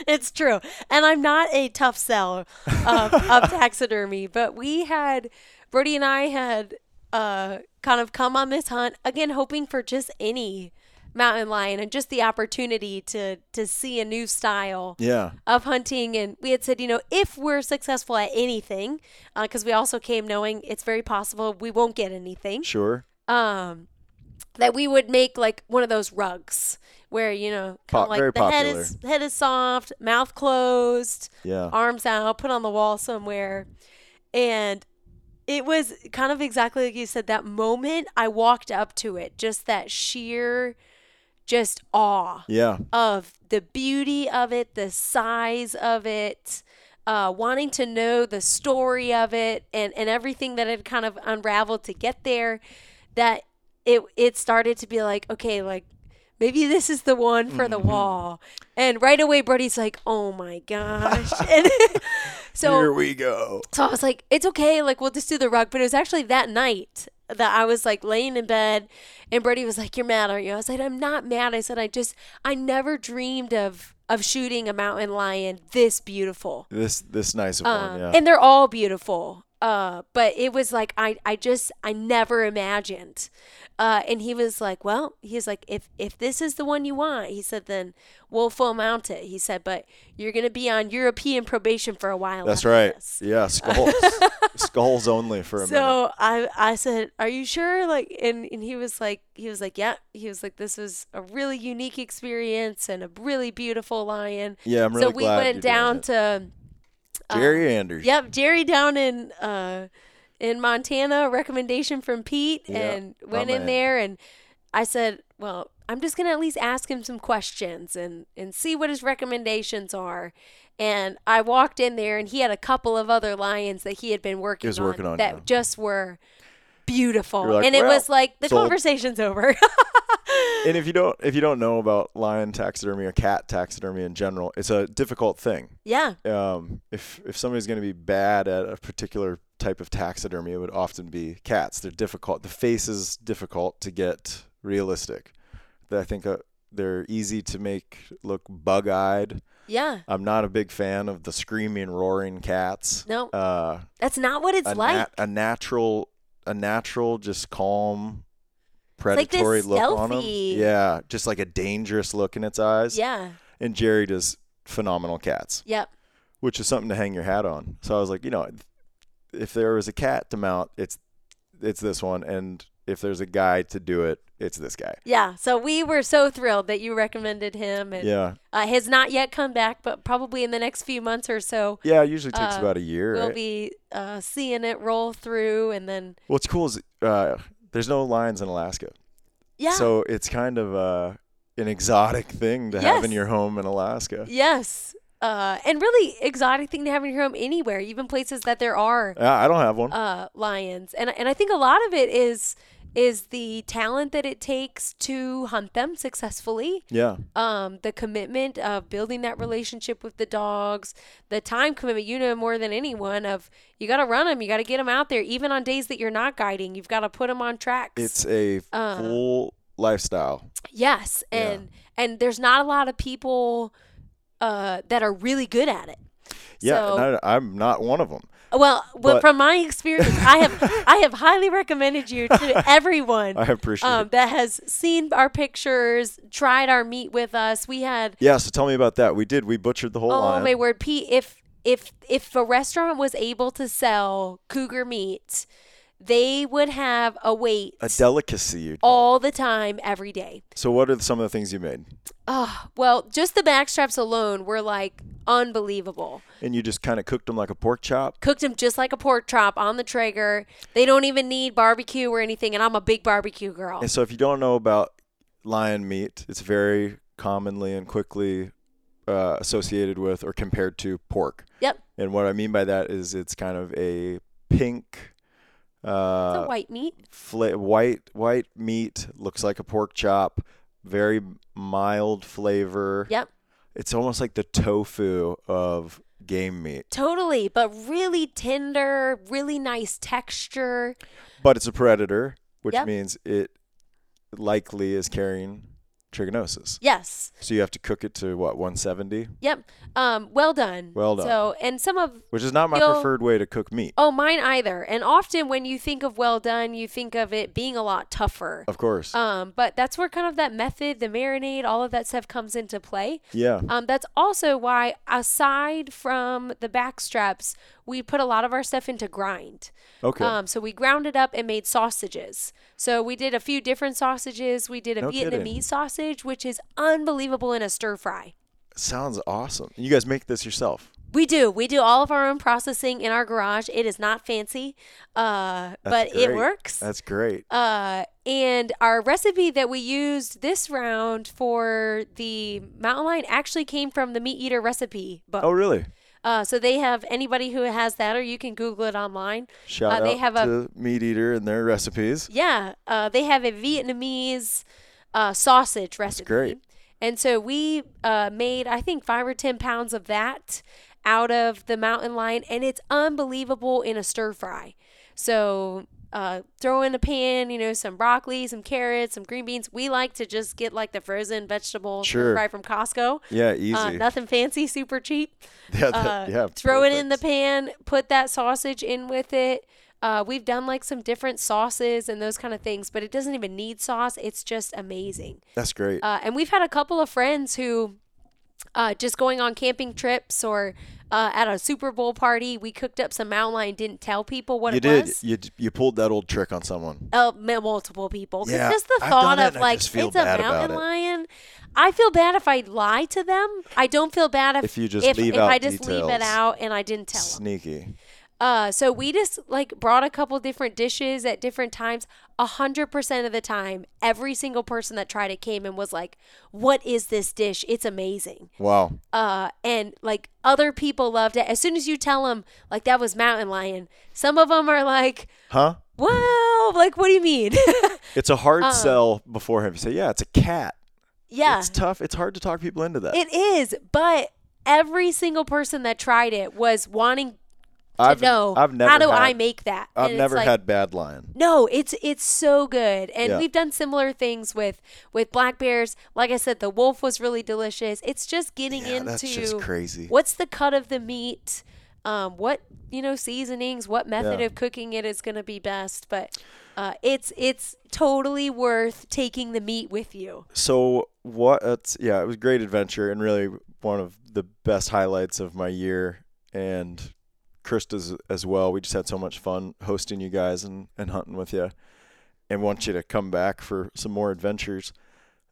Speaker 2: It's true. And I'm not a tough sell of, of taxidermy, but we had, Brody and I had uh, kind of come on this hunt, again, hoping for just any mountain lion and just the opportunity to, to see a new style
Speaker 1: yeah,
Speaker 2: of hunting. And we had said, you know, if we're successful at anything, because we also came knowing it's very possible we won't get anything
Speaker 1: sure.
Speaker 2: um that we would make like one of those rugs where you know kind
Speaker 1: Pop-
Speaker 2: of like
Speaker 1: very
Speaker 2: the head is head is soft, mouth closed,
Speaker 1: Yeah.
Speaker 2: arms out, put on the wall somewhere, and it was kind of exactly like you said. That moment I walked up to it, just that sheer, just awe
Speaker 1: yeah.
Speaker 2: of the beauty of it, the size of it, uh, wanting to know the story of it, and and everything that had kind of unraveled to get there, that it it started to be like, okay, like maybe this is the one for the wall, and right away Brody's like, oh my gosh, and so
Speaker 1: Here we go.
Speaker 2: so I was like, it's okay, like we'll just do the rug. But it was actually that night that I was like laying in bed and Brady was like, You're mad, aren't you? I was like, I'm not mad. I said, I just I never dreamed of of shooting a mountain lion this beautiful.
Speaker 1: This this nice of
Speaker 2: Um,
Speaker 1: one. Oh, Yeah.
Speaker 2: And they're all beautiful. Uh, but it was like I, I just I never imagined. Uh, and he was like, well, he's like, if if this is the one you want, he said, then we'll full mount it. He said, but you're gonna be on European probation for a while.
Speaker 1: That's
Speaker 2: after
Speaker 1: right.
Speaker 2: this."
Speaker 1: Yeah, skulls. skulls only for a minute.
Speaker 2: So I I said, "Are you sure?" Like, and and he was like, he was like, "Yeah." He was like, "This was a really unique experience and a really beautiful lion."
Speaker 1: Yeah, I'm really
Speaker 2: so we
Speaker 1: glad
Speaker 2: went
Speaker 1: you're doing
Speaker 2: down
Speaker 1: it.
Speaker 2: to uh,
Speaker 1: Jerry Anders.
Speaker 2: yep Jerry down in uh in Montana. Recommendation from Pete,
Speaker 1: Yeah,
Speaker 2: and
Speaker 1: my
Speaker 2: went in
Speaker 1: man.
Speaker 2: there, and I said, "Well, I'm just gonna at least ask him some questions and and see what his recommendations are." And I walked in there, and he had a couple of other lions that he had been working,
Speaker 1: was
Speaker 2: on,
Speaker 1: working on,
Speaker 2: that
Speaker 1: yeah.
Speaker 2: just were beautiful,
Speaker 1: You're like,
Speaker 2: and it
Speaker 1: "Well,
Speaker 2: was like the
Speaker 1: sold."
Speaker 2: conversation's over.
Speaker 1: And if you don't if you don't know about lion taxidermy or cat taxidermy in general, it's a difficult thing.
Speaker 2: yeah,
Speaker 1: um, if if somebody's going to be bad at a particular type of taxidermy, it would often be cats. They're difficult. The face is difficult to get realistic. But I think uh, they're easy to make look bug-eyed.
Speaker 2: yeah.
Speaker 1: I'm not a big fan of the screaming, roaring cats.
Speaker 2: No,
Speaker 1: Uh,
Speaker 2: that's not what it's
Speaker 1: a,
Speaker 2: like.
Speaker 1: nat- a natural, a natural, just calm,
Speaker 2: like this
Speaker 1: predatory look on them.
Speaker 2: stealthy-
Speaker 1: Yeah, just like a dangerous look in its eyes.
Speaker 2: yeah.
Speaker 1: And Jerry does phenomenal cats
Speaker 2: Yep.
Speaker 1: which is something to hang your hat on. So I was like, you know, if there was a cat to mount, it's it's this one, and if there's a guy to do it, it's this guy.
Speaker 2: Yeah. So we were so thrilled that you recommended him, and
Speaker 1: Yeah,
Speaker 2: uh, has not yet come back, but probably in the next few months or so,
Speaker 1: yeah. It usually takes
Speaker 2: Uh,
Speaker 1: about a year.
Speaker 2: we'll
Speaker 1: right?
Speaker 2: be uh, seeing it roll through, and then
Speaker 1: What's cool is uh, there's no lions in Alaska,
Speaker 2: yeah,
Speaker 1: so it's kind of uh, an exotic thing to have in
Speaker 2: Yes.
Speaker 1: your home in Alaska.
Speaker 2: yes, uh, and really exotic thing to have in your home anywhere, even places that there are
Speaker 1: Yeah, I don't have one.
Speaker 2: uh, lions, and and I think a lot of it is is the talent that it takes to hunt them successfully.
Speaker 1: yeah,
Speaker 2: um, the commitment of building that relationship with the dogs, the time commitment. You know more than anyone of you got to run them, you got to get them out there, even on days that you're not guiding. You've got to put them on tracks.
Speaker 1: it's a
Speaker 2: uh,
Speaker 1: full lifestyle.
Speaker 2: yes,
Speaker 1: Yeah.
Speaker 2: and and there's not a lot of people uh, that are really good at it.
Speaker 1: Yeah,
Speaker 2: so-
Speaker 1: and I, I'm not one of them.
Speaker 2: Well, well
Speaker 1: But-
Speaker 2: from my experience, I have I have highly recommended you to everyone
Speaker 1: I appreciate it.
Speaker 2: um, that has seen our pictures, tried our meat with us. We had
Speaker 1: Yeah, so tell me about that. We did. We butchered the whole
Speaker 2: Oh
Speaker 1: lion.
Speaker 2: my word, Pete! If if if a restaurant was able to sell cougar meat, they would have a wait
Speaker 1: a delicacy. you'd call it.
Speaker 2: all the time, every day.
Speaker 1: So what are some of the things you made?
Speaker 2: Oh well, just the backstraps alone were like unbelievable.
Speaker 1: And you just kind of cooked them like a pork chop.
Speaker 2: Cooked them just like a pork chop on the Traeger. They don't even need barbecue or anything, and I'm a big barbecue girl.
Speaker 1: And so if you don't know about lion meat, it's very commonly and quickly uh, associated with or compared to pork.
Speaker 2: Yep,
Speaker 1: And what I mean by that is it's kind of a pink,
Speaker 2: it's
Speaker 1: uh,
Speaker 2: a white meat.
Speaker 1: fla- white white meat. Looks like a pork chop. Very mild flavor.
Speaker 2: Yep,
Speaker 1: It's almost like the tofu of game meat,
Speaker 2: totally, but really tender, really nice texture.
Speaker 1: but it's a predator, which
Speaker 2: Yep.
Speaker 1: means it likely is carrying trichinosis.
Speaker 2: Yes.
Speaker 1: So you have to cook it to what 170,
Speaker 2: Yep. Um, well done.
Speaker 1: Well done.
Speaker 2: So, and some of
Speaker 1: which is not my
Speaker 2: You'll-
Speaker 1: preferred way to cook meat.
Speaker 2: Oh, mine either. And often when you think of well done, you think of it being a lot tougher.
Speaker 1: Of course.
Speaker 2: Um, but that's where kind of that method, the marinade, all of that stuff comes into play.
Speaker 1: yeah.
Speaker 2: Um, that's also why, aside from the back straps, we put a lot of our stuff into grind.
Speaker 1: Okay.
Speaker 2: Um, so we ground it up and made sausages. So we did a few different sausages. We did a
Speaker 1: No
Speaker 2: Vietnamese
Speaker 1: kidding.
Speaker 2: sausage, which is unbelievable in a stir fry.
Speaker 1: Sounds awesome. You guys make this yourself.
Speaker 2: We do. We do all of our own processing in our garage. It is not fancy, uh, but
Speaker 1: That's
Speaker 2: it
Speaker 1: great.
Speaker 2: works.
Speaker 1: That's great.
Speaker 2: Uh, and our recipe that we used this round for the mountain lion actually came from the meat eater recipe book.
Speaker 1: Oh really?
Speaker 2: Uh, so they have anybody who has that, or you can Google it online.
Speaker 1: Shout
Speaker 2: Uh, they
Speaker 1: out
Speaker 2: have
Speaker 1: to Meat Eater and their recipes.
Speaker 2: Yeah, uh, they have a Vietnamese uh, sausage recipe.
Speaker 1: great.
Speaker 2: And so we uh, made, I think, five or 10 pounds of that out of the mountain lion, and it's unbelievable in a stir fry. So uh, throw in a pan, you know, some broccoli, some carrots, some green beans. We like to just get like the frozen vegetable
Speaker 1: Sure.
Speaker 2: fry from Costco.
Speaker 1: Yeah, easy.
Speaker 2: Uh, nothing fancy, super cheap.
Speaker 1: yeah, that,
Speaker 2: Uh,
Speaker 1: yeah.
Speaker 2: throw it in the
Speaker 1: perfect.
Speaker 2: pan, put that sausage in with it. Uh, we've done like some different sauces and those kind of things, but it doesn't even need sauce. It's just amazing.
Speaker 1: That's great.
Speaker 2: Uh, and we've had a couple of friends who, uh, just going on camping trips or uh, at a Super Bowl party, we cooked up some mountain lion, didn't tell people what
Speaker 1: you
Speaker 2: it
Speaker 1: did.
Speaker 2: was.
Speaker 1: You d- you pulled that old trick on someone.
Speaker 2: Oh, m- multiple people. 'Cause
Speaker 1: Yeah,
Speaker 2: just the
Speaker 1: I've
Speaker 2: thought
Speaker 1: done it
Speaker 2: of
Speaker 1: and I
Speaker 2: like
Speaker 1: just
Speaker 2: it's
Speaker 1: feel
Speaker 2: a
Speaker 1: bad about
Speaker 2: mountain
Speaker 1: it.
Speaker 2: lion. I feel bad if I lie to them. I don't feel bad if,
Speaker 1: If you just
Speaker 2: if,
Speaker 1: leave
Speaker 2: if
Speaker 1: out
Speaker 2: I just leave
Speaker 1: details.
Speaker 2: it out and I didn't tell them.
Speaker 1: Sneaky.
Speaker 2: Uh, so we just like brought a couple different dishes at different times. A hundred percent of the time, every single person that tried it came and was like, "What is this dish? It's amazing."
Speaker 1: Wow.
Speaker 2: Uh, and like other people loved it. As soon as you tell them like that was mountain lion, some of them are like,
Speaker 1: Huh?
Speaker 2: "Wow!" Like, what do you mean?
Speaker 1: It's a hard sell beforehand. You say, yeah, it's a cat.
Speaker 2: Um, yeah,
Speaker 1: It's tough. It's hard to talk people into that.
Speaker 2: It is, but every single person that tried it was wanting to
Speaker 1: I've,
Speaker 2: know
Speaker 1: I've never
Speaker 2: how do
Speaker 1: had,
Speaker 2: I make that.
Speaker 1: I've
Speaker 2: And it's
Speaker 1: never
Speaker 2: like,
Speaker 1: had bad lion.
Speaker 2: No, it's it's so good, and
Speaker 1: Yeah.
Speaker 2: we've done similar things with with black bears. Like I said, the wolf was really delicious. It's just getting
Speaker 1: Yeah,
Speaker 2: into
Speaker 1: that's just crazy.
Speaker 2: what's the cut of the meat. Um, what you know seasonings what method
Speaker 1: Yeah.
Speaker 2: of cooking it is going to be best but uh, it's it's totally worth taking the meat with you
Speaker 1: So what? It's, yeah, it was a great adventure and really one of the best highlights of my year and Krista's as well. We just had so much fun hosting you guys and, and hunting with you, and want you to come back for some more adventures.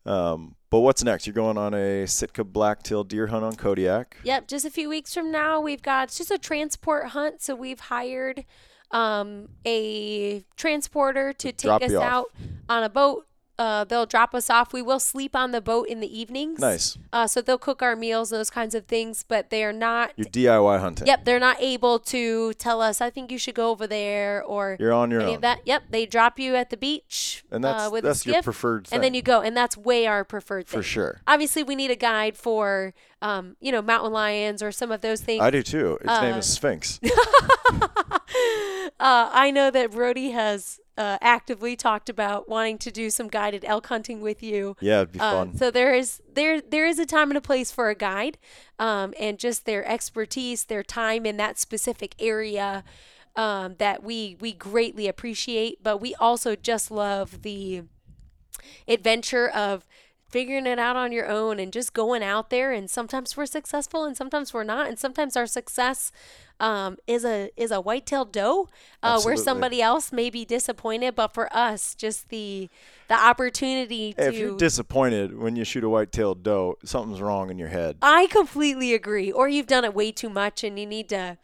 Speaker 1: Um, but what's next? You're going on a Sitka blacktail deer hunt on Kodiak.
Speaker 2: Yep, just a few weeks from now, we've got it's just a transport hunt. So we've hired um, a transporter to
Speaker 1: drop
Speaker 2: take us
Speaker 1: you off.
Speaker 2: out on a boat. Uh, they'll drop us off. We will sleep on the boat in the evenings.
Speaker 1: Nice.
Speaker 2: Uh, so they'll cook our meals, those kinds of things, but they are not.
Speaker 1: You're DIY hunting.
Speaker 2: Yep, they're not able to tell us. I think you should go over there or
Speaker 1: You're on your
Speaker 2: any
Speaker 1: own.
Speaker 2: of that. Yep, they drop you at the beach
Speaker 1: and that's
Speaker 2: uh, with a
Speaker 1: that's
Speaker 2: skiff,
Speaker 1: your preferred thing
Speaker 2: and then you go, and that's way our preferred thing
Speaker 1: for sure.
Speaker 2: obviously we need a guide for um, you know mountain lions or some of those things
Speaker 1: I
Speaker 2: i,
Speaker 1: do too. Its name is Sphinx.
Speaker 2: uh, I know that brody has uh, actively talked about wanting to do some guided elk hunting with you
Speaker 1: Yeah, it'd be
Speaker 2: uh,
Speaker 1: fun.
Speaker 2: so there is there there is a time and a place for a guide um, and just their expertise their time in that specific area um, that we we greatly appreciate but we also just love the adventure of figuring it out on your own and just going out there and sometimes we're successful and sometimes we're not and sometimes our success um, is a is a white-tailed doe uh, where
Speaker 1: Absolutely.
Speaker 2: somebody else may be disappointed but for us just the the opportunity
Speaker 1: Hey,
Speaker 2: to
Speaker 1: if you're disappointed when you shoot a white-tailed doe, something's wrong in your head.
Speaker 2: I completely agree or you've done it way too much and you need to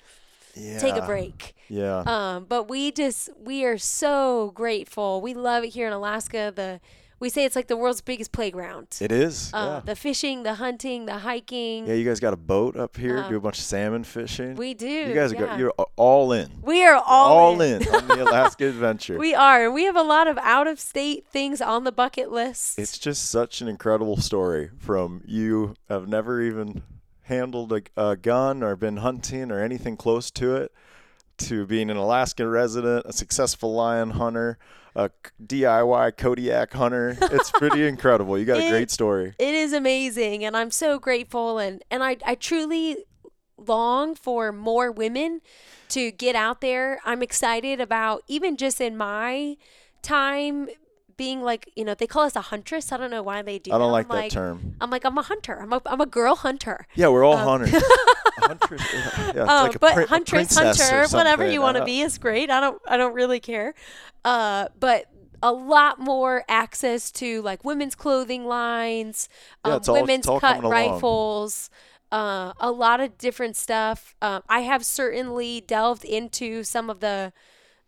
Speaker 1: Yeah.
Speaker 2: Uh, take a break
Speaker 1: Yeah.
Speaker 2: Um, but we just we are so grateful. We love it here in Alaska. The we say it's like the world's biggest playground.
Speaker 1: it is.
Speaker 2: Uh,
Speaker 1: yeah.
Speaker 2: The fishing, the hunting, the hiking.
Speaker 1: yeah, you guys got a boat up here, do a bunch of salmon fishing.
Speaker 2: Uh, We do.
Speaker 1: you guys
Speaker 2: yeah.
Speaker 1: are go, you're a- all in.
Speaker 2: we are all,
Speaker 1: All
Speaker 2: in.
Speaker 1: in on the Alaska adventure.
Speaker 2: We are. and We have a lot of out of state things on the bucket list.
Speaker 1: it's just such an incredible story from you have never even handled a, a gun or been hunting or anything close to it to being an Alaska resident, a successful lion hunter, a k- DIY Kodiak hunter. It's pretty incredible. You got a great
Speaker 2: It-
Speaker 1: story.
Speaker 2: it is amazing and I'm so grateful and and I I truly long for more women to get out there. I'm excited about even just in my time being like, you know, they call us a huntress. I don't know why they do
Speaker 1: I don't
Speaker 2: that.
Speaker 1: like
Speaker 2: I'm
Speaker 1: that term.
Speaker 2: I'm like I'm a hunter. I'm a I'm a girl hunter.
Speaker 1: Yeah, we're all hunters. hunters. Yeah, yeah, it's
Speaker 2: Um,
Speaker 1: like a
Speaker 2: but
Speaker 1: prin- a
Speaker 2: huntress,
Speaker 1: princess or
Speaker 2: hunter, whatever
Speaker 1: something.
Speaker 2: you
Speaker 1: I
Speaker 2: want to
Speaker 1: don't-
Speaker 2: be is great. I don't, I don't really care. Uh, but a lot more access to like women's clothing lines,
Speaker 1: Yeah,
Speaker 2: um,
Speaker 1: it's all- it's
Speaker 2: women's
Speaker 1: all
Speaker 2: cut
Speaker 1: coming along.
Speaker 2: rifles, uh, a lot of different stuff. Um, I have certainly delved into some of the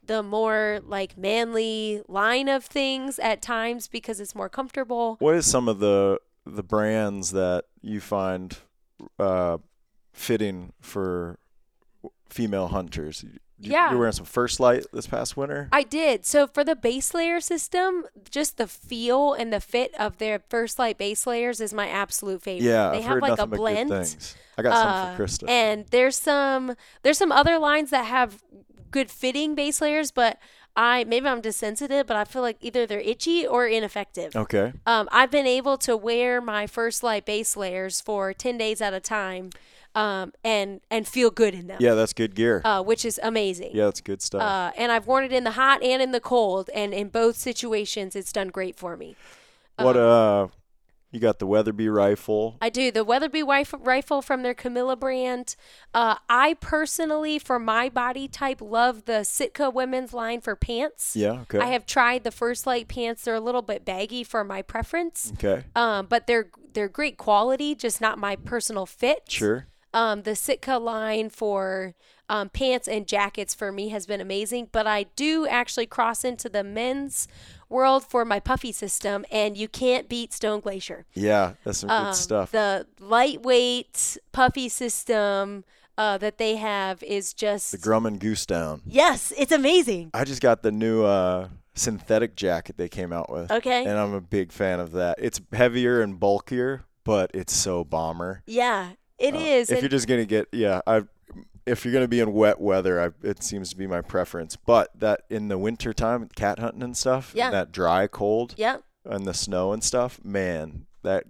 Speaker 2: the more like manly line of things at times because it's more comfortable.
Speaker 1: What is some of the the brands that you find uh, fitting for female hunters? You,
Speaker 2: Yeah.
Speaker 1: you were wearing some First Light this past winter.
Speaker 2: I did. So for the base layer system, just the feel and the fit of their first light base layers is my absolute favorite.
Speaker 1: yeah,
Speaker 2: they
Speaker 1: I've
Speaker 2: have
Speaker 1: heard
Speaker 2: like
Speaker 1: nothing
Speaker 2: a
Speaker 1: but
Speaker 2: blend.
Speaker 1: good things. I got some
Speaker 2: uh,
Speaker 1: for Krista.
Speaker 2: And there's some there's some other lines that have good fitting base layers, but I maybe I'm just sensitive, but I feel like either they're itchy or ineffective.
Speaker 1: Okay.
Speaker 2: Um, I've been able to wear my first light base layers for ten days at a time, um, and and feel good in them.
Speaker 1: Yeah, that's good gear.
Speaker 2: Uh, which is amazing.
Speaker 1: yeah, that's good stuff.
Speaker 2: Uh, and I've worn it in the hot and in the cold, and in both situations, it's done great for me.
Speaker 1: what
Speaker 2: um,
Speaker 1: uh you got the Weatherby rifle.
Speaker 2: I do the Weatherby wif- rifle from their Camilla brand. Uh, I personally, for my body type, love the Sitka women's line for pants.
Speaker 1: yeah, okay.
Speaker 2: I have tried the First Light pants. They're a little bit baggy for my preference,
Speaker 1: okay.
Speaker 2: um, but they're they're great quality, just not my personal fit.
Speaker 1: Sure.
Speaker 2: Um, the Sitka line for um, pants and jackets for me has been amazing, but I do actually cross into the men's world for my puffy system, and you can't beat Stone Glacier.
Speaker 1: Yeah, that's some
Speaker 2: Um,
Speaker 1: good stuff.
Speaker 2: The lightweight puffy system uh, that they have is just
Speaker 1: the Grumman Goose Down.
Speaker 2: yes, it's amazing.
Speaker 1: I just got the new uh, synthetic jacket they came out with.
Speaker 2: Okay.
Speaker 1: And I'm a big fan of that. It's heavier and bulkier, but it's so bomber.
Speaker 2: Yeah, it is.
Speaker 1: If
Speaker 2: and-
Speaker 1: you're just gonna get, yeah, I, if you're gonna be in wet weather, I, it seems to be my preference. But that in the winter time, cat hunting and stuff,
Speaker 2: Yeah.
Speaker 1: and that dry cold
Speaker 2: yep.
Speaker 1: and the snow and stuff, man, that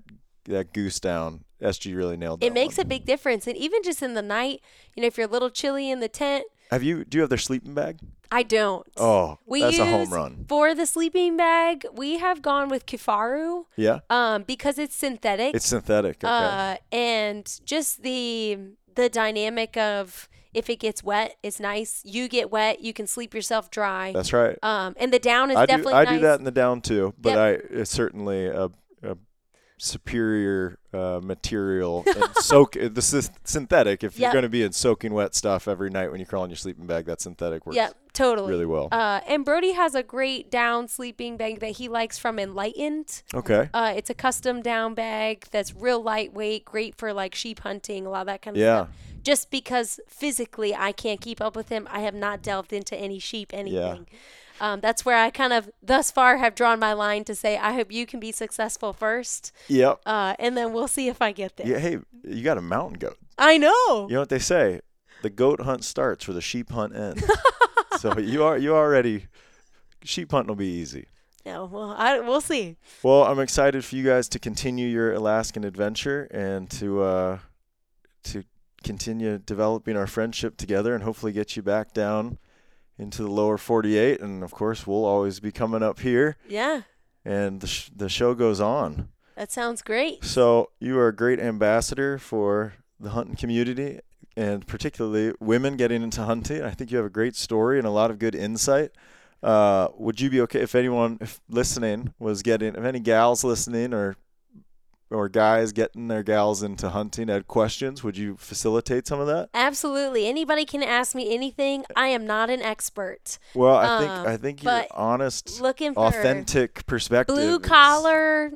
Speaker 1: that goose down, SG really nailed. That
Speaker 2: It makes
Speaker 1: one.
Speaker 2: a big difference. And even just in the night, you know, if you're a little chilly in the tent,
Speaker 1: Have you? Do you have their sleeping bag?
Speaker 2: I don't.
Speaker 1: Oh,
Speaker 2: we
Speaker 1: that's a
Speaker 2: use
Speaker 1: home run.
Speaker 2: For the sleeping bag, we have gone with Kifaru
Speaker 1: Yeah,
Speaker 2: um, because it's synthetic.
Speaker 1: it's synthetic. Okay.
Speaker 2: uh, and just the the dynamic of if it gets wet, it's nice. You get wet, you can sleep yourself dry.
Speaker 1: that's right.
Speaker 2: um, and the down is
Speaker 1: I do,
Speaker 2: definitely
Speaker 1: I
Speaker 2: nice.
Speaker 1: do that in the down too, but I it's certainly a, a superior uh, material. And soak this is synthetic. If
Speaker 2: Yep.
Speaker 1: you're going to be in soaking wet stuff every night when you crawl in your sleeping bag, that synthetic works
Speaker 2: Yeah, totally.
Speaker 1: really well.
Speaker 2: Uh, and Brody has a great down sleeping bag that he likes from Enlightened.
Speaker 1: okay.
Speaker 2: Uh, it's a custom down bag that's real lightweight, great for like sheep hunting, a lot of that kind of
Speaker 1: Yeah.
Speaker 2: stuff. Just because physically I can't keep up with him, I have not delved into any sheep anything. Um, that's where I kind of thus far have drawn my line to say I hope you can be successful first,
Speaker 1: Yep.
Speaker 2: uh, and then we'll see if I get there.
Speaker 1: Yeah. Hey, you got a mountain goat.
Speaker 2: I know.
Speaker 1: You know what they say? The goat hunt starts where the sheep hunt ends. so you are you already sheep hunting will be easy.
Speaker 2: No, well, I, we'll see.
Speaker 1: Well, I'm excited for you guys to continue your Alaskan adventure and to uh, to continue developing our friendship together, and hopefully get you back down into the lower 48. And of course, we'll always be coming up here,
Speaker 2: Yeah,
Speaker 1: and the sh- the show goes on.
Speaker 2: that sounds great.
Speaker 1: So you are a great ambassador for the hunting community, and particularly women getting into hunting. I think you have a great story and a lot of good insight. Uh, would you be okay if anyone if listening was getting, if any gals listening or or guys getting their gals into hunting had questions? Would you facilitate some of that?
Speaker 2: Absolutely. Anybody can ask me anything. I am not an expert.
Speaker 1: Well, I think
Speaker 2: Um,
Speaker 1: I think your
Speaker 2: but
Speaker 1: honest,
Speaker 2: Looking for
Speaker 1: authentic perspective,
Speaker 2: blue
Speaker 1: is-
Speaker 2: collar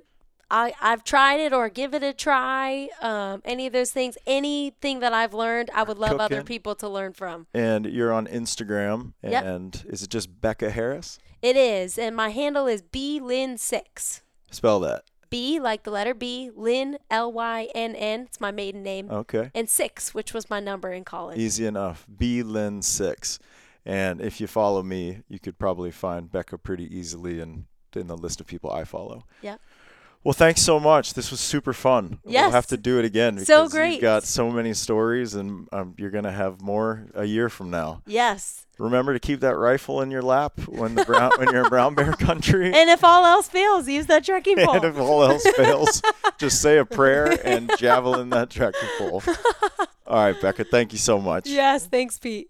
Speaker 2: I, I've tried it or give it a try. Um, any of those things, anything that I've learned, I would love other
Speaker 1: Cooking.
Speaker 2: people to learn from.
Speaker 1: and you're on Instagram,
Speaker 2: Yep.
Speaker 1: and is it just Becca Harris?
Speaker 2: It is, and my handle is B Lynn six.
Speaker 1: Spell that.
Speaker 2: B like the letter B, Lynn L Y N N. It's my maiden name,
Speaker 1: Okay.
Speaker 2: and six, which was my number in college.
Speaker 1: Oh. Easy enough. B Lynn six. And if you follow me, you could probably find Becca pretty easily in, in the list of people I follow.
Speaker 2: Yep.
Speaker 1: Well, thanks so much. This was super fun. We'll
Speaker 2: Yes.
Speaker 1: have to do it again.
Speaker 2: So
Speaker 1: Because
Speaker 2: great.
Speaker 1: You've got so many stories, and um, you're going to have more a year from now.
Speaker 2: Yes,
Speaker 1: Remember to keep that rifle in your lap when the brown when you're in brown bear country.
Speaker 2: and if all else fails, use that trekking
Speaker 1: And
Speaker 2: pole.
Speaker 1: if all else fails, just say a prayer and javelin that tractor pole. All right, Becca, thank you so much.
Speaker 2: Yes, thanks, Pete.